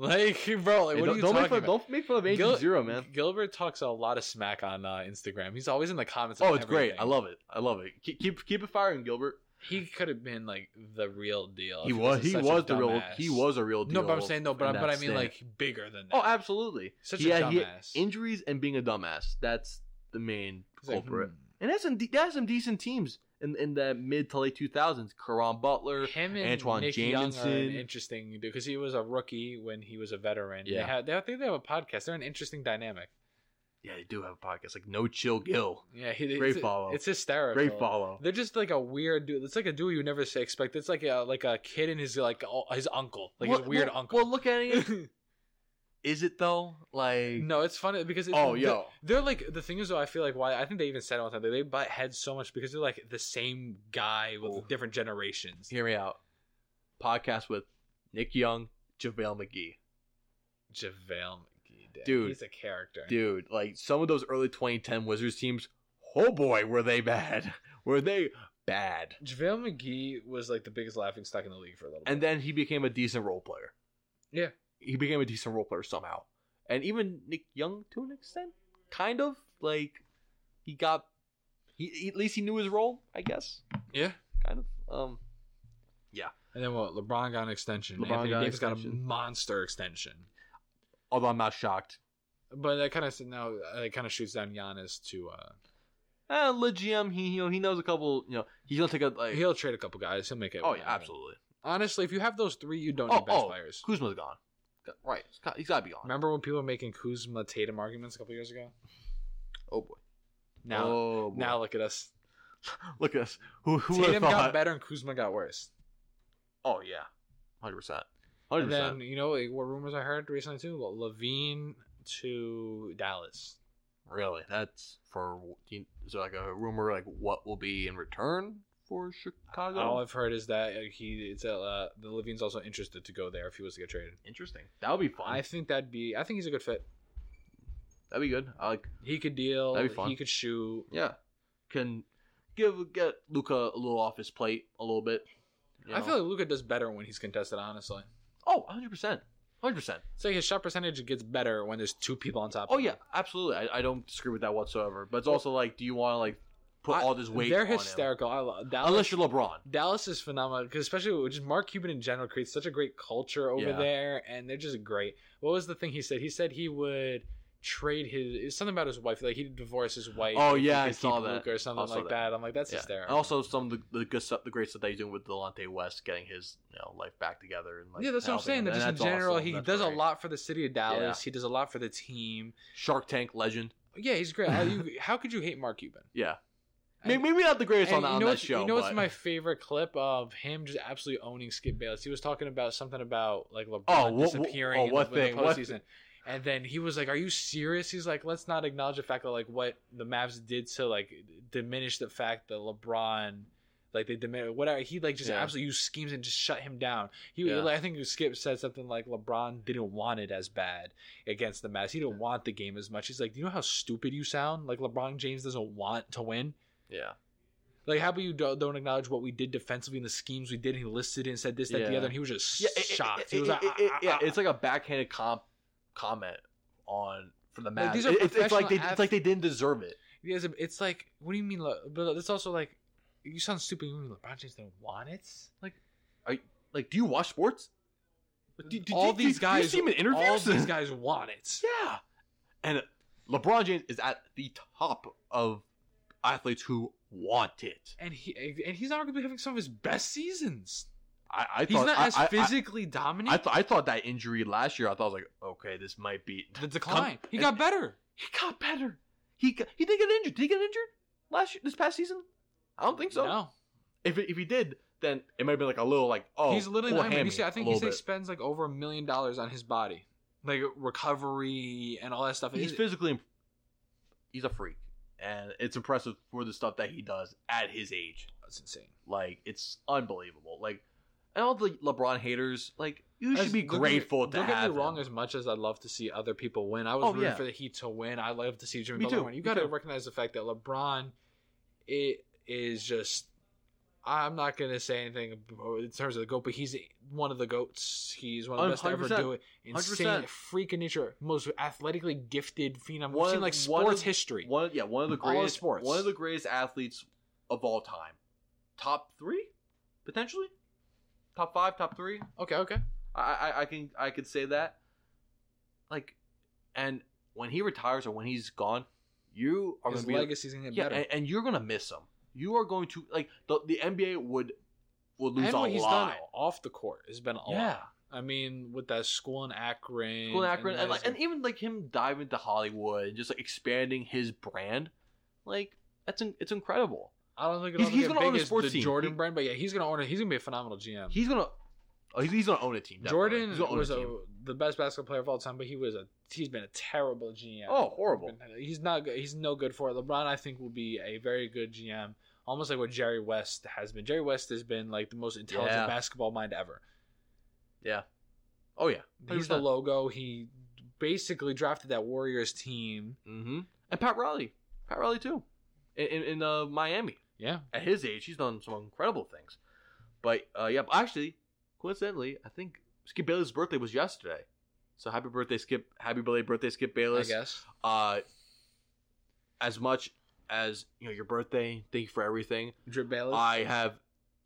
Like, bro, like, Hey, what don't, are you don't talking make fun, about? don't make fun of Agent Gil- Zero, man. Gilbert talks a lot of smack on uh, Instagram. He's always in the comments. of Oh, it's great. I everything. love it. I love it. Keep keep, keep it firing, Gilbert. He could have been like the real deal. He if was wasn't he such a was the real dumbass. he was a real deal. No, but I'm saying no, but I, in but I that mean stand. like bigger than that. oh, absolutely. Such He a had- he had dumbass. injuries and being a dumbass. That's the main He's like, culprit. hmm. And that's some de- that's some decent teams in in the mid to late 2000s. Karan Butler. hmm, Him and Antoine Nick Young are an Jamison. interesting dude because he was a rookie when he was a veteran. They Yeah. had- they, I think they have a podcast. They're an interesting dynamic. Yeah, they do have a podcast like No Chill Gill. Yeah, he, Great it's, follow. It's hysterical. Great follow. They're just like a weird dude. It's like a dude you never say expect. It's like a like a kid and his like oh, his uncle, like his Well- weird well- uncle. Well, look at [LAUGHS] it. Is it though? Like no, it's funny because it, Oh, the- yo. they're like the thing is though. I feel like why I think they even said it one time they, they butt heads so much because they're like the same guy with Oh. different generations. Hear me out. Podcast with Nick Young, JaVale McGee. Javale McGee, damn, Dude. he's a character. Dude, like some of those early 2010 Wizards teams, oh boy, were they bad. [LAUGHS] Were they bad. Javale McGee was like the biggest laughing stock in the league for a little. And bit. then he became a decent role player. Yeah. He became a decent role player somehow. And even Nick Young to an extent, kind of like he got he at least he knew his role, I guess. yeah, Kind of um and then what? LeBron got an extension. LeBron Anthony got an Davis got a extension. monster extension. although I'm not shocked. But that kind of now uh, it kind of shoots down Giannis to uh, Eh, Le GM, he you know, he knows a couple, you know, he's going to take a like he'll trade a couple guys. He'll make it. Oh work. yeah, absolutely. Honestly, if you have those three, you don't Oh, need bench oh. players. Kuzma's gone. Right. He's got, he's got to be gone. Remember when people were making Kuzma Tatum arguments a couple years ago? Oh boy. Now, oh, boy. now look at us. Look at us. Who who would Tatum have got thought? better and Kuzma got worse. Oh yeah, hundred percent. Hundred And percent. then you know like, what rumors I heard recently too? Well, Levine to Dallas. Really, that's for is there like a rumor like what will be in return for All Chicago? I've heard is that uh, he it's uh, uh, the Levine's also interested to go there if he was to get traded. Interesting. That would be fun. I think that'd be. I think he's a good fit. That'd be good. I like. He could deal. That'd be fun. He could shoot. Yeah, can give get Luca a little off his plate a little bit. you I know? feel like Luca does better when he's contested. Honestly, oh, hundred percent, hundred percent. it's like his shot percentage gets better when there's two people on top. Oh of him. yeah, absolutely. I, I don't disagree with that whatsoever. But it's also like, do you want to like put I- all this weight? They're on him? hysterical. I love Dallas. Unless you're LeBron. Dallas is phenomenal because especially with just Mark Cuban in general creates such a great culture over Yeah. there, and they're just great. What was the thing he said? He said he would trade his it's something about his wife, like he'd divorce his wife. Oh, if he yeah, could I keep saw that. Luka or something I saw like that. that. I'm like, that's Yeah. hysterical. And also some of the, the good stuff, the great stuff that he's doing with Delonte West, getting his you know life back together and like yeah, that's what I'm helping saying. him. That And just in that's general, awesome. he That's does a great. lot for the city of Dallas. He does a lot for the team. Shark Tank legend. Yeah, he's great. [LAUGHS] How, you, how could you hate Mark Cuban? Yeah, And- maybe, maybe not the greatest And on, on know that what's- show. You know what's but- my favorite clip of him just absolutely owning Skip Bayless? He was talking about something about like LeBron Oh, wha- wha- disappearing oh, in, the, what in thing? the What postseason. And then he was like, "Are you serious?" He's like, "Let's not acknowledge the fact that like what the Mavs did to like diminish the fact that LeBron." Like they demand whatever he like just Yeah. absolutely used schemes and just shut him down. He Yeah. like, I think Skip said something like LeBron didn't want it as bad against the Mavs. He didn't want the game as much. He's like, you know how stupid you sound. Like LeBron James doesn't want to win. [LAUGHS] yeah, Like, how about you don't, don't acknowledge what we did defensively and the schemes we did? And he listed it and said this, that, the Yeah. other, and he was just yeah, it- it- shocked. it- he was it- like, it- it- "Ah, ah, yeah, ah, it's like a backhanded comp comment on for the Like, Mavs. these are It- it's, it's like they, professional it's like they didn't deserve it. ah." it's, it's like, what do you mean? Le- but it's also like, you sound stupid. You mean LeBron James didn't want it? Like, Like, do you watch sports? Like, do- do- all do- do- these do you guys, see him in interviews. [LAUGHS] all these guys want it. Yeah. And LeBron James is at the top of athletes who want it. And he and he's arguably having some of his best seasons. I, I He's thought not I, as I- I- physically dominant. I, th- I thought that injury last year. I thought I was like, okay, this might be. the decline. Come- he got better. He got better. He got, he did get injured. Did he get injured last year, this past season? I don't think so. No, If if he did, then it might be like a little like oh, he's literally. poor not even- he hammy, said- I a think he little said he bit. spends like over a million dollars on his body, like recovery and all that stuff. he's It- physically. imp- He's a freak, and it's impressive for the stuff that he does at his age. it's insane. Like it's unbelievable. Like and all the LeBron haters, like you should As- be don't get me- grateful to don't have get me wrong. him. As much as I'd love to see other people win, I was Oh, rooting yeah. for the Heat to win. I love to see Jimmy Me Butler too, win. You me got to too. recognize the fact that LeBron, it is just. I'm not gonna say anything in terms of the goat, but he's one of the goats. He's one of the best to ever 100%, do it. Insane, 100%. freak in nature, most athletically gifted phenom. One We've seen of- one like sports of- history. One, of- yeah, one of the All of greatest sports. one of the greatest athletes of all time. Top three, potentially. Top five, top three. Okay, okay. I, I, I can, I could say that. Like, and when he retires or when he's gone, you are His gonna be legacy's gonna get yeah, better. and, and you're gonna miss him. You are going to like the the NBA would would lose and a what he's lot. done off the court has been a yeah, lot. I mean, with that school in Akron, Glenn Akron, and, that like, is- and even like him diving into Hollywood and just like expanding his brand, like that's in, it's incredible. I don't think He's- it'll he's get gonna big own a as sports the team. Jordan He- brand, but yeah, he's gonna own it. He's gonna be a phenomenal GM. He's gonna, oh, he's, he's gonna own a team. definitely. Jordan he's gonna own was a a, team. the best basketball player of all time, but he was a he's been a terrible GM. oh horrible. He's not good. He's no good for it. LeBron, I think, will be a very good GM, almost like what Jerry West has been. Jerry West has been like the most intelligent Yeah. basketball mind ever. Oh yeah, He's the 100%. logo. He basically drafted that Warriors team. Mm-hmm. And Pat Riley, Pat Riley too, in in, in uh, Miami. Yeah, At his age, he's done some incredible things. But uh, yeah, but actually, coincidentally, I think Skip Bayless' birthday was yesterday. So happy birthday, Skip! Happy belated birthday, Skip I Bayless. guess. Uh, as much as you know, your birthday. Thank you for everything. Drew Bayless. I have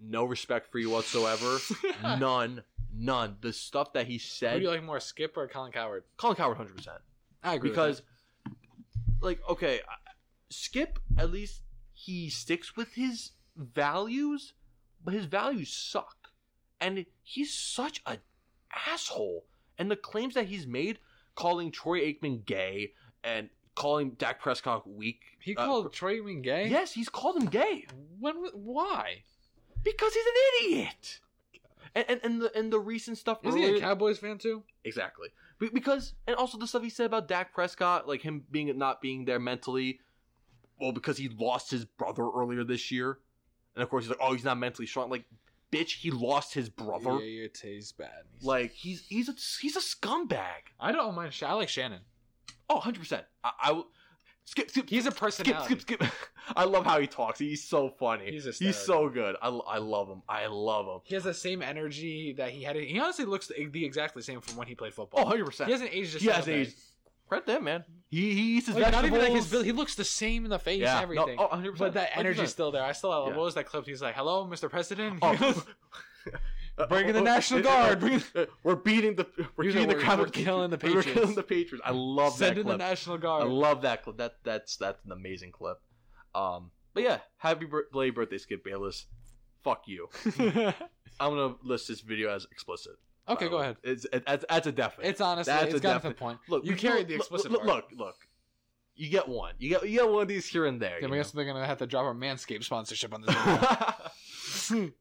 no respect for you whatsoever. none, none. The stuff that he Who said, do you like more, Skip or Colin Coward? Colin Coward, hundred percent I agree. because like okay I- skip at least he sticks with his values but his values suck and he's such an asshole and the claims that he's made calling troy aikman gay and calling dak prescott weak he uh, called Troy Wing gay. yes he's called him gay When? w- Why? because he's an idiot and and, and the and the recent stuff Is he a earlier- Cowboys fan too? Exactly. Be- because and also the stuff he said about Dak Prescott, like him being not being there mentally, well, because he lost his brother earlier this year, and of course he's like, oh, he's not mentally strong. Like, bitch, he lost his brother. Yeah, your taste bad. He's- Like he's he's a he's a scumbag. I don't mind. Sha- I like Shannon. Oh, 100 percent. I, I will- skip skip He's a skip personality. skip skip. [LAUGHS] I love how he talks. He's so funny. He's He's, hysterical. so good. I, I love him. I love him. He has the same energy that he had. He honestly looks the, the exactly same from when he played Oh, football. 100 he percent. hasn't aged. a He has single aged. day. Right there, man. He he eats his Like, not vegetables. even like his. build- He looks the same in the face. yeah. and everything. No, oh, 100%. but that 100%. energy's still there. I still. Love, Yeah. What was that clip? He's like, "Hello, Mr. President." [LAUGHS] [LAUGHS] Oh. Oh. [LAUGHS] Bring in the National Guard. Bring- uh, We're beating the we're He's beating like, the "We're- crowd. we're killing the We're killing Patriots." the Patriots. I love Send that in the clip. National I Guard. [LAUGHS] love that clip. That that's that's an amazing clip. Um, but yeah, happy bir- belated birthday, Skip Bayless. Fuck you. I'm gonna list this video as explicit. by okay, the go way. ahead. It's it, that's, that's a definite. It's honestly, That's it's a gotten to definite- the point. look, you we- carried the look, explicit Look, part. look, look. You get one. You get you get one of these here and there. you Then I know? guess they're gonna have to drop our Manscaped sponsorship on this. [LAUGHS] video.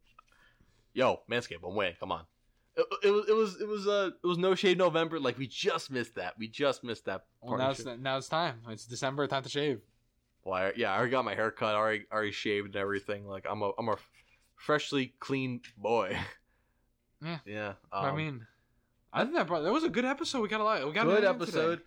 Yo, Manscaped, I'm winning. Come on. It, it was it was it was uh it was no shade November. Like we just missed that. We just missed that. well, now it's partnership. now it's time. It's December. Time to shave. Well, I, yeah, I already got my hair cut. Already already shaved and everything. Like I'm a I'm a freshly clean boy. [LAUGHS] Yeah. Yeah. I um, mean, I think that brought, that was a good episode. We got a lot. We got good a lot in today. episode.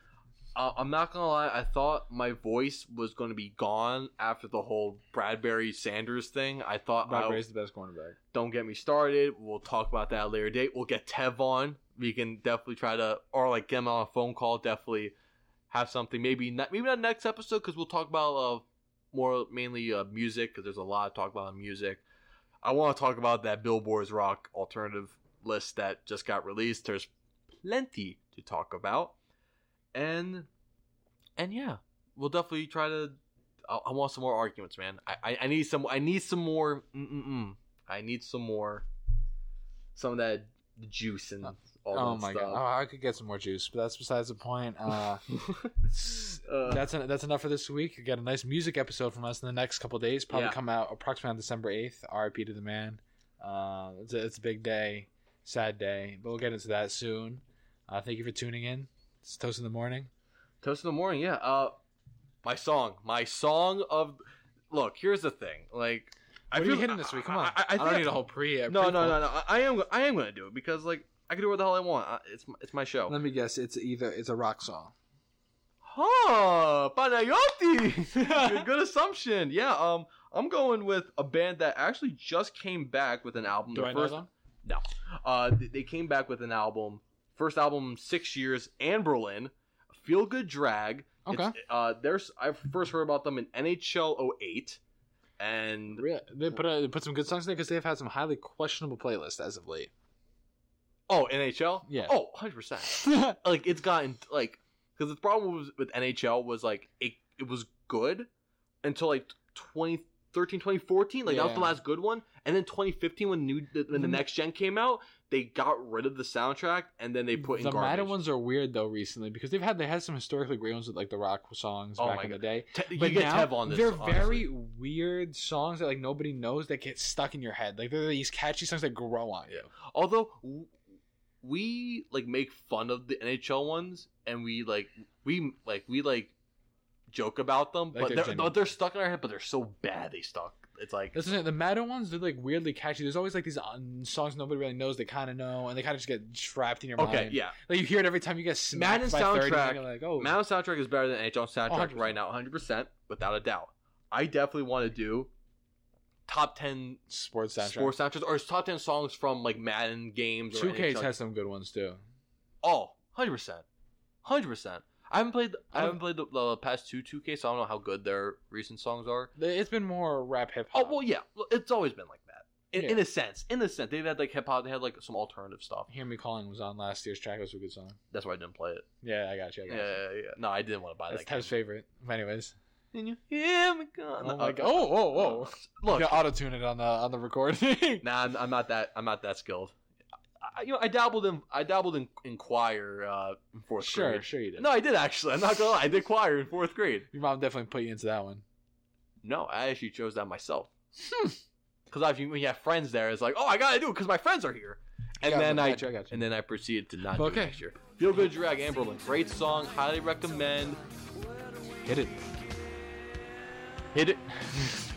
Uh, I'm not gonna lie. I thought my voice was gonna be gone after the whole Bradbury Sanders thing. I thought I, Bradbury's the best cornerback. Don't get me started. We'll talk about that at a later date. We'll get Tev on. We can definitely try to, or like get him on a phone call. Definitely have something. Maybe not. Maybe not next episode because we'll talk about uh, more mainly uh, music because there's a lot to talk about in music. I want to talk about that Billboard's Rock alternative list that just got released. There's plenty to talk about, and and yeah, we'll definitely try to. I, I want some more arguments, man. I, I, I need some. I need some more. Mm-mm-mm. I need some more, some of that juice and all Oh that my god! stuff. Oh, I could get some more juice, but that's besides the point. Uh, [LAUGHS] [LAUGHS] Uh, that's en- that's enough for this week. You got a nice music episode from us in the next couple days. Probably Yeah. come out approximately on December eighth. R.I.P. to the man. Uh, it's, a, it's a big day, sad day, but we'll get into that soon. Uh, thank you for tuning in. It's Toast in the Morning. Toast in the morning, yeah. Uh, my song, my song of. Look, here's the thing. Like, What are feel- you hitting this week? Come on. I- I- I don't think- need a whole [LAUGHS] pre. No, no, no, no. I, I am. I am gonna do it because like I can do what the hell I want. I, it's my, it's my show. Let me guess. It's either it's a rock song. Huh, Panayoti. good, good assumption. Yeah. Um, I'm going with a band that actually just came back with an album. Do Their I know first, them? Uh, th- they came back with an album. First album in six years and Berlin. Feel Good Drag. Okay. It's, uh, there's I first heard about them in NHL 08. and Really? They put uh, a, they put some good songs in there because they've had some highly questionable playlists as of late. oh NHL. Yeah. Oh, 100 percent. Like it's gotten like because the problem was, with NHL was like it it was good until like 2013, 2014. Like that was the Yeah. last good one, and then 2015 when new when the Mm. next gen came out, they got rid of the soundtrack and then they put in the garbage. Maiden ones are weird though recently because they've had they had some historically great ones with like the rock songs Oh back my in God. the day. Te- you But get now Tev on this. they're honestly. very weird songs that like nobody knows that get stuck in your head. Like they're these catchy songs that grow on you. Although w- we like make fun of the NHL ones, and we like we like we like joke about them, Like but they're they're, genuine. but they're stuck in our head. But they're so bad they stuck. It's like That's the thing, the Madden ones. They're like weirdly catchy. There's always like these um, songs nobody really knows. They kind of know, and they kind of just get trapped in your mind. okay, yeah. Like you hear it every time you get smacked Madden's by 30, soundtrack- and you're like, oh, Madden soundtrack is better than NHL soundtrack 100%. right now, 100 percent without a doubt. I definitely want to do top 10 sports soundtrack. sports soundtracks or top 10 songs from like Madden games. Or Two Ks NHL. has some good ones too. Oh, 100 percent, hundred percent. I haven't played. I I haven't played the, the past two 2K, so I don't know how good their recent songs are. It's been more rap hip Oh hop. well, yeah, Well, it's always been like that. In, in Yeah. a sense, in a sense, they've had like hip hop. They had like some alternative stuff. Hear Me Calling was on last year's track. It was a good song. That's why I didn't play it. Yeah, I got you. I Yeah, got yeah, you. yeah. No, I didn't want to buy That's that. game. Tev's favorite. Anyways. Can you hear me calling? Oh my god. Oh, whoa, whoa. [LAUGHS] Look, You auto tune it on the on the recording. nah, I'm, I'm not that. I'm not that skilled. I, I- you know, I dabbled in. I dabbled in, in choir uh, in fourth [LAUGHS] sure, grade. sure you did. No, I did actually. I'm not gonna lie. I did choir in fourth grade. Your mom definitely put you into that one. No, I actually chose that myself. Hmm. Because when you have friends there, it's like, oh, I gotta do it because my friends are here. And Got then you, I, got you, I got you. and then I proceeded to not do Okay. it next year. Feel Good Drag Amberlin, great song, highly recommend. Hit it. Hit it.